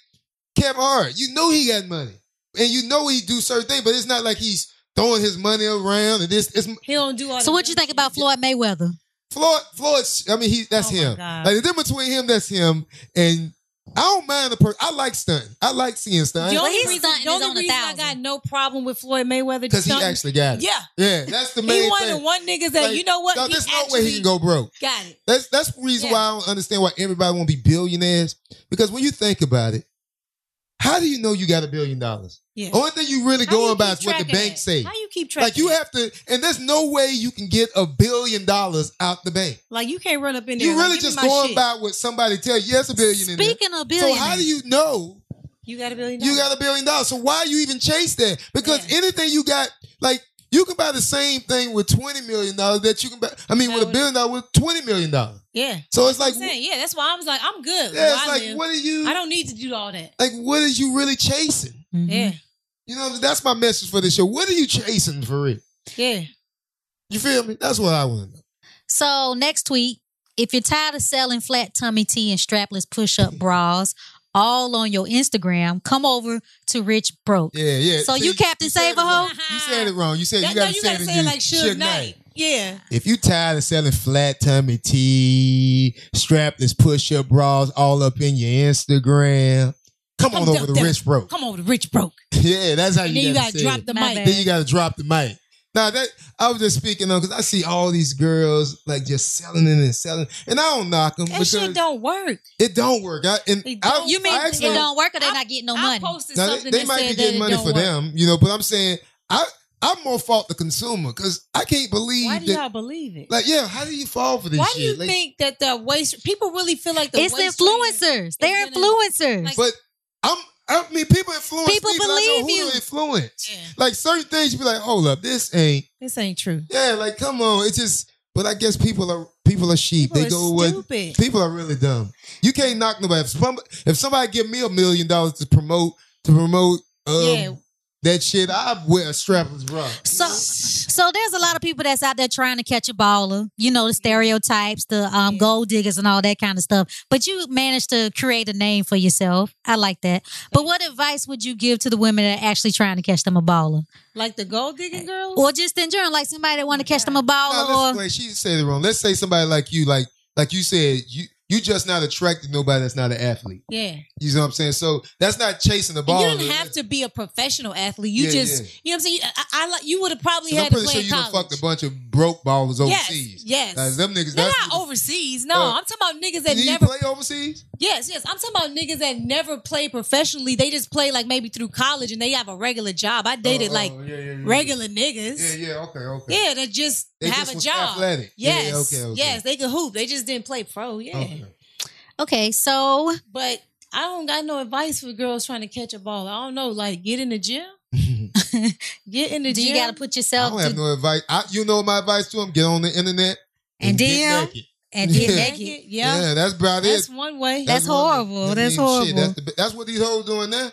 Speaker 2: Kevin Hart, you know he got money, and you know he do certain things, but it's not like he's throwing his money around and this. It's
Speaker 3: He don't do all.
Speaker 1: So
Speaker 3: the
Speaker 1: what you
Speaker 3: dumb
Speaker 1: think about Floyd Mayweather?
Speaker 2: Floyd. Floyd. I mean, he that's
Speaker 3: Oh my
Speaker 2: him.
Speaker 3: God.
Speaker 2: Like the difference between him, that's him, and I don't mind the person. I like stunting. I like seeing
Speaker 3: shit. The
Speaker 2: stunting
Speaker 1: Yo-
Speaker 3: only
Speaker 1: he's
Speaker 3: reason,
Speaker 1: stunting
Speaker 3: the
Speaker 1: is
Speaker 3: only
Speaker 1: on a
Speaker 3: reason I
Speaker 1: thousand.
Speaker 3: got no problem with Floyd Mayweather
Speaker 2: because he
Speaker 3: stunting-
Speaker 2: actually got it.
Speaker 3: yeah,
Speaker 2: yeah, that's the main
Speaker 3: he one of the
Speaker 2: thing.
Speaker 3: one niggas that
Speaker 2: Like,
Speaker 3: you know what
Speaker 2: dog,
Speaker 3: he
Speaker 2: there's no
Speaker 3: actually
Speaker 2: way he can go broke.
Speaker 3: got it.
Speaker 2: That's that's the reason
Speaker 3: Yeah.
Speaker 2: why I don't understand why everybody want to be billionaires. Because when you think about it, how do you know you got a billion dollars?
Speaker 3: Yeah.
Speaker 2: Only thing you really
Speaker 3: How you
Speaker 2: go
Speaker 3: keep
Speaker 2: about is what the
Speaker 3: track of
Speaker 2: bank
Speaker 3: that?
Speaker 2: say.
Speaker 3: How you keep track?
Speaker 2: Like you
Speaker 3: of that?
Speaker 2: have to, and there's no way you can get a billion dollars out the bank.
Speaker 3: like you can't run up in there.
Speaker 2: You
Speaker 3: like,
Speaker 2: really
Speaker 3: give me
Speaker 2: just
Speaker 3: my
Speaker 2: going
Speaker 3: shit.
Speaker 2: by what somebody tell you. Yes, a billion in there.
Speaker 1: Speaking of billion,
Speaker 2: So how do you know
Speaker 3: You got a billion.
Speaker 2: you
Speaker 3: dollars.
Speaker 2: got a billion dollars? So why you even chase that? Because
Speaker 3: Yeah.
Speaker 2: anything you got, like you can buy the same thing with twenty million dollars that you can buy. I mean,
Speaker 3: I
Speaker 2: with a
Speaker 3: would-
Speaker 2: billion dollars with twenty million dollars.
Speaker 3: yeah.
Speaker 2: So it's like,
Speaker 3: I'm saying, yeah, that's why I was like, I'm good.
Speaker 2: yeah,
Speaker 3: where
Speaker 2: it's
Speaker 3: I
Speaker 2: like
Speaker 3: live.
Speaker 2: what are you?
Speaker 3: I don't need to do all that.
Speaker 2: like what is you really chasing?
Speaker 1: Mm-hmm.
Speaker 3: Yeah,
Speaker 2: You know, that's my message for this show. What are you chasing for real?
Speaker 3: yeah.
Speaker 2: You feel me? That's what I want to know.
Speaker 1: So next tweet, if you're tired of selling flat tummy tea and strapless push-up bras all on your Instagram, come over to Rich Broke.
Speaker 2: Yeah, yeah.
Speaker 1: So
Speaker 2: See,
Speaker 1: you Captain
Speaker 2: said it
Speaker 1: Save a
Speaker 2: wrong.
Speaker 1: Hoe?
Speaker 2: You said it wrong. You said
Speaker 3: That,
Speaker 2: you
Speaker 3: no,
Speaker 2: gotta,
Speaker 3: you
Speaker 2: say,
Speaker 3: gotta
Speaker 2: it
Speaker 3: say it
Speaker 2: in
Speaker 3: like Suge Knight. Yeah,
Speaker 2: If you tired of selling flat tummy tea, strapless push-up bras all up in your Instagram, come
Speaker 3: Come
Speaker 2: on over
Speaker 3: down,
Speaker 2: to
Speaker 3: down.
Speaker 2: Rich Broke.
Speaker 3: come over to Rich Broke.
Speaker 2: Yeah, that's how you,
Speaker 3: And then you
Speaker 2: gotta,
Speaker 3: gotta
Speaker 2: say
Speaker 3: drop
Speaker 2: it.
Speaker 3: the
Speaker 1: My
Speaker 3: mic.
Speaker 1: bad.
Speaker 2: Then you gotta drop the mic. Now that I was just speaking on because I see all these girls like just selling it and selling, and I don't knock them
Speaker 3: That
Speaker 2: because
Speaker 3: shit don't work.
Speaker 2: it don't work. I, and
Speaker 3: It
Speaker 2: I,
Speaker 3: don't-
Speaker 1: You mean
Speaker 2: I
Speaker 1: it
Speaker 2: actually,
Speaker 1: don't work or they
Speaker 3: I-
Speaker 1: not getting no
Speaker 3: I
Speaker 1: money?
Speaker 3: posted
Speaker 2: Now,
Speaker 3: something
Speaker 2: they, they
Speaker 3: that
Speaker 2: might be
Speaker 3: said that
Speaker 2: getting
Speaker 3: it
Speaker 2: money
Speaker 3: don't
Speaker 2: for
Speaker 3: work.
Speaker 2: them, you know. But I'm saying I I'm more fault the consumer because I can't believe
Speaker 3: Why do
Speaker 2: that.
Speaker 3: y'all believe it?
Speaker 2: like, yeah, how do you fall for this
Speaker 3: Why
Speaker 2: shit?
Speaker 3: do you
Speaker 2: Like,
Speaker 3: think that the waist people really feel like the
Speaker 1: it's
Speaker 3: waist
Speaker 1: influencers. They're
Speaker 3: is gonna-
Speaker 1: influencers.
Speaker 3: Like-
Speaker 2: But I'm, I mean, people influence
Speaker 1: People
Speaker 2: people. I know
Speaker 1: believe
Speaker 2: who
Speaker 1: you.
Speaker 2: to influence.
Speaker 3: Yeah.
Speaker 2: Like certain things, you be like, hold up, this ain't.
Speaker 3: This ain't true.
Speaker 2: Yeah, like come on, it's just. But I guess people are people are sheep.
Speaker 3: People
Speaker 2: they
Speaker 3: are
Speaker 2: go with what
Speaker 3: stupid.
Speaker 2: people are really dumb. You can't knock nobody. If somebody, if somebody give me a million dollars to promote to promote um,
Speaker 3: Yeah.
Speaker 2: that shit, I wear a strapless bra.
Speaker 1: so so there's a lot of people that's out there trying to catch a baller. You know, the stereotypes, the um, gold diggers and all that kind of stuff. But you managed to create a name for yourself. I like that. But what advice would you give to the women that are actually trying to catch them a baller?
Speaker 3: Like the gold digging girls?
Speaker 1: Or just in general, like somebody that want to catch them a
Speaker 2: Nah,
Speaker 1: baller
Speaker 2: let's-
Speaker 1: or
Speaker 2: wait, she said it wrong. Let's say somebody like you, like like you said, you you just not attracted to nobody that's not an athlete.
Speaker 3: yeah.
Speaker 2: You know what I'm saying? So that's not chasing the
Speaker 3: And
Speaker 2: ball.
Speaker 3: you didn't have to be a professional athlete. You
Speaker 2: Yeah,
Speaker 3: just,
Speaker 2: yeah.
Speaker 3: you know what I'm saying? I, I like you would have probably
Speaker 2: I'm
Speaker 3: had to
Speaker 2: pretty
Speaker 3: play
Speaker 2: sure
Speaker 3: in
Speaker 2: you done
Speaker 3: college.
Speaker 2: fucked a bunch of broke while I was
Speaker 3: Yes,
Speaker 2: overseas.
Speaker 3: yes.
Speaker 2: Like, them niggas.
Speaker 3: They're
Speaker 2: that's-
Speaker 3: not overseas. No,
Speaker 2: Uh,
Speaker 3: I'm talking about niggas that
Speaker 2: Did you
Speaker 3: never.
Speaker 2: play overseas?
Speaker 3: Yes, yes. I'm talking about niggas that never play professionally. They just play like maybe through college and they have a regular job. I dated
Speaker 2: Oh, oh,
Speaker 3: like
Speaker 2: yeah, yeah, yeah.
Speaker 3: regular niggas.
Speaker 2: Yeah, yeah, okay, okay.
Speaker 3: Yeah, that just
Speaker 2: They
Speaker 3: have
Speaker 2: just
Speaker 3: a
Speaker 2: was
Speaker 3: job.
Speaker 2: athletic. Yeah,
Speaker 3: Yes.
Speaker 2: okay, okay.
Speaker 3: Yes, they could hoop. They just didn't play pro. Yeah.
Speaker 2: Okay.
Speaker 1: Okay, so
Speaker 3: But I don't got no advice for girls trying to catch a ball. I don't know. Like, get in the gym. Get in the
Speaker 1: do
Speaker 3: gym.
Speaker 1: you got to put
Speaker 2: I
Speaker 1: yourself
Speaker 2: don't
Speaker 1: to,
Speaker 2: have no advice. I, you know my advice to them: get on the internet
Speaker 1: and
Speaker 2: get
Speaker 1: DM
Speaker 2: naked.
Speaker 1: and get
Speaker 2: Yeah.
Speaker 1: naked?
Speaker 3: naked.
Speaker 2: Yeah.
Speaker 3: Yeah.
Speaker 2: that's about it.
Speaker 3: That's one way.
Speaker 1: That's
Speaker 2: one-
Speaker 1: horrible.
Speaker 2: I
Speaker 1: That's
Speaker 2: mean,
Speaker 1: horrible.
Speaker 2: that's, the, that's what these hoes doing now.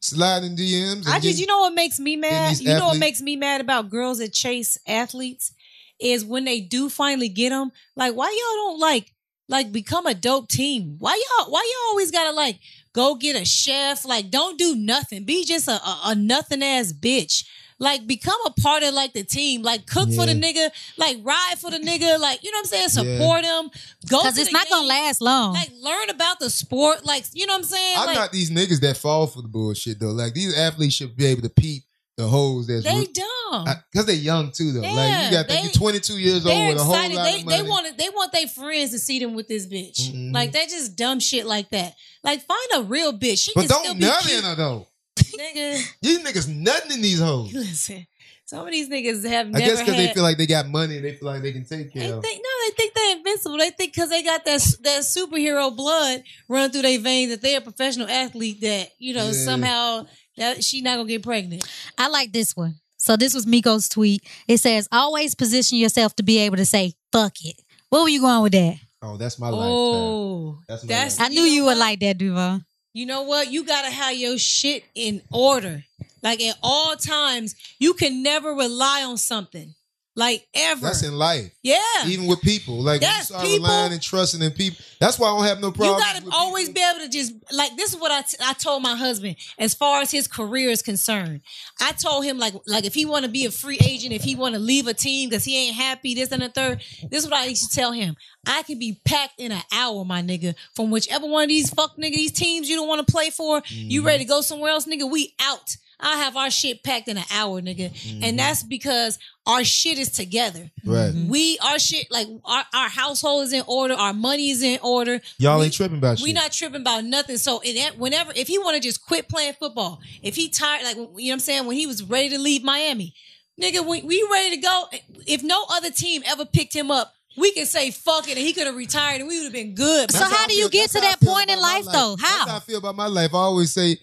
Speaker 2: Sliding DMs. And
Speaker 3: I just, you know what makes me mad?
Speaker 2: these
Speaker 3: You know what
Speaker 2: athletes-
Speaker 3: makes me mad about girls that chase athletes is when they do finally get them. Like, why y'all don't like, like become a dope team? Why y'all, why y'all always gotta like go get a chef? Like, don't do nothing. Be just a, a, a nothing ass bitch. Like, become a part of like the team. Like, cook for the nigga. Like, ride for the nigga. Like, you know what I'm saying?
Speaker 2: Yeah.
Speaker 3: Support him. Go
Speaker 1: Because
Speaker 3: to
Speaker 1: it's
Speaker 3: the
Speaker 1: not going to
Speaker 3: game.
Speaker 1: last long.
Speaker 3: Like, learn about the sport. Like, you know what I'm saying?
Speaker 2: I'm
Speaker 3: like,
Speaker 2: not these niggas that fall for the bullshit though. Like these athletes should be able to peep the hoes that's
Speaker 3: they dumb.
Speaker 2: because they young too though. like
Speaker 3: Uh-huh. Yeah,
Speaker 2: you got to,
Speaker 3: they-
Speaker 2: you're 22 years old
Speaker 3: They're
Speaker 2: with a whole lot
Speaker 3: excited.
Speaker 2: of
Speaker 3: They,
Speaker 2: money.
Speaker 3: they want they want their friends to see them with this bitch.
Speaker 2: Mhm.
Speaker 3: Like that just dumb shit like that. Like find a real bitch. She
Speaker 2: but
Speaker 3: can still
Speaker 2: don't
Speaker 3: be
Speaker 2: nut in
Speaker 3: cute,
Speaker 2: her though.
Speaker 3: nigga.
Speaker 2: These niggas nutting in these hoes.
Speaker 3: Listen, some of these niggas have
Speaker 2: I
Speaker 3: never
Speaker 2: guess because
Speaker 3: had.
Speaker 2: they feel like they got money and they feel like they can take
Speaker 3: they
Speaker 2: care of.
Speaker 3: think no, they think they're invincible. They think because they got that that superhero blood run through their veins that they're a professional athlete. That you know
Speaker 2: Yeah.
Speaker 3: somehow that she not gonna get pregnant.
Speaker 1: I like this one. So this was Miko's tweet. It says, "Always position yourself to be able to say fuck it." Where were you going with that?
Speaker 2: Oh, that's my lifestyle.
Speaker 3: Oh,
Speaker 2: That's my
Speaker 3: that's
Speaker 1: I knew
Speaker 3: know
Speaker 1: you
Speaker 3: what?
Speaker 1: would like that, Duval.
Speaker 3: You know what? You gotta have your shit in order. Like at all times, you can never rely on something. Like ever.
Speaker 2: That's in life,
Speaker 3: yeah.
Speaker 2: even with people. Like when you
Speaker 3: Yes,
Speaker 2: start
Speaker 3: people-
Speaker 2: relying and trusting in people. That's why I don't have no
Speaker 3: You
Speaker 2: problem.
Speaker 3: gotta always be able to just like this is what I, t- I told my husband as far as his career is concerned. I told him like like if he want to be a free agent, if he want to leave a team because he ain't happy, this and the third. This is what I used to tell him. I can be packed in an hour, my nigga, from whichever one of these fuck nigga these teams you don't want to play for. You ready to go somewhere else, nigga? We out. I have our shit packed in an hour, nigga, and that's because our shit is together.
Speaker 2: Right.
Speaker 3: We our shit like our, our household is in order, our money is in order.
Speaker 2: Y'all
Speaker 3: We-
Speaker 2: ain't tripping about
Speaker 3: we
Speaker 2: shit.
Speaker 3: not tripping about nothing. So in that, whenever if he want to just quit playing football, if he tired, like you know what I'm saying, when he was ready to leave Miami, nigga, we, we ready to go. If no other team ever picked him up, we can say fuck it, and he could have retired, and we would have been good.
Speaker 1: So
Speaker 2: That's
Speaker 1: how
Speaker 2: I
Speaker 1: do you get
Speaker 2: that's
Speaker 1: to
Speaker 2: how I
Speaker 1: that
Speaker 2: feel
Speaker 1: point in
Speaker 2: about my
Speaker 1: life, though? How?
Speaker 2: That's how I feel about my life. I always say,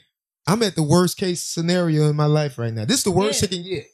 Speaker 2: I'm at the worst case scenario in my life right now. This is the worst
Speaker 3: Yeah.
Speaker 2: it can get.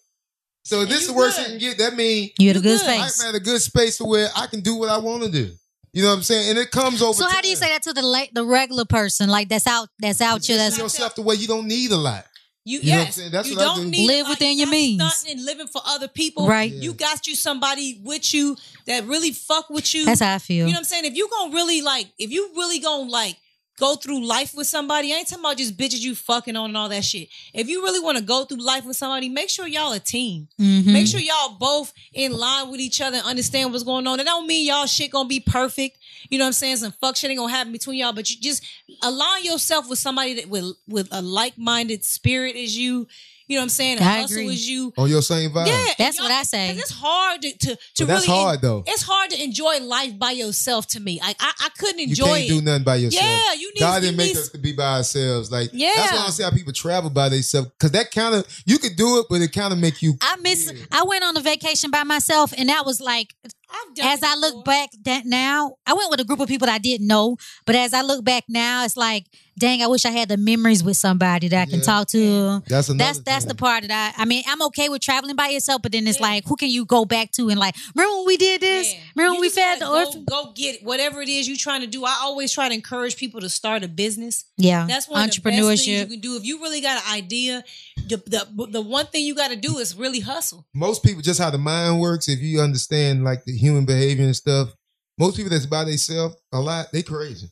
Speaker 2: So if
Speaker 3: And
Speaker 2: this is
Speaker 3: you
Speaker 2: the worst
Speaker 3: good.
Speaker 2: it can get, that means
Speaker 1: You had a
Speaker 3: You
Speaker 1: good
Speaker 3: good.
Speaker 1: space.
Speaker 2: I'm at a good space to where I can do what I want to do. You know what I'm saying? And it comes over.
Speaker 1: So how do you
Speaker 2: time.
Speaker 1: say that to the la- the regular person? Like that's out that's out you. That's
Speaker 2: Position yourself the way you don't need a lot.
Speaker 3: You,
Speaker 2: You know what I'm
Speaker 3: yes,
Speaker 2: saying? That's
Speaker 3: you
Speaker 2: what I
Speaker 3: don't
Speaker 2: do.
Speaker 3: need
Speaker 1: Live within your
Speaker 3: stop
Speaker 1: means.
Speaker 3: stunting and living for other people.
Speaker 1: Right.
Speaker 2: Yeah.
Speaker 3: You got you somebody with you that really fuck with you.
Speaker 1: that's how I feel.
Speaker 3: You know what I'm saying? If you gonna really like, if you really gonna like go through life with somebody, I ain't talking about just bitches you fucking on and all that shit. If you really wanna go through life with somebody, make sure y'all a team.
Speaker 1: Mhm.
Speaker 3: Make sure y'all both in line with each other and understand what's going on. That don't mean y'all shit gonna be perfect. You know what I'm saying? Some fuck shit ain't gonna happen between y'all, but you just align yourself with somebody that with with a like minded spirit as you. You know what I'm saying? A
Speaker 1: I
Speaker 3: hustle
Speaker 1: agree.
Speaker 3: as you.
Speaker 2: On your same vibe.
Speaker 3: Yeah, and
Speaker 1: That's
Speaker 3: y'all-
Speaker 1: what I say.
Speaker 3: 'cause It's hard to to, to
Speaker 2: But that's
Speaker 3: really
Speaker 2: hard, though.
Speaker 3: It's hard to enjoy life by yourself. To me, like I, I couldn't
Speaker 2: You
Speaker 3: enjoy
Speaker 2: can't do
Speaker 3: it.
Speaker 2: nothing by yourself.
Speaker 3: Yeah, you need.
Speaker 2: God
Speaker 3: you
Speaker 2: didn't make
Speaker 3: need-
Speaker 2: us to be by ourselves. Like that's why I
Speaker 3: Yeah.
Speaker 2: don't see how people travel by themselves. Cause that kind of you could do it, but it kind of make you
Speaker 1: I miss. I went on a vacation by myself, and that was like,
Speaker 3: I've done
Speaker 1: as
Speaker 3: it
Speaker 1: I look
Speaker 3: before.
Speaker 1: back that now, I went with a group of people that I didn't know. But as I look back now, it's like, dang, I wish I had the memories with somebody that I can
Speaker 2: Yeah.
Speaker 1: talk to.
Speaker 2: that's another
Speaker 1: That's that's
Speaker 2: thing.
Speaker 1: the part that I I mean I'm okay with traveling by yourself, but then it's
Speaker 3: Yeah.
Speaker 1: like who can you go back to and like remember when we did this?
Speaker 3: Yeah.
Speaker 1: Remember when
Speaker 3: You
Speaker 1: we
Speaker 3: just
Speaker 1: fed the
Speaker 3: gotta
Speaker 1: orphan?
Speaker 3: Go, go get whatever it is you're trying to do. I always try to encourage people to start a business.
Speaker 1: Yeah,
Speaker 3: That's one of the best things you
Speaker 1: entrepreneurship.
Speaker 3: can do. If you really got an idea, the the, the one thing you got to do is really hustle.
Speaker 2: most people just how the mind works. If you understand like the human behavior and stuff, most people that's by themselves a lot, they crazy.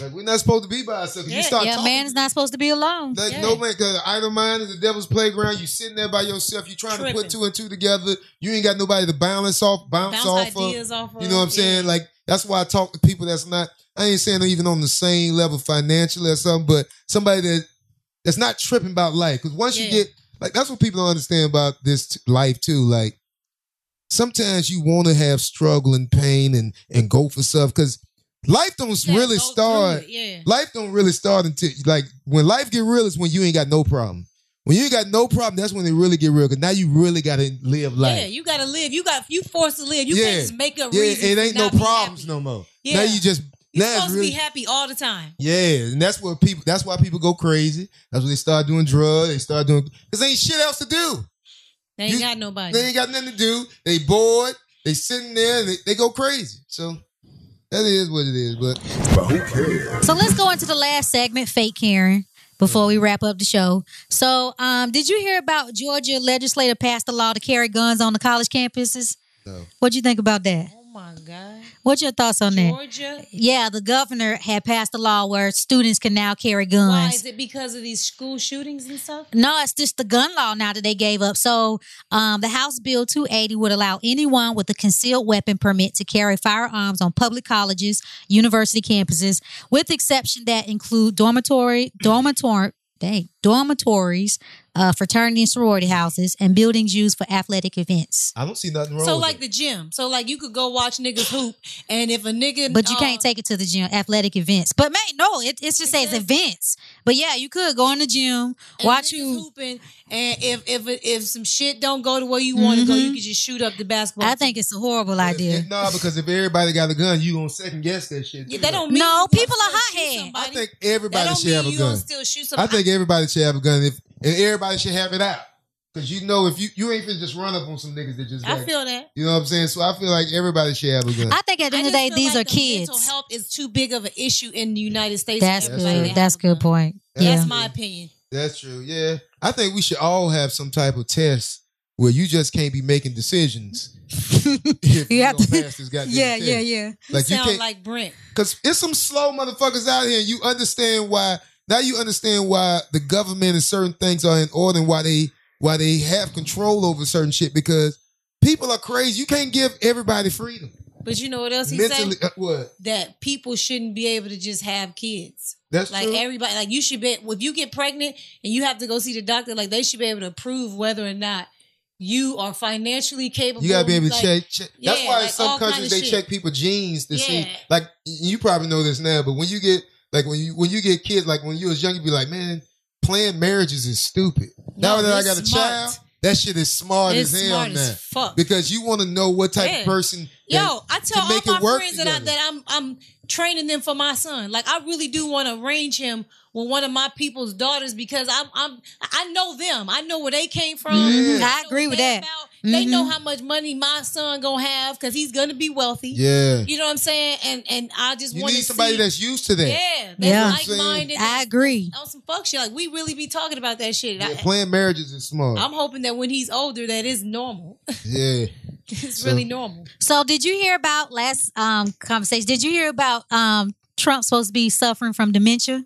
Speaker 2: like we're not supposed to be by ourselves.
Speaker 3: Yeah,
Speaker 2: you start
Speaker 1: yeah,
Speaker 2: talking.
Speaker 1: man is not supposed to be alone.
Speaker 2: like
Speaker 3: yeah.
Speaker 2: no man, cause the idle mind is the devil's playground. You sitting there by yourself. You trying to put
Speaker 3: Tripping.
Speaker 2: two and two together. You ain't got nobody to balance off, bounce,
Speaker 3: Bounce
Speaker 2: off of.
Speaker 3: ideas off.
Speaker 2: You know what I'm saying? Like that's why I talk to people that's not. I ain't saying they're even on the same level financially or something, but somebody that that's not tripping about life. Because once you
Speaker 3: Yeah.
Speaker 2: get like, that's what people don't understand about this t- life too. Like sometimes you want to have struggle and pain and and go for stuff because life don't
Speaker 3: Yeah,
Speaker 2: really
Speaker 3: go through
Speaker 2: start
Speaker 3: it, Yeah.
Speaker 2: life don't really start until like when life get real is when you ain't got no problem. When you ain't got no problem, that's when they really get real. Cause now you really gotta live life.
Speaker 3: yeah, you gotta live. You got you forced to live. You
Speaker 2: Yeah.
Speaker 3: can't just make up
Speaker 2: Yeah,
Speaker 3: reasons.
Speaker 2: it
Speaker 3: to
Speaker 2: ain't no
Speaker 3: not be
Speaker 2: problems
Speaker 3: happy.
Speaker 2: no more.
Speaker 3: Yeah.
Speaker 2: Now you just
Speaker 3: You're
Speaker 2: now it's
Speaker 3: supposed
Speaker 2: really
Speaker 3: to be happy all the time.
Speaker 2: yeah, and that's what people. That's why people go crazy. That's when they start doing drugs. They start doing because ain't shit else to do.
Speaker 3: They ain't
Speaker 2: You-
Speaker 3: got nobody.
Speaker 2: They ain't got nothing to do. They bored. They sitting there. And they, they go crazy. So that is what it is. But
Speaker 1: So let's go into the last segment, fake Karen, before we wrap up the show. So, um, did you hear about Georgia legislator passed a law to carry guns on the college campuses?
Speaker 2: No.
Speaker 1: What'd you think about that?
Speaker 3: oh my God.
Speaker 1: What's your thoughts on that?
Speaker 3: Georgia.
Speaker 1: Yeah, the governor had passed a law where students can now carry guns.
Speaker 3: Why is it because of these school shootings and stuff?
Speaker 1: No, it's just the gun law now that they gave up. So, um, the House Bill 280 would allow anyone with a concealed weapon permit to carry firearms on public colleges, university campuses, with exception that include dormitory, dormitory, dang, dormitories, uh, fraternity and sorority houses, and buildings used for athletic events.
Speaker 2: I don't see nothing wrong.
Speaker 3: So
Speaker 2: with
Speaker 3: like
Speaker 2: it.
Speaker 3: the gym. So like you could go watch niggas hoop, and if a nigga,
Speaker 1: But you
Speaker 3: uh,
Speaker 1: can't take it to the gym, athletic events. But man, no, it, it just says
Speaker 3: says-
Speaker 1: events. But yeah, you could go in the gym,
Speaker 3: and
Speaker 1: watch
Speaker 3: niggas
Speaker 1: you.
Speaker 3: hooping, and if if if some shit don't go the way you want to go, you could just shoot up the basketball.
Speaker 1: Mm-hmm. I think it's a horrible
Speaker 2: If-
Speaker 1: idea.
Speaker 2: if- Nah, because if everybody got a gun, you gonna second guess that shit.
Speaker 3: Yeah,
Speaker 2: too.
Speaker 3: that don't mean
Speaker 1: No,
Speaker 3: you gonna
Speaker 1: people are
Speaker 3: still
Speaker 1: hothead.
Speaker 3: shoot
Speaker 2: I
Speaker 3: somebody.
Speaker 2: think
Speaker 3: that
Speaker 2: everybody
Speaker 3: don't
Speaker 2: should
Speaker 3: mean
Speaker 2: have a
Speaker 3: you gonna
Speaker 2: gun.
Speaker 3: still shoot
Speaker 2: I
Speaker 3: somebody.
Speaker 2: think everybody should have a gun. If and everybody should have it out. Cause you know if you you ain't finna just run up on some niggas that just
Speaker 3: I
Speaker 2: like,
Speaker 3: feel that.
Speaker 2: you know what I'm saying. So I feel like everybody should have a gun.
Speaker 1: I think at the
Speaker 3: I
Speaker 1: end of the day,
Speaker 3: just feel
Speaker 1: these
Speaker 3: like
Speaker 1: are
Speaker 3: the Mental
Speaker 1: kids.
Speaker 3: health is too big of an issue in the United States. for
Speaker 1: That's
Speaker 3: everybody to
Speaker 1: good.
Speaker 3: have
Speaker 1: That's
Speaker 3: a
Speaker 1: good
Speaker 3: gun.
Speaker 1: point.
Speaker 2: That's
Speaker 1: Yeah.
Speaker 3: That's my opinion.
Speaker 2: That's true. Yeah, I think we should all have some type of test where you just can't be making decisions. if
Speaker 1: You
Speaker 2: you
Speaker 1: have
Speaker 2: don't
Speaker 1: to-
Speaker 2: pass this goddamn
Speaker 1: Yeah,
Speaker 2: test.
Speaker 1: yeah, yeah.
Speaker 3: You
Speaker 2: Like you
Speaker 3: sound
Speaker 2: can't,
Speaker 3: like Brent.
Speaker 2: because it's some slow motherfuckers out here. And you understand why now? You understand why the government and certain things are in order and why they why they have control over certain shit because people are crazy. You can't give everybody freedom
Speaker 3: But you know what else he
Speaker 2: mentally.
Speaker 3: said?
Speaker 2: uh, what?
Speaker 3: That people shouldn't be able to just have kids.
Speaker 2: That's
Speaker 3: Like
Speaker 2: true.
Speaker 3: everybody, like you should be. If you get pregnant and you have to go see the doctor, like they should be able to prove whether or not you are financially capable.
Speaker 2: You gotta be able to
Speaker 3: like,
Speaker 2: check. check. That's
Speaker 3: yeah,
Speaker 2: why in
Speaker 3: like
Speaker 2: some
Speaker 3: all kinda
Speaker 2: countries they
Speaker 3: shit.
Speaker 2: check people genes to see.
Speaker 3: Yeah.
Speaker 2: Like you probably know this now, but when you get like when you when you get kids, like when you was young, you be like, man, planned marriages is stupid. now
Speaker 3: No,
Speaker 2: that I
Speaker 3: it's
Speaker 2: got a
Speaker 3: smart.
Speaker 2: child, that shit is smart
Speaker 3: It's
Speaker 2: as hell
Speaker 3: smart
Speaker 2: now
Speaker 3: as fuck.
Speaker 2: because you want to know what type of
Speaker 3: Yeah.
Speaker 2: person.
Speaker 3: Yo,
Speaker 2: that-
Speaker 3: I tell
Speaker 2: to make
Speaker 3: all
Speaker 2: it
Speaker 3: my
Speaker 2: work
Speaker 3: friends that, I,
Speaker 2: together.
Speaker 3: that I'm I'm training them for my son. Like I really do want to arrange him with one of my people's daughters because I'm I'm I know them. I know where they came from.
Speaker 2: Mhm.
Speaker 3: know
Speaker 1: I agree
Speaker 3: what
Speaker 1: with
Speaker 3: they
Speaker 1: that.
Speaker 3: about. They
Speaker 1: Mhm.
Speaker 3: know
Speaker 2: Mm-hmm.
Speaker 3: how much money my son gonna have because he's gonna be wealthy.
Speaker 2: yeah,
Speaker 3: You know what I'm saying? And and I just
Speaker 2: you
Speaker 3: want
Speaker 2: need somebody
Speaker 3: see,
Speaker 2: that's used to that.
Speaker 3: yeah, that's
Speaker 1: Yeah.
Speaker 3: like minded.
Speaker 1: I agree.
Speaker 3: on some fuck shit. Like we really be talking about that shit.
Speaker 2: Yeah,
Speaker 3: I,
Speaker 2: planned marriages is smart.
Speaker 3: I'm hoping that when he's older, that is normal.
Speaker 2: yeah,
Speaker 3: it's
Speaker 2: So-
Speaker 3: really normal.
Speaker 1: So did you hear about last um conversation? Did you hear about um Trump supposed to be suffering from dementia?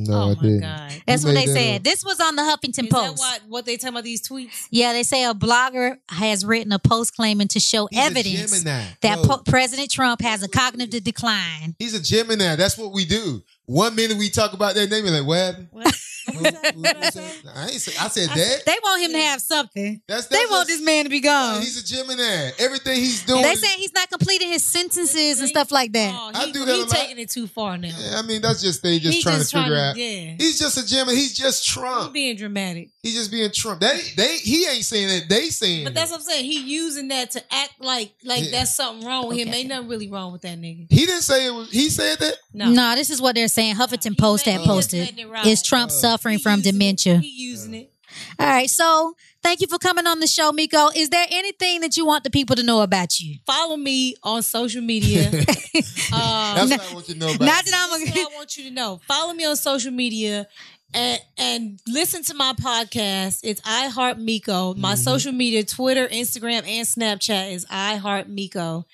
Speaker 2: no,
Speaker 3: oh
Speaker 2: I
Speaker 3: my
Speaker 2: didn't.
Speaker 3: god.
Speaker 1: That's
Speaker 2: You
Speaker 1: what they
Speaker 2: made that
Speaker 1: said.
Speaker 2: up.
Speaker 1: This was on the Huffington
Speaker 3: Is that
Speaker 1: Post.
Speaker 3: why, what they talking about these tweets?
Speaker 1: yeah, they say a blogger has written a post claiming to show
Speaker 2: He's a
Speaker 1: evidence
Speaker 2: Gemini.
Speaker 1: that
Speaker 2: No.
Speaker 1: po- President Trump has a cognitive decline.
Speaker 2: He's a Gemini. That's what we do. One minute we talk about that name, and like, what happened?
Speaker 3: What?
Speaker 2: Who- who- who said- I ain't say, I said that.
Speaker 1: They want him to have something.
Speaker 2: That's,
Speaker 1: They
Speaker 2: that's
Speaker 1: want
Speaker 2: just-
Speaker 1: this man to be gone.
Speaker 2: He's a Gemini. Everything he's doing.
Speaker 1: They say he's not completing his sentences and stuff like that.
Speaker 3: Oh, he,
Speaker 2: I do that
Speaker 3: he
Speaker 2: a lot.
Speaker 3: taking it too far now.
Speaker 2: Yeah, I mean, that's just they just
Speaker 3: He
Speaker 2: trying
Speaker 3: just
Speaker 2: to figure out.
Speaker 3: Yeah,
Speaker 2: He's just a Gemini. He's just
Speaker 3: he's
Speaker 2: Trump.
Speaker 3: being dramatic.
Speaker 2: He's just being Trump. They they he ain't saying that. They saying.
Speaker 3: But
Speaker 2: it.
Speaker 3: that's what I'm saying. He using that to act like like
Speaker 2: Yeah.
Speaker 3: that's something wrong with him.
Speaker 1: Okay.
Speaker 3: Ain't nothing really wrong with that nigga.
Speaker 2: he didn't say it was. He said that.
Speaker 1: No. this is what they're saying. Huffington Post
Speaker 3: He
Speaker 1: had
Speaker 3: let- he just
Speaker 1: posted.
Speaker 3: letting it ride.
Speaker 1: Is Trump
Speaker 2: Oh.
Speaker 1: suffering
Speaker 3: He
Speaker 1: from
Speaker 3: using it.
Speaker 1: dementia?
Speaker 3: He using it.
Speaker 1: All right. So thank you for coming on the show, Miko. Is there anything that you want the people to know about you?
Speaker 3: Follow me on social media. um,
Speaker 2: That's what I want you to know about.
Speaker 1: Not
Speaker 2: it.
Speaker 1: that I'm
Speaker 3: That's
Speaker 1: a.
Speaker 3: what I want you to know. Follow me on social media and and listen to my podcast. It's I Heart Miko. My
Speaker 2: Mm-hmm.
Speaker 3: social media, Twitter, Instagram, and Snapchat is I Heart Miko.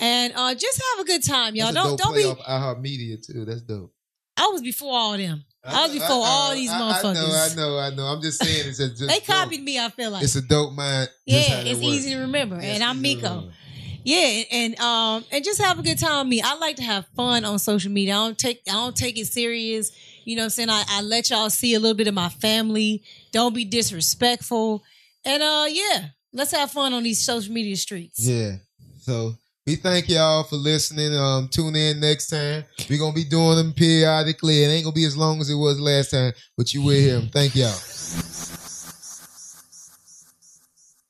Speaker 3: And uh, just have a good time, y'all.
Speaker 2: That's a dope
Speaker 3: don't don't
Speaker 2: play
Speaker 3: be.
Speaker 2: off iHeart Media too. That's dope.
Speaker 3: I was before all them. I was
Speaker 2: know-
Speaker 3: before all
Speaker 2: know,
Speaker 3: these
Speaker 2: I-
Speaker 3: motherfuckers.
Speaker 2: I know. I know. I know. I'm just saying. It's a, just
Speaker 3: They
Speaker 2: dope.
Speaker 3: copied me. I feel like
Speaker 2: It's a dope mind. just how
Speaker 3: yeah,
Speaker 2: that
Speaker 3: it's
Speaker 2: works.
Speaker 3: easy to remember.
Speaker 2: Yes,
Speaker 3: and I'm
Speaker 2: easy to
Speaker 3: Miko.
Speaker 2: remember.
Speaker 3: Yeah, and um, and just have a good time with me. I like to have fun on social media. I don't take I don't take it serious. You know what I'm saying? I, I let y'all see a little bit of my family. Don't be disrespectful. And uh yeah. Let's have fun on these social media streets.
Speaker 2: Yeah. So we thank y'all for listening. Um, tune in next time. We're gonna be doing them periodically. It ain't gonna be as long as it was last time, but you will hear them. Thank y'all.